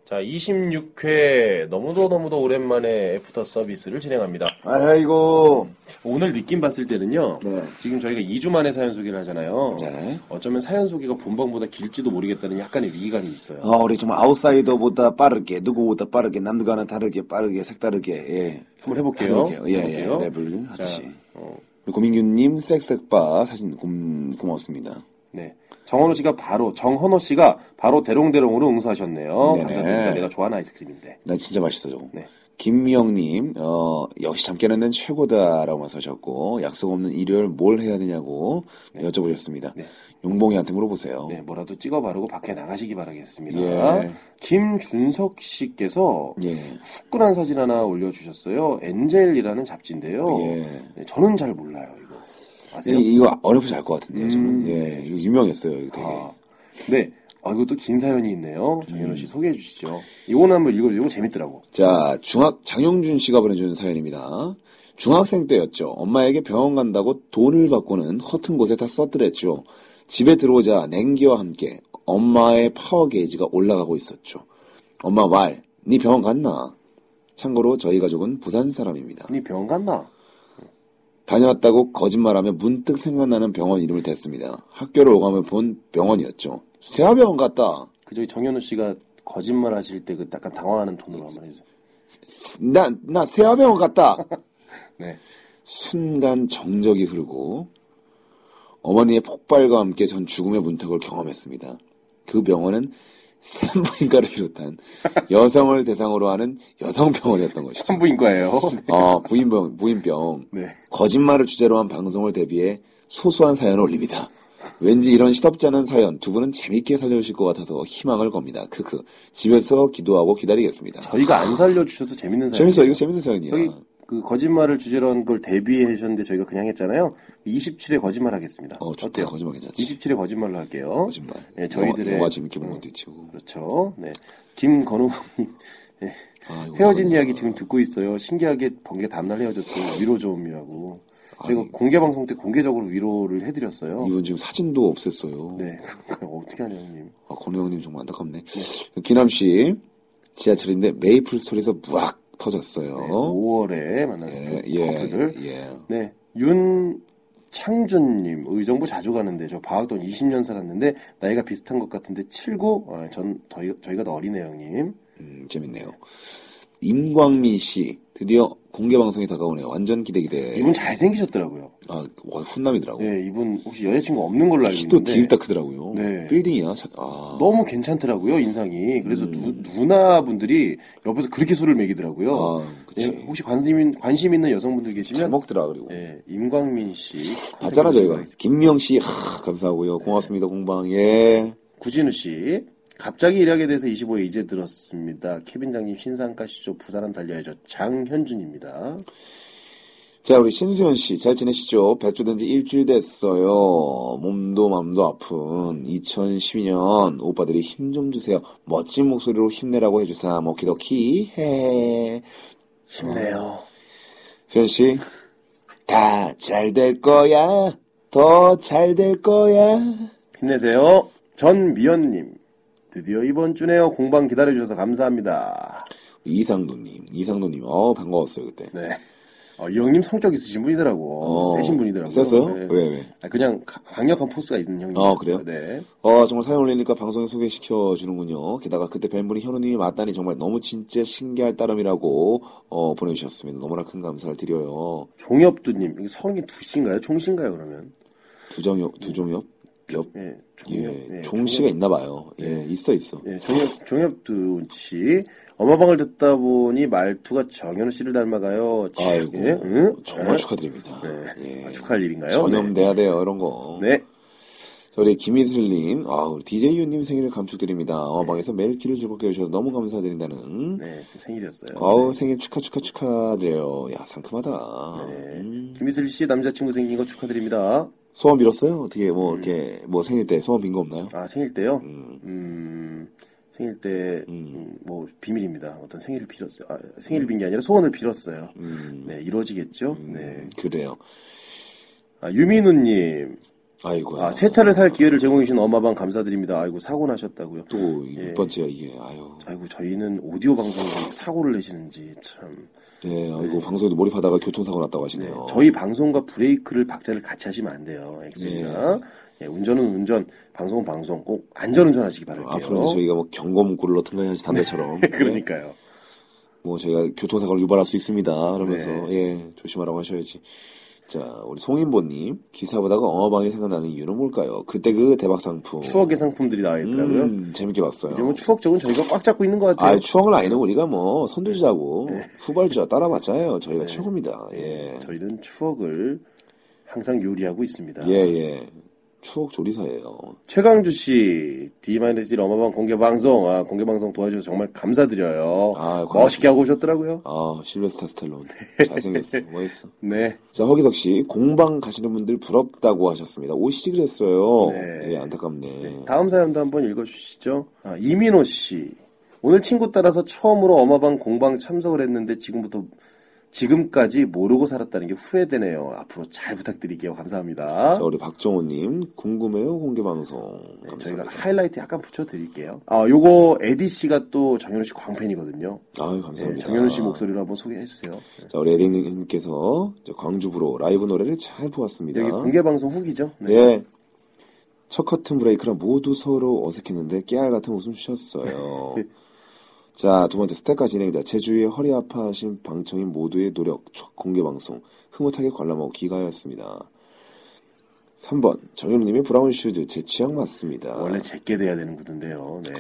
자, 26회 너무도 너무도 오랜만에 애프터 서비스를 진행합니다.
예.
아이고.
오늘 느낌 봤을 때는요.
네.
지금 저희가 2주 만에 사연 소개를 하잖아요.
네.
어쩌면 사연 소개가 본방보다 길지도 모르겠다는 약간의 위기감이 있어요.
어, 우리 좀 아웃사이더보다 빠르게, 누구보다 빠르게, 남들과는 다르게, 빠르게, 색다르게, 예.
한번 해볼게요. 네.
해볼게요. 예, 예,
해볼게요.
랩을
자,
하듯이.
어,
우리 고민규님, 색색바 사진 고, 고맙습니다.
네. 정헌호 씨가 바로 정헌호 씨가 바로 대롱대롱으로 응수하셨네요.
네네.
감사드립니다. 내가 좋아하는 아이스크림인데.
나 진짜 맛있어, 저거.
네.
김미영님, 어, 역시 잠 깨는 데는 최고다라고 하셨고, 약속 없는 일요일 뭘 해야 되냐고 여쭤보셨습니다.
네.
용봉이한테 물어보세요.
네, 뭐라도 찍어 바르고 밖에 나가시기 바라겠습니다.
예.
김준석 씨께서
예.
후끈한 사진 하나 올려주셨어요. 엔젤이라는 잡지인데요.
예.
네, 저는 잘 몰라요, 이거. 아세요?
이, 이거 어렵지 않을 것 같은데요, 저는.
음.
예. 이거 유명했어요, 이거 되게. 음.
아, 네. 아, 이것도 긴 사연이 있네요. 정현호 씨 소개해 주시죠. 이거는 한번 읽어주세요. 이거 재밌더라고.
자, 중학, 장영준 씨가 보내준 사연입니다. 중학생 때였죠. 엄마에게 병원 간다고 돈을 받고는 허튼 곳에다 썼더랬죠. 집에 들어오자 냉기와 함께 엄마의 파워 게이지가 올라가고 있었죠. 엄마 왈, 니 병원 갔나? 참고로 저희 가족은 부산 사람입니다.
니 병원 갔나?
다녀왔다고 거짓말하며 문득 생각나는 병원 이름을 댔습니다. 학교를 오가며 본 병원이었죠. 세화병원 갔다.
그 저기 정현우 씨가 거짓말 하실 때 그 약간 당황하는 톤으로 한번 해주세요.
나, 나 세화병원 갔다.
네.
순간 정적이 흐르고 어머니의 폭발과 함께 전 죽음의 문턱을 경험했습니다. 그 병원은 산부인과를 비롯한 여성을 대상으로 하는 여성병원이었던 것이죠.
산부인과예요.
어, 부인병, 부인병.
네.
거짓말을 주제로 한 방송을 대비해 소소한 사연을 올립니다. 왠지 이런 시덥지 않은 사연 두 분은 재밌게 살려주실 것 같아서 희망을 겁니다. 크크. 집에서 기도하고 기다리겠습니다.
저희가 안 살려주셔도 재밌는 사연.
재밌어, 이거 재밌는 사연이야.
저희 그 거짓말을 주제로 한 걸 대비해 주셨는데 저희가 그냥 했잖아요. 27회 거짓말 하겠습니다.
어, 좋다.
어때요?
거짓말 괜찮지.
27회 거짓말로 할게요.
거짓말.
예, 저희들의-
영화, 영화 재밌게 보는
음.
것도 있고.
그렇죠. 네. 김건우님
아, 이거
헤어진
어렵다.
이야기 지금 듣고 있어요. 신기하게 번개 다음날 헤어졌어요. 위로 좀이라고. 저희가
아니,
공개 방송 때 공개적으로 위로를 해드렸어요.
이분 지금 사진도 없앴어요.
네. 그러니까 어떻게 하냐 형님.
아, 권우 형님 정말 안타깝네. 기남 씨 지하철인데 메이플 스토리에서 무악 터졌어요.
네, 5월에 만났을 때 커플들.
예.
네, 윤창준님 의정부 자주 가는데 저 방학동 20년 살았는데 나이가 비슷한 것 같은데 79? 아, 전 저희, 저희가 더 어리네요, 형님.
음, 재밌네요. 임광민 씨 드디어 공개 방송이 다가오네요. 완전 기대 기대.
이분 잘생기셨더라고요.
아, 와, 훈남이더라고.
네, 이분 혹시 여자친구 없는 걸로 알고
키도
있는데
디립다 크더라고요.
네.
빌딩이야. 자- 아.
너무 괜찮더라고요 인상이. 그래서
음.
누, 누나분들이 옆에서 그렇게 술을 먹이더라고요.
아, 그치.
네, 혹시 관심 있, 관심 있는 여성분들
잘
계시면
먹더라 그리고.
네, 임광민 씨
봤잖아 저희가.
있습니다. 네.
김명 씨 하, 감사하고요. 고맙습니다 공방. 예.
구진우 씨. 갑자기 일하게 돼서 25회 이제 들었습니다. 케빈 장님 신상가 시조 부산함 달려야죠. 장현준입니다.
자, 우리 신수현 씨, 잘 지내시죠? 배추된 지 일주일 됐어요. 몸도 마음도 아픈 2012년 오빠들이 힘 좀 주세요. 멋진 목소리로 힘내라고 해주사, 먹기덕히, 해.
쉽네요.
수현 씨, 다 잘 될 거야. 더 잘 될 거야.
힘내세요. 전미연님. 드디어 이번 주네요. 공방 기다려주셔서 감사합니다.
이상도님, 이상도님, 어, 반가웠어요, 그때.
네. 어, 이 형님 성격 있으신 분이더라고.
어,
세신 분이더라고요.
셌어요?
네.
왜, 왜?
아, 그냥 가- 강력한 포스가 있는 형님.
어, 그래요?
네.
어, 정말 사연 올리니까 방송에 소개시켜 주는군요. 게다가 그때 뵌 분이 현우님이 맞다니 정말 너무 진짜 신기할 따름이라고 어, 보내주셨습니다. 너무나 큰 감사를 드려요.
종엽두님. 이게 성이 두신가요? 총신가요, 그러면?
두정엽, 두종엽, 옆,
예. 종엽.
예,
예,
종씨가
종엽.
있나 봐요. 예, 있어 있어.
예, 종엽, 종엽두 씨. 엄마방을 듣다 보니 말투가 정현우 씨를 닮아가요. 치-
아이고,
예? 응?
정말
예?
축하드립니다.
네.
예.
아, 축하할 일인가요?
전염돼야 돼요 이런 거.
네. 네.
자, 우리 김희슬님, 아, 우리 DJ유님 생일을 감축드립니다. 어방에서 매일 길을 즐겁게 해주셔서 너무 감사드린다는.
네, 생- 생일이었어요.
음. 아우
네.
생일 축하 축하 축하드려요. 야 상큼하다.
네.
음.
김희슬 씨 남자친구 생긴 거 축하드립니다.
소원 빌었어요? 어떻게 뭐
음.
이렇게 뭐 생일 때 소원 빈 거 없나요?
아, 생일 때요?
음.
음, 생일 때,
음.
음, 뭐, 비밀입니다. 어떤 생일을 빌었어요. 아, 생일을 빈 게 아니라 소원을 빌었어요.
음.
네, 이루어지겠죠?
음,
네.
그래요.
아, 유민우님.
아이고.
아, 새 차를 살 기회를 제공해주신 엄마방 감사드립니다. 아이고, 사고 나셨다고요.
또,
예.
몇 번째야, 이게. 아유.
아이고, 저희는 오디오 방송으로 사고를 내시는지, 참.
네, 아이고, 방송에도 몰입하다가 교통사고 났다고 하시네요.
저희 방송과 브레이크를 박자를 같이 하시면 안 돼요. 엑셀이나.
네.
예, 운전은 운전, 방송은 방송, 꼭 안전운전 하시기 바랄게요.
앞으로는 저희가 뭐 경고 문구를 넣던 거 해야지, 담배처럼.
그러니까요.
뭐 저희가 교통사고를 유발할 수 있습니다. 그러면서
네.
예 조심하라고 하셔야지. 자 우리 송인보님 기사 보다가 어마방이 생각나는 이유는 뭘까요? 그때 그 대박 상품
추억의 상품들이 나와 있더라고요.
음, 재밌게 봤어요.
이제 뭐 추억 쪽은 저희가 꽉 잡고 있는 것 같아요. 네.
아 추억을 아니는 우리가 뭐 선두주자고 후발주자 따라봤잖아요. 저희가 최고입니다. 예.
저희는 추억을 항상 요리하고 있습니다.
예 예. 추억 조리사예요.
최강주 씨, D-1 어마방 공개 방송, 아, 공개 방송 도와주셔서 정말 감사드려요.
아
멋있게 하고 오셨더라고요.
아 실베스타 스텔론 잘생겼어 멋있어.
네.
자 허기석 씨 공방 가시는 분들 부럽다고 하셨습니다. 오시기로 했어요.
네.
예 안타깝네.
다음 사연도 한번 읽어주시죠. 아, 이민호 씨. 오늘 친구 따라서 처음으로 어마방 공방 참석을 했는데 지금부터 지금까지 모르고 살았다는 게 후회되네요. 앞으로 잘 부탁드릴게요. 감사합니다.
자, 우리 박정호님 궁금해요 공개 방송.
네, 저희가 하이라이트 약간 붙여드릴게요. 아, 요거 에디 씨가 또 정현우 씨 광팬이거든요.
아유 감사합니다.
네, 정현우 씨 목소리로 한번 소개해 주세요. 네.
자 우리 에릭님께서 이제 광주부로 라이브 노래를 잘 보았습니다.
여기 공개 방송 후기죠? 네.
예. 첫 커튼 브레이크라 모두 서로 어색했는데 깨알 같은 웃음 주셨어요. 자, 두 번째 스타카 진행자 제주의 허리 아파하신 방청인 모두의 노력 첫 공개 방송 흐뭇하게 관람하고 귀가하였습니다. 3번 정현우님의 브라운 슈즈 제 취향 맞습니다.
원래 제게 돼야 되는 구두인데요. 네.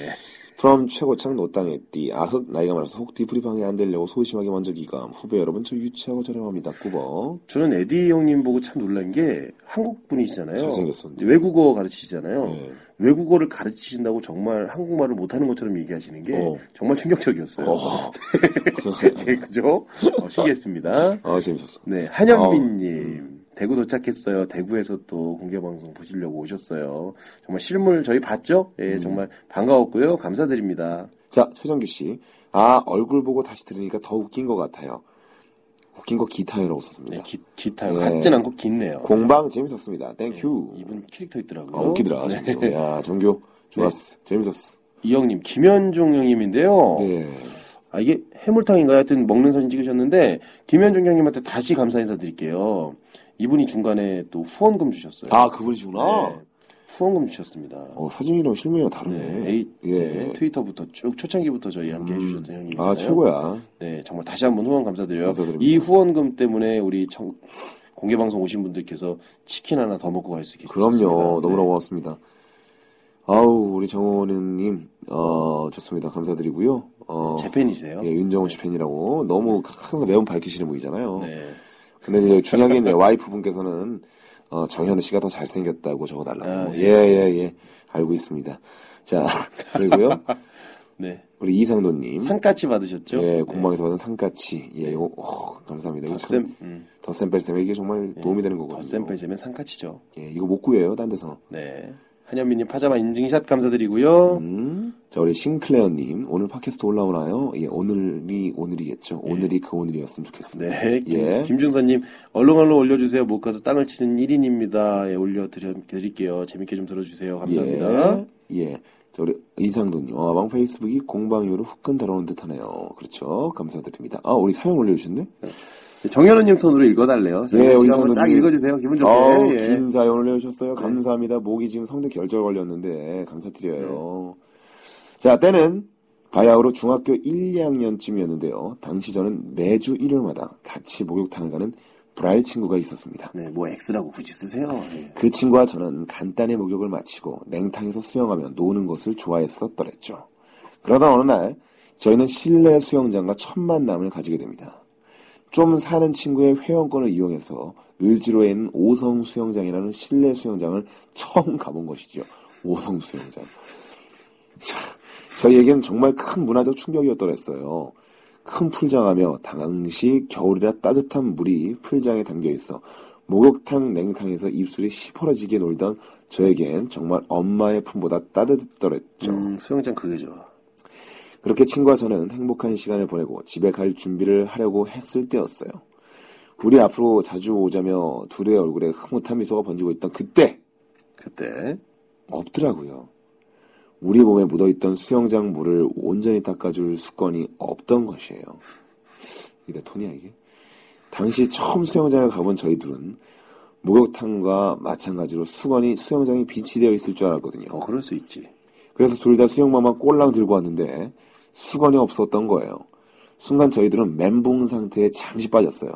프롬 최고창 노땅의 띠 아흑 나이가 많아서 혹 뒤풀이 방해 안 되려고 소심하게 먼저 기감 후배 여러분 저 유치하고 저렴합니다 꾸벅
저는 에디 형님 보고 참 놀란 게 한국 분이시잖아요.
잘생겼었는데.
외국어 가르치시잖아요.
네.
외국어를 가르치신다고 정말 한국말을 못하는 것처럼 얘기하시는 게
어.
정말 충격적이었어요.
어.
그죠? 어, 신기했습니다.
아 재밌었어
네,
어.
한현빈님. 대구 도착했어요. 대구에서 또 공개방송 보시려고 오셨어요. 정말 실물 저희 봤죠? 예, 정말 반가웠고요. 감사드립니다.
자 최정규 씨아 얼굴 보고 다시 들으니까 더 웃긴 것 같아요 웃긴 거 기타요라고 썼습니다
네, 기, 기타
네.
같진 않고 긴네요.
공방 재밌었습니다 땡큐
이분 캐릭터 있더라고요.
아, 웃기더라
어?
진짜.
네.
야 정규 좋았어 재밌었어
이 형님, 김현중 형님인데요.
예
아, 이게 해물탕인가요? 하여튼 먹는 사진 찍으셨는데, 김현중 형님한테 다시 감사 인사 드릴게요. 이분이 중간에 또 후원금 주셨어요.
아 그분이시구나
네, 후원금 주셨습니다.
어 사진이랑 실물이랑
네,
다르네
에이-
예.
네, 트위터부터 쭉 초창기부터 저희 함께 해주셨던 형님이잖아요.
아 최고야
네, 정말 다시 한번 후원 감사드려요.
감사드립니다.
이 후원금 때문에 우리 청- 공개방송 오신 분들께서 치킨 하나 더 먹고 갈 수 있게
그럼요.
됐습니다.
너무나
네.
고맙습니다. 아우, 우리 정호는님, 어, 좋습니다. 감사드리고요. 어,
제 팬이세요?
예, 윤정호 씨 팬이라고 너무 항상 매운 밝히시는 분이잖아요.
네.
근데 이제 중요한 게 있네요. 와이프 분께서는, 어, 정현우 씨가 더 잘생겼다고 적어달라고.
아, 네.
예, 예, 예. 알고 있습니다. 자, 그리고요.
네.
우리 이상도님.
상까치 받으셨죠? 네.
예, 공방에서 받은 상까치. 예, 이거, 어, 감사합니다.
덧셈, 음,
덧셈 뺄셈. 이게 정말 도움이 되는 거거든요.
덧셈 네. 뺄셈은 상까치죠.
예, 이거 못 구해요, 딴 데서.
네. 한현민님 파자마 인증샷 감사드리고요.
음. 자, 우리 싱클레어님, 오늘 팟캐스트 올라오나요? 예, 오늘이 오늘이겠죠. 오늘이 그 오늘이었으면 좋겠습니다.
예. 네, 김,
예.
준선님 얼른 얼른 올려주세요. 못 가서 땅을 치는 1인입니다. 올려드릴게요. 재밌게 좀 들어주세요. 감사합니다.
예. 예. 자, 우리 이상도님, 아, 왕 페이스북이 공방이후로 후끈 달아오는 듯 하네요. 그렇죠. 감사드립니다. 아, 우리 사연 올려주셨네?
정현우님 톤으로 읽어달래요.
예, 우리
한번 쫙
선생님.
읽어주세요. 기분 좋게.
아우,
예.
긴 사연 올려주셨어요. 감사합니다. 목이 지금 성대 결절 걸렸는데, 감사드려요.
네.
자, 때는 바야흐로 중학교 1, 2학년쯤이었는데요. 당시 저는 매주 일요일마다 같이 목욕탕을 가는 브랄 친구가 있었습니다.
네, 뭐 X라고 굳이 쓰세요. 예.
그 친구와 저는 간단히 목욕을 마치고 냉탕에서 수영하며 노는 것을 좋아했었더랬죠. 그러다 어느 날 저희는 실내 수영장과 첫 만남을 가지게 됩니다. 좀 사는 친구의 회원권을 이용해서 을지로에 있는 오성 수영장이라는 실내 수영장을 처음 가본 것이죠. 오성 수영장. 자, 저희에겐 정말 큰 문화적 충격이었더랬어요. 큰 풀장하며 당시 겨울이라 따뜻한 물이 풀장에 담겨 있어 목욕탕 냉탕에서 입술이 시퍼러지게 놀던 저에겐 정말 엄마의 품보다 따뜻했더랬죠.
음, 수영장 그게죠.
그렇게 친구와 저는 행복한 시간을 보내고 집에 갈 준비를 하려고 했을 때였어요. 우리 앞으로 자주 오자며 둘의 얼굴에 흐뭇한 미소가 번지고 있던 그때
그때
없더라고요. 우리 몸에 묻어있던 수영장 물을 온전히 닦아줄 수건이 없던 것이에요. 이게 내 톤이야 이게? 당시 처음 수영장에 가본 저희 둘은 목욕탕과 마찬가지로 수건이 수영장에 비치되어 있을 줄 알았거든요.
어 그럴 수 있지.
그래서 둘 다 수영만만 꼴랑 들고 왔는데 수건이 없었던 거예요. 순간 저희들은 멘붕 상태에 잠시 빠졌어요.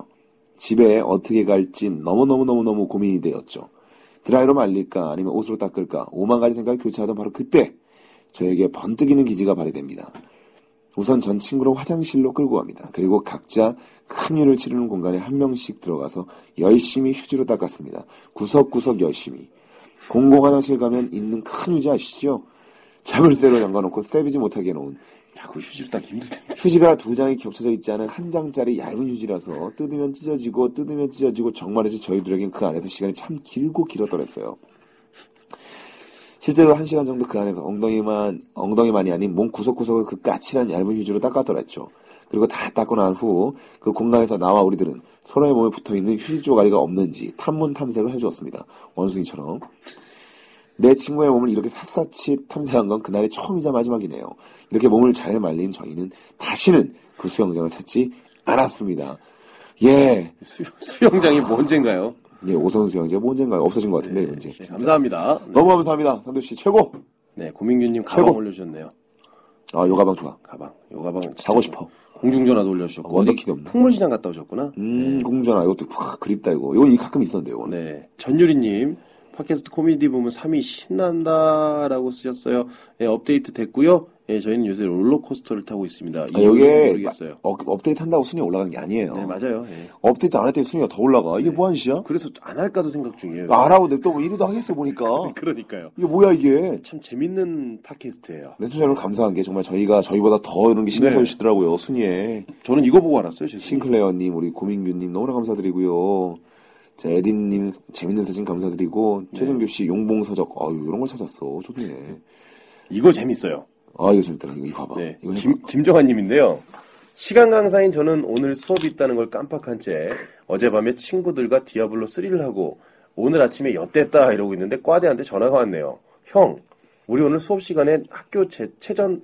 집에 어떻게 갈지 너무너무너무너무 고민이 되었죠. 드라이로 말릴까 아니면 옷으로 닦을까 오만 가지 생각을 교차하던 바로 그때 저에게 번뜩이는 기지가 발휘됩니다. 우선 전 친구를 화장실로 끌고 갑니다. 그리고 각자 큰일을 치르는 공간에 한 명씩 들어가서 열심히 휴지로 닦았습니다. 구석구석 열심히. 공공 화장실 가면 있는 큰 휴지 아시죠? 자물쇠로 잠가놓고 세비지 못하게 놓은
야, 그 휴지로 닦기 힘들 텐데.
휴지가 두 장이 겹쳐져 있지 않은 한 장짜리 얇은 휴지라서 뜯으면 찢어지고 뜯으면 찢어지고 정말이지 저희들에겐 그 안에서 시간이 참 길고 길었더랬어요. 실제로 한 시간 정도 그 안에서 엉덩이만 엉덩이만이 아닌 몸 구석구석을 그 까칠한 얇은 휴지로 닦았더랬죠. 그리고 다 닦고 난 후 그 공간에서 나와 우리들은 서로의 몸에 붙어 있는 휴지 조가리가 없는지 탐문 탐색을 해주었습니다. 원숭이처럼. 내 친구의 몸을 이렇게 샅샅이 탐색한 건 그날이 처음이자 마지막이네요. 이렇게 몸을 잘 말린 저희는 다시는 그 수영장을 찾지 않았습니다. 예,
수영, 수영장이 뭐 뭔젠가요?
예 오선 수영장 뭐 언젠가요? 없어진 것 같은데 이제.
네, 감사합니다.
너무 감사합니다, 상도 씨 최고.
네, 고민규님 가방
최고.
올려주셨네요.
아, 요 가방 좋아.
가방. 요 가방 진짜
사고 싶어.
공중전화도 올려주셨고.
어, 원더키드 없나?
네. 풍물시장 갔다 오셨구나.
음, 공주잖아. 이것도 확 그립다 이거. 이거 가끔 있었는데요. 이거는.
네. 전유리님, 팟캐스트 코미디 부문 3위 신난다라고 쓰셨어요. 예, 업데이트 됐고요. 예, 저희는 요새 롤러코스터를 타고 있습니다.
아,
이유는
이게
모르겠어요.
마- 어, 업데이트 한다고 순위 올라가는 게 아니에요.
네, 그러니까. 맞아요. 예.
업데이트 안 할 때 순위가 더 올라가. 이게 뭐하는 짓이야?
그래서 안 할까도 생각 중이에요.
안 하고 냅둬 1위도 뭐 하겠어 보니까.
그러니까요.
이게 뭐야 이게.
참 재밌는 팟캐스트예요.
내투자 여러분 감사한 게 정말 저희가 저희보다 더 이런 게 신경
네.
써주시더라고요. 순위에.
저는 이거 보고 알았어요. 죄송해요.
싱클레어님, 우리 고민규님 너무나 감사드리고요. 자, 에딘님 재밌는 사진 감사드리고
네.
최정규 씨 용봉서적 아유 이런 걸 찾았어 좋네.
이거 재밌어요.
아 이거 재밌더라 이거 이거 봐봐.
네.
이거 뭐- 해봐.
김, 김정환님인데요. 시간 강사인 저는 오늘 수업이 있다는 걸 깜빡한 채 어젯밤에 친구들과 디아블로 3를 하고 오늘 아침에 엿됐다 이러고 있는데 과대한테 전화가 왔네요. 형, 우리 오늘 수업 시간에 학교 제, 체전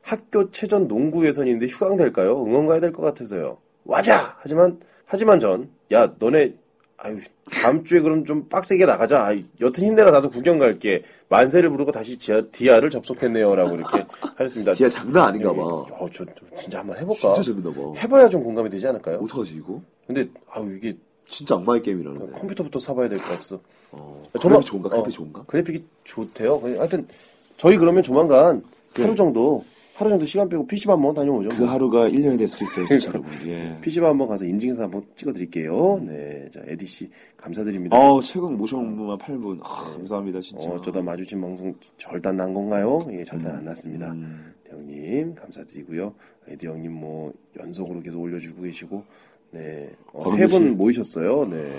학교 체전 농구 예선인데 휴강될까요? 응원 가야 될 것 같아서요. 와자. 하지만 하지만 전 야 너네 아유 다음 주에 그럼 좀 빡세게 나가자. 아이, 여튼 힘내라 나도 구경 갈게. 만세를 부르고 다시 지하, 디아를 접속했네요라고 이렇게 하셨습니다.
진짜 장난 아닌가 봐.
어, 저, 저 진짜 한번 해볼까?
진짜 재밌나 봐.
해봐야 좀 공감이 되지 않을까요?
어떡하지 이거?
근데 아우 이게
진짜 악마의 게임이라는데.
컴퓨터부터 사봐야 될 것 같아서
어,
정말-
그 그래픽 좋은가?
어.
그래픽 좋은가?
그래픽이 좋대요. 그냥 하여튼 저희 그러면 조만간
네.
하루 정도 하루 정도 시간 빼고 PC방 한번 다녀오죠.
그 하루가 1년이 될 수도 있어요, 진짜 여러분. 예.
PC방 한번 가서 인증서 한번 찍어드릴게요. 네, 자 에디 씨 감사드립니다.
음. 어, 최근 모션분만 8분. 아, 감사합니다, 진짜.
어쩌다 마주친 방송 절단 난 건가요? 예, 절단 안 났습니다. 네,
음,
대형님 감사드리고요. 에디 형님 뭐 연속으로 계속 올려주고 계시고 네,
바로
세
계시네.
분 모이셨어요. 네.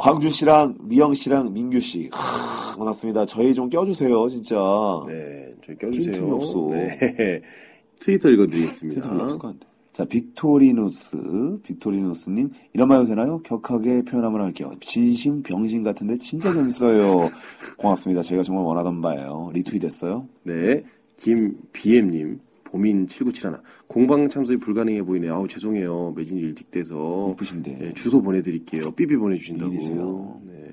광준 씨랑 미영 씨랑 민규 씨. 하, 고맙습니다. 저희 좀 껴주세요, 진짜.
네, 저희
틈이
껴주세요.
없어.
네. 트위터 읽어드리겠습니다.
그래서 별로 없을 것 같아. 네. 자, 빅토리누스, 빅토리누스님, 이런 말 해도 되나요? 격하게 표현하면 할게요. 진심 병신 같은데 진짜 재밌어요. 고맙습니다. 저희가 정말 원하던 바예요. 리트윗 됐어요?
네, 김비엠님, 보민 7971. 공방 참석이 불가능해 보이네요. 아우, 죄송해요. 매진 일찍돼서.
이쁘신데.
네, 주소 보내드릴게요. 삐삐 보내주신다고.
미리세요.
네,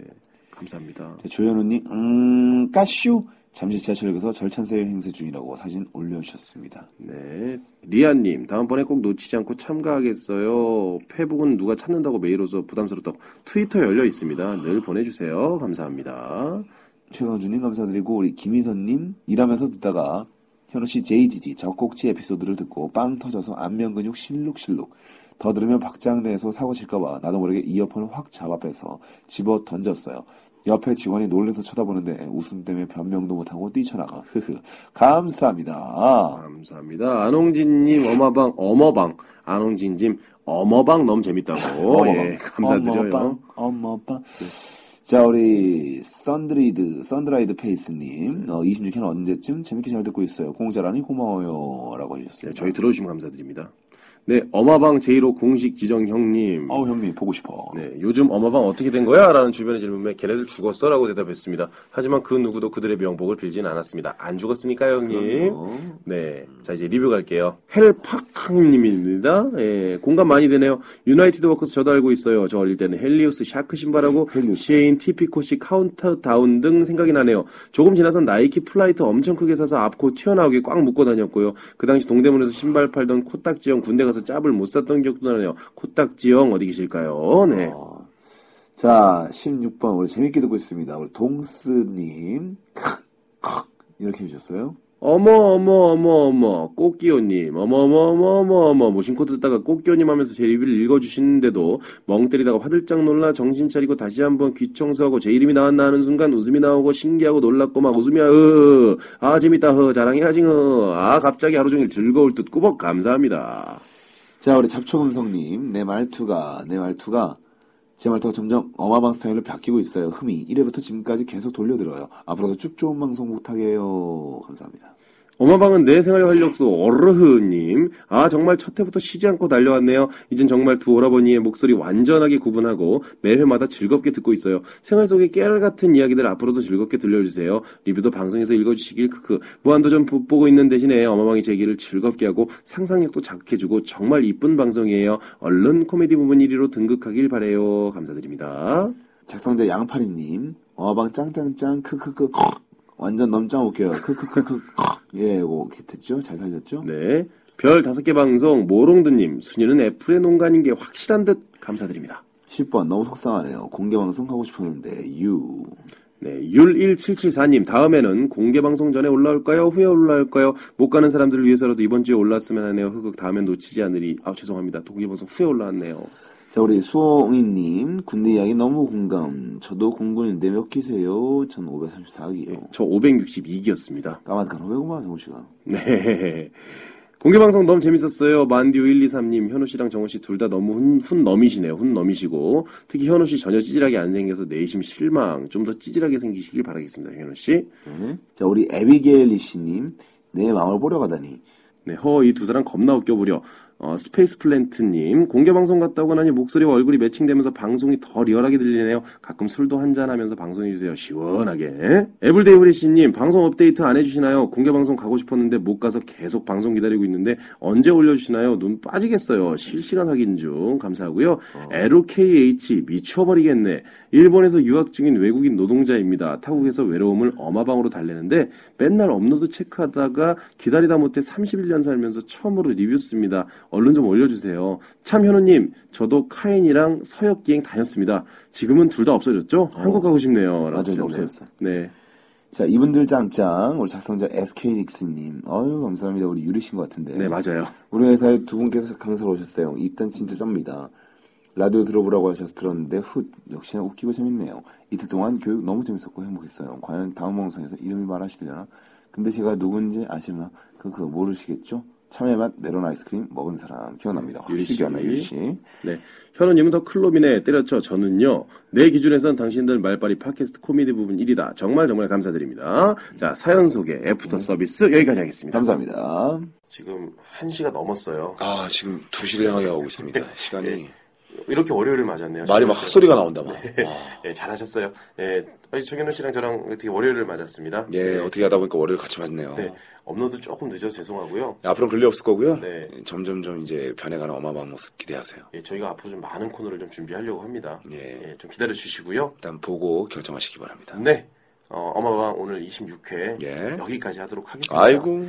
감사합니다.
네, 조현우님, 음, 까슈! 잠시 지하철역에서 절찬세일 행세 중이라고 사진 올려주셨습니다.
네, 리아님, 다음번에 꼭 놓치지 않고 참가하겠어요. 페북은 누가 찾는다고 메일 오서 부담스럽다고. 트위터 열려 있습니다. 늘 보내주세요. 감사합니다.
최강준님 감사드리고, 우리 김희선님, 일하면서 듣다가, 현우씨 JGG 젖꼭지 에피소드를 듣고 빵 터져서 안면 근육 실룩실룩. 더 들으면 박장대에서 사고 칠까봐 나도 모르게 이어폰을 확 잡아 빼서 집어 던졌어요. 옆에 직원이 놀래서 쳐다보는데 웃음 때문에 변명도 못하고 뛰쳐나가. 흐흐. 감사합니다. 아.
감사합니다. 안홍진님, 어마방, 어머방. 안홍진님, 어머방 너무 재밌다고.
어머방.
예, 감사드려요. 네.
어머방, 어머방. 자, 우리 썬드리드, 썬드라이드
네.
페이스님, 어, 26회는 언제쯤 재밌게 잘 듣고 있어요. 공짜라니 고마워요. 라고
네,
해주셨어요.
저희 들어주시면 감사드립니다. 네, 어마방 제1호 공식 지정 형님.
아우 형님 보고 싶어.
네, 요즘 어마방 어떻게 된 거야? 라는 주변의 질문에 걔네들 죽었어라고 대답했습니다. 하지만 그 누구도 그들의 명복을 빌진 않았습니다. 안 죽었으니까요,
예.
형님. 네, 자 이제 리뷰 갈게요. 헬팍항님입니다. 예, 공감 많이 되네요. 유나이티드 워크스 저도 알고 있어요. 저 어릴 때는 헬리우스 샤크 신발하고 쉐인 티피코시 카운터다운 등 생각이 나네요. 조금 지나서 나이키 플라이트 엄청 크게 사서 앞코 튀어나오게 꽉 묶고 다녔고요. 그 당시 동대문에서 신발 팔던 코딱지형 군대 가서 짭을 못 샀던 기억도 나네요. 코딱지형 어디 계실까요? 네.
자, 16번 우리 재밌게 듣고 있습니다. 우리 동스님 이렇게 해주셨어요.
어머 어머 어머 어머 꽃기호님 어머 어머 어머 어머 어머 모신코 듣다가 꽃기호님 하면서 제 리뷰를 읽어주시는데도 멍 때리다가 화들짝 놀라 정신 차리고 다시 한번 귀 청소하고 제 이름이 나왔나 하는 순간 웃음이 나오고 신기하고 놀랍고 막 웃음이야 으아 재밌다 흐 자랑해 하징 으아 갑자기 하루 종일 즐거울 듯 꾸벅 감사합니다
자, 우리 잡초금성님, 내 말투가, 내 말투가, 제 말투가 점점 어마방 스타일로 바뀌고 있어요. 흠이 1회부터 지금까지 계속 돌려들어요. 앞으로도 쭉 좋은 방송 부탁해요. 감사합니다.
어마방은 내 생활 활력소 어르흐님. 아 정말 첫 해부터 쉬지 않고 달려왔네요. 이젠 정말 두 오라버니의 목소리 완전하게 구분하고 매 회마다 즐겁게 듣고 있어요. 생활 속의 깨알 같은 이야기들 앞으로도 즐겁게 들려주세요. 리뷰도 방송에서 읽어주시길 크크. 무한도전 보- 보고 있는 대신에 어마방이 제 길을 즐겁게 하고 상상력도 자극해주고 정말 이쁜 방송이에요. 얼른 코미디 부분 1위로 등극하길 바래요. 감사드립니다.
작성자 양파리님, 어마방 짱짱짱, 크크크, 완전 넘짱 웃겨요. 크크크크, 예, 이거 됐죠? 잘 살렸죠?
네. 별 다섯 개 방송 모롱드님 순위는 애플의 농간인 게 확실한 듯 감사드립니다.
10번 너무 속상하네요. 공개방송 하고 싶었는데 유.
네, 율1774님 다음에는 공개 방송 전에 올라올까요? 후에 올라올까요? 못 가는 사람들을 위해서라도 이번 주에 올랐으면 하네요. 흑흑 다음엔 놓치지 않으리. 아 죄송합니다. 공개 방송 후에 올라왔네요.
자, 우리 수홍이님, 군대 이야기 너무 공감. 저도 공군인데 몇 기세요? 전 534기요.
저 562기였습니다.
까마득한 후배구만, 정우씨가.
네. 공개 방송 너무 재밌었어요. 만디 5123님, 현우 씨랑 정우 씨 둘 다 너무 훈, 훈 넘이시네요. 훈 넘이시고 특히 현우 씨 전혀 찌질하게 안 생겨서 내심 실망. 좀 더 찌질하게 생기시길 바라겠습니다. 현우 씨.
네. 자, 우리 에비게일리 씨님, 내 마음을 보려가다니.
네, 허, 이 두 사람 겁나 웃겨버려. 어, 스페이스 플랜트님, 공개방송 갔다고 나니 목소리와 얼굴이 매칭되면서 방송이 더 리얼하게 들리네요. 가끔 술도 한잔하면서 방송해주세요. 시원하게. 에블데이 후레쉬님, 방송 업데이트 안 해주시나요? 공개방송 가고 싶었는데 못 가서 계속 방송 기다리고 있는데 언제 올려주시나요? 눈 빠지겠어요. 실시간 확인 중. 감사하고요. LOKH, 미쳐버리겠네. 일본에서 유학 중인 외국인 노동자입니다. 타국에서 외로움을 어마방으로 달래는데 맨날 업로드 체크하다가 기다리다 못해 31년 살면서 처음으로 리뷰 씁니다. 얼른 좀 올려주세요. 참 현우님, 저도 카인이랑 서역 기행 다녔습니다. 지금은 둘 다 없어졌죠? 한국 가고 싶네요. 라고
맞아요,
하셨네요.
없어졌어.
네.
자, 이분들 짱짱, 우리 작성자 SK닉스님. 어유 감사합니다. 우리 유리신 것 같은데.
네, 맞아요.
우리 회사에 두 분께서 강사로 오셨어요. 입단 진짜 쩝니다. 라디오 들어보라고 하셔서 들었는데 훗 역시나 웃기고 재밌네요. 이틀 동안 교육 너무 재밌었고 행복했어요. 과연 다음 방송에서 이름이 말하시려나? 근데 제가 누군지 아시나? 그 그거 모르시겠죠? 참외맛 메론 아이스크림 먹은 사람 기억납니다. 확실히 기억나 유리씨.
네. 현우님은 더 클럽이네 때려쳐 저는요 내 기준에선 당신들 말빨이 팟캐스트 코미디 부분 1위다 정말 정말 감사드립니다 자 사연 소개 애프터 서비스 여기까지 하겠습니다
감사합니다
지금 1시가 넘었어요.
아 지금 2시를 향하게 가고 있습니다. 시간이
이렇게 월요일을 맞았네요.
말이 막 헛소리가 나온다, 뭐. 막.
네. 네, 잘하셨어요. 네, 아니, 정현우 씨랑 저랑 어떻게 월요일을 맞았습니다.
예 어떻게 하다 보니까 월요일 같이 봤네요.
네, 업로드 조금 늦어서 죄송하고요.
네, 앞으로 근리 없을 거고요.
네.
점점점 이제 변해가는 어마방 모습 기대하세요.
예, 저희가 앞으로 좀 많은 코너를 좀 준비하려고 합니다. 예, 좀 기다려 주시고요.
일단 보고 결정하시기 바랍니다.
네, 어, 어마방 오늘 26회
예.
여기까지 하도록 하겠습니다.
아이고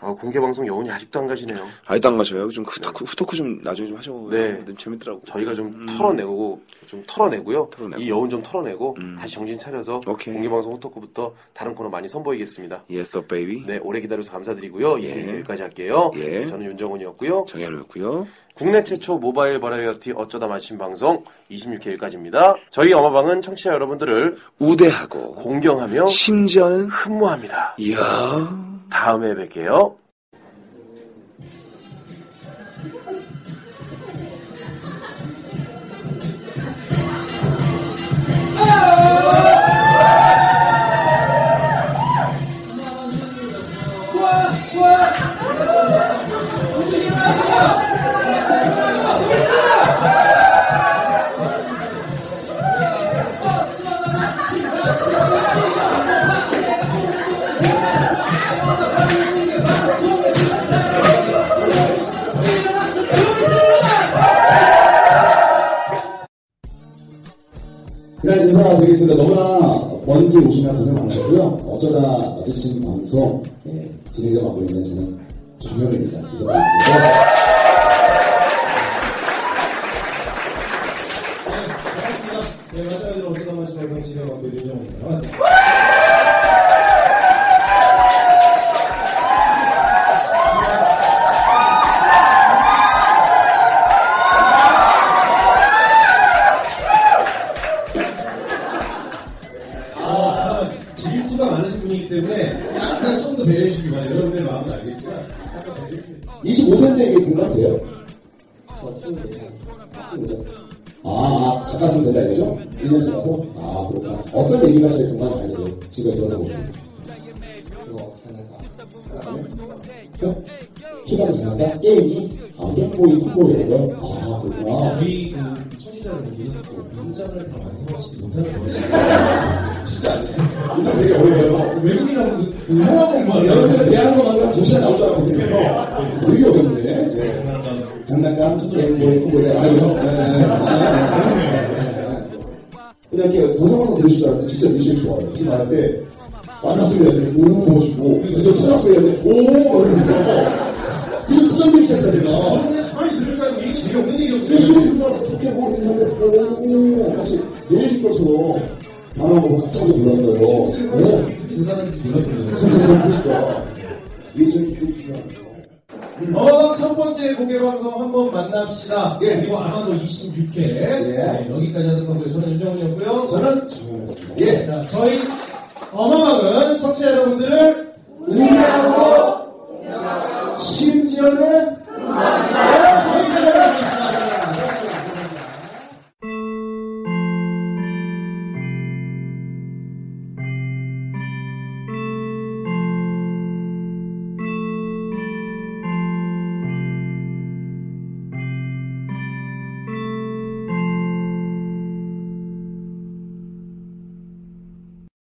아, 공개 방송 여운이 아직도 안 가시네요.
아직도 안 가셔요. 좀그 후토크, 후토크 좀 나중에 좀 하셔.
네.
좀 재밌더라고.
저희가 좀
음.
털어내고 좀 털어내고요.
털어내고.
이 여운 좀 털어내고 다시 정신 차려서 공개 방송 호토크부터 다른 코너 많이 선보이겠습니다.
Yes, up, baby.
네, 오래 기다려서 감사드리고요. 이
예.
시간 여기까지 할게요.
예.
네, 저는 윤정훈이었고요.
정현우였고요.
국내 최초 모바일 버라이어티 어쩌다 마신 방송 26회까지입니다. 저희 어마방은 청취자 여러분들을
우대하고
공경하며
심지어는
흠모합니다.
이야.
다음에 뵐게요.
와! 와!
알겠습니다. 너무나 먼 길 오시느라 고생 많으셨고요. 어쩌다 마주친 방송 예, 진행자 맡고 있는 저는 정현우입니다. 인사드리겠습니다.
네, 마찬가지로 어쩌다 마주 방송 진행 맡고 있는 윤정입니다. 반갑습니다. 아, 질투가 많으신 분이기 때문에 약간 좀 더 배려해 주기 바래요. 여러분의 마음은 알겠지만 약간 배려해 주세요.
25cm에게 공감돼요? 아, 아, 가까스면 된다 이거죠? 1년 지나서? 아, 그렇구나. 어떤 얘기가 제일 공감이 많이 돼요? 지금 들어보면. 시간이 지나다? 게임이? 아, 게임보이, 풋보이 이런 거요? 아, 그렇구나.
우리 그 청취자분들이 문장을 다 완성하시지 못하는 거예요. 진짜 안 돼요. 문장 되게 어려워요. 외국인하고 그, 그 영어 공부하는
여러분들 대하는 것마다 도시가 나올 줄 알았거든요. 되게 어렵네. 네. 장난감, 게임보이, 풋보이. 아, 이거. 네, 네, 네. 아, 네, 네, 네. 그냥 이렇게 보상방송 들으실 줄 알았는데 진짜 뮤직 좋아요. 무슨 말인데 만남 소리 해야 돼. 오, 멋있고. 그래서 친한 소리 해야 돼. 오, 이러면서. 그게 그 장면이 시작다 제가.
가만히 들을 줄 알고 얘기 되게 없는 얘기였거든요.
어떻게 보고 있는데 오 다시 내일 거서 나하고 깜짝 놀랐어요. 네. 그러니까 이게 좀 중요한 거.
어방 첫 번째 공개 방송 한번 만납시다. 그리고 아마도 26회 네, 여기까지 하도록 하고요. 저는 윤정훈이었고요. 예. 저는 정현이었습니다. 자, 저희 어마방은 청취자 여러분들을 우리하고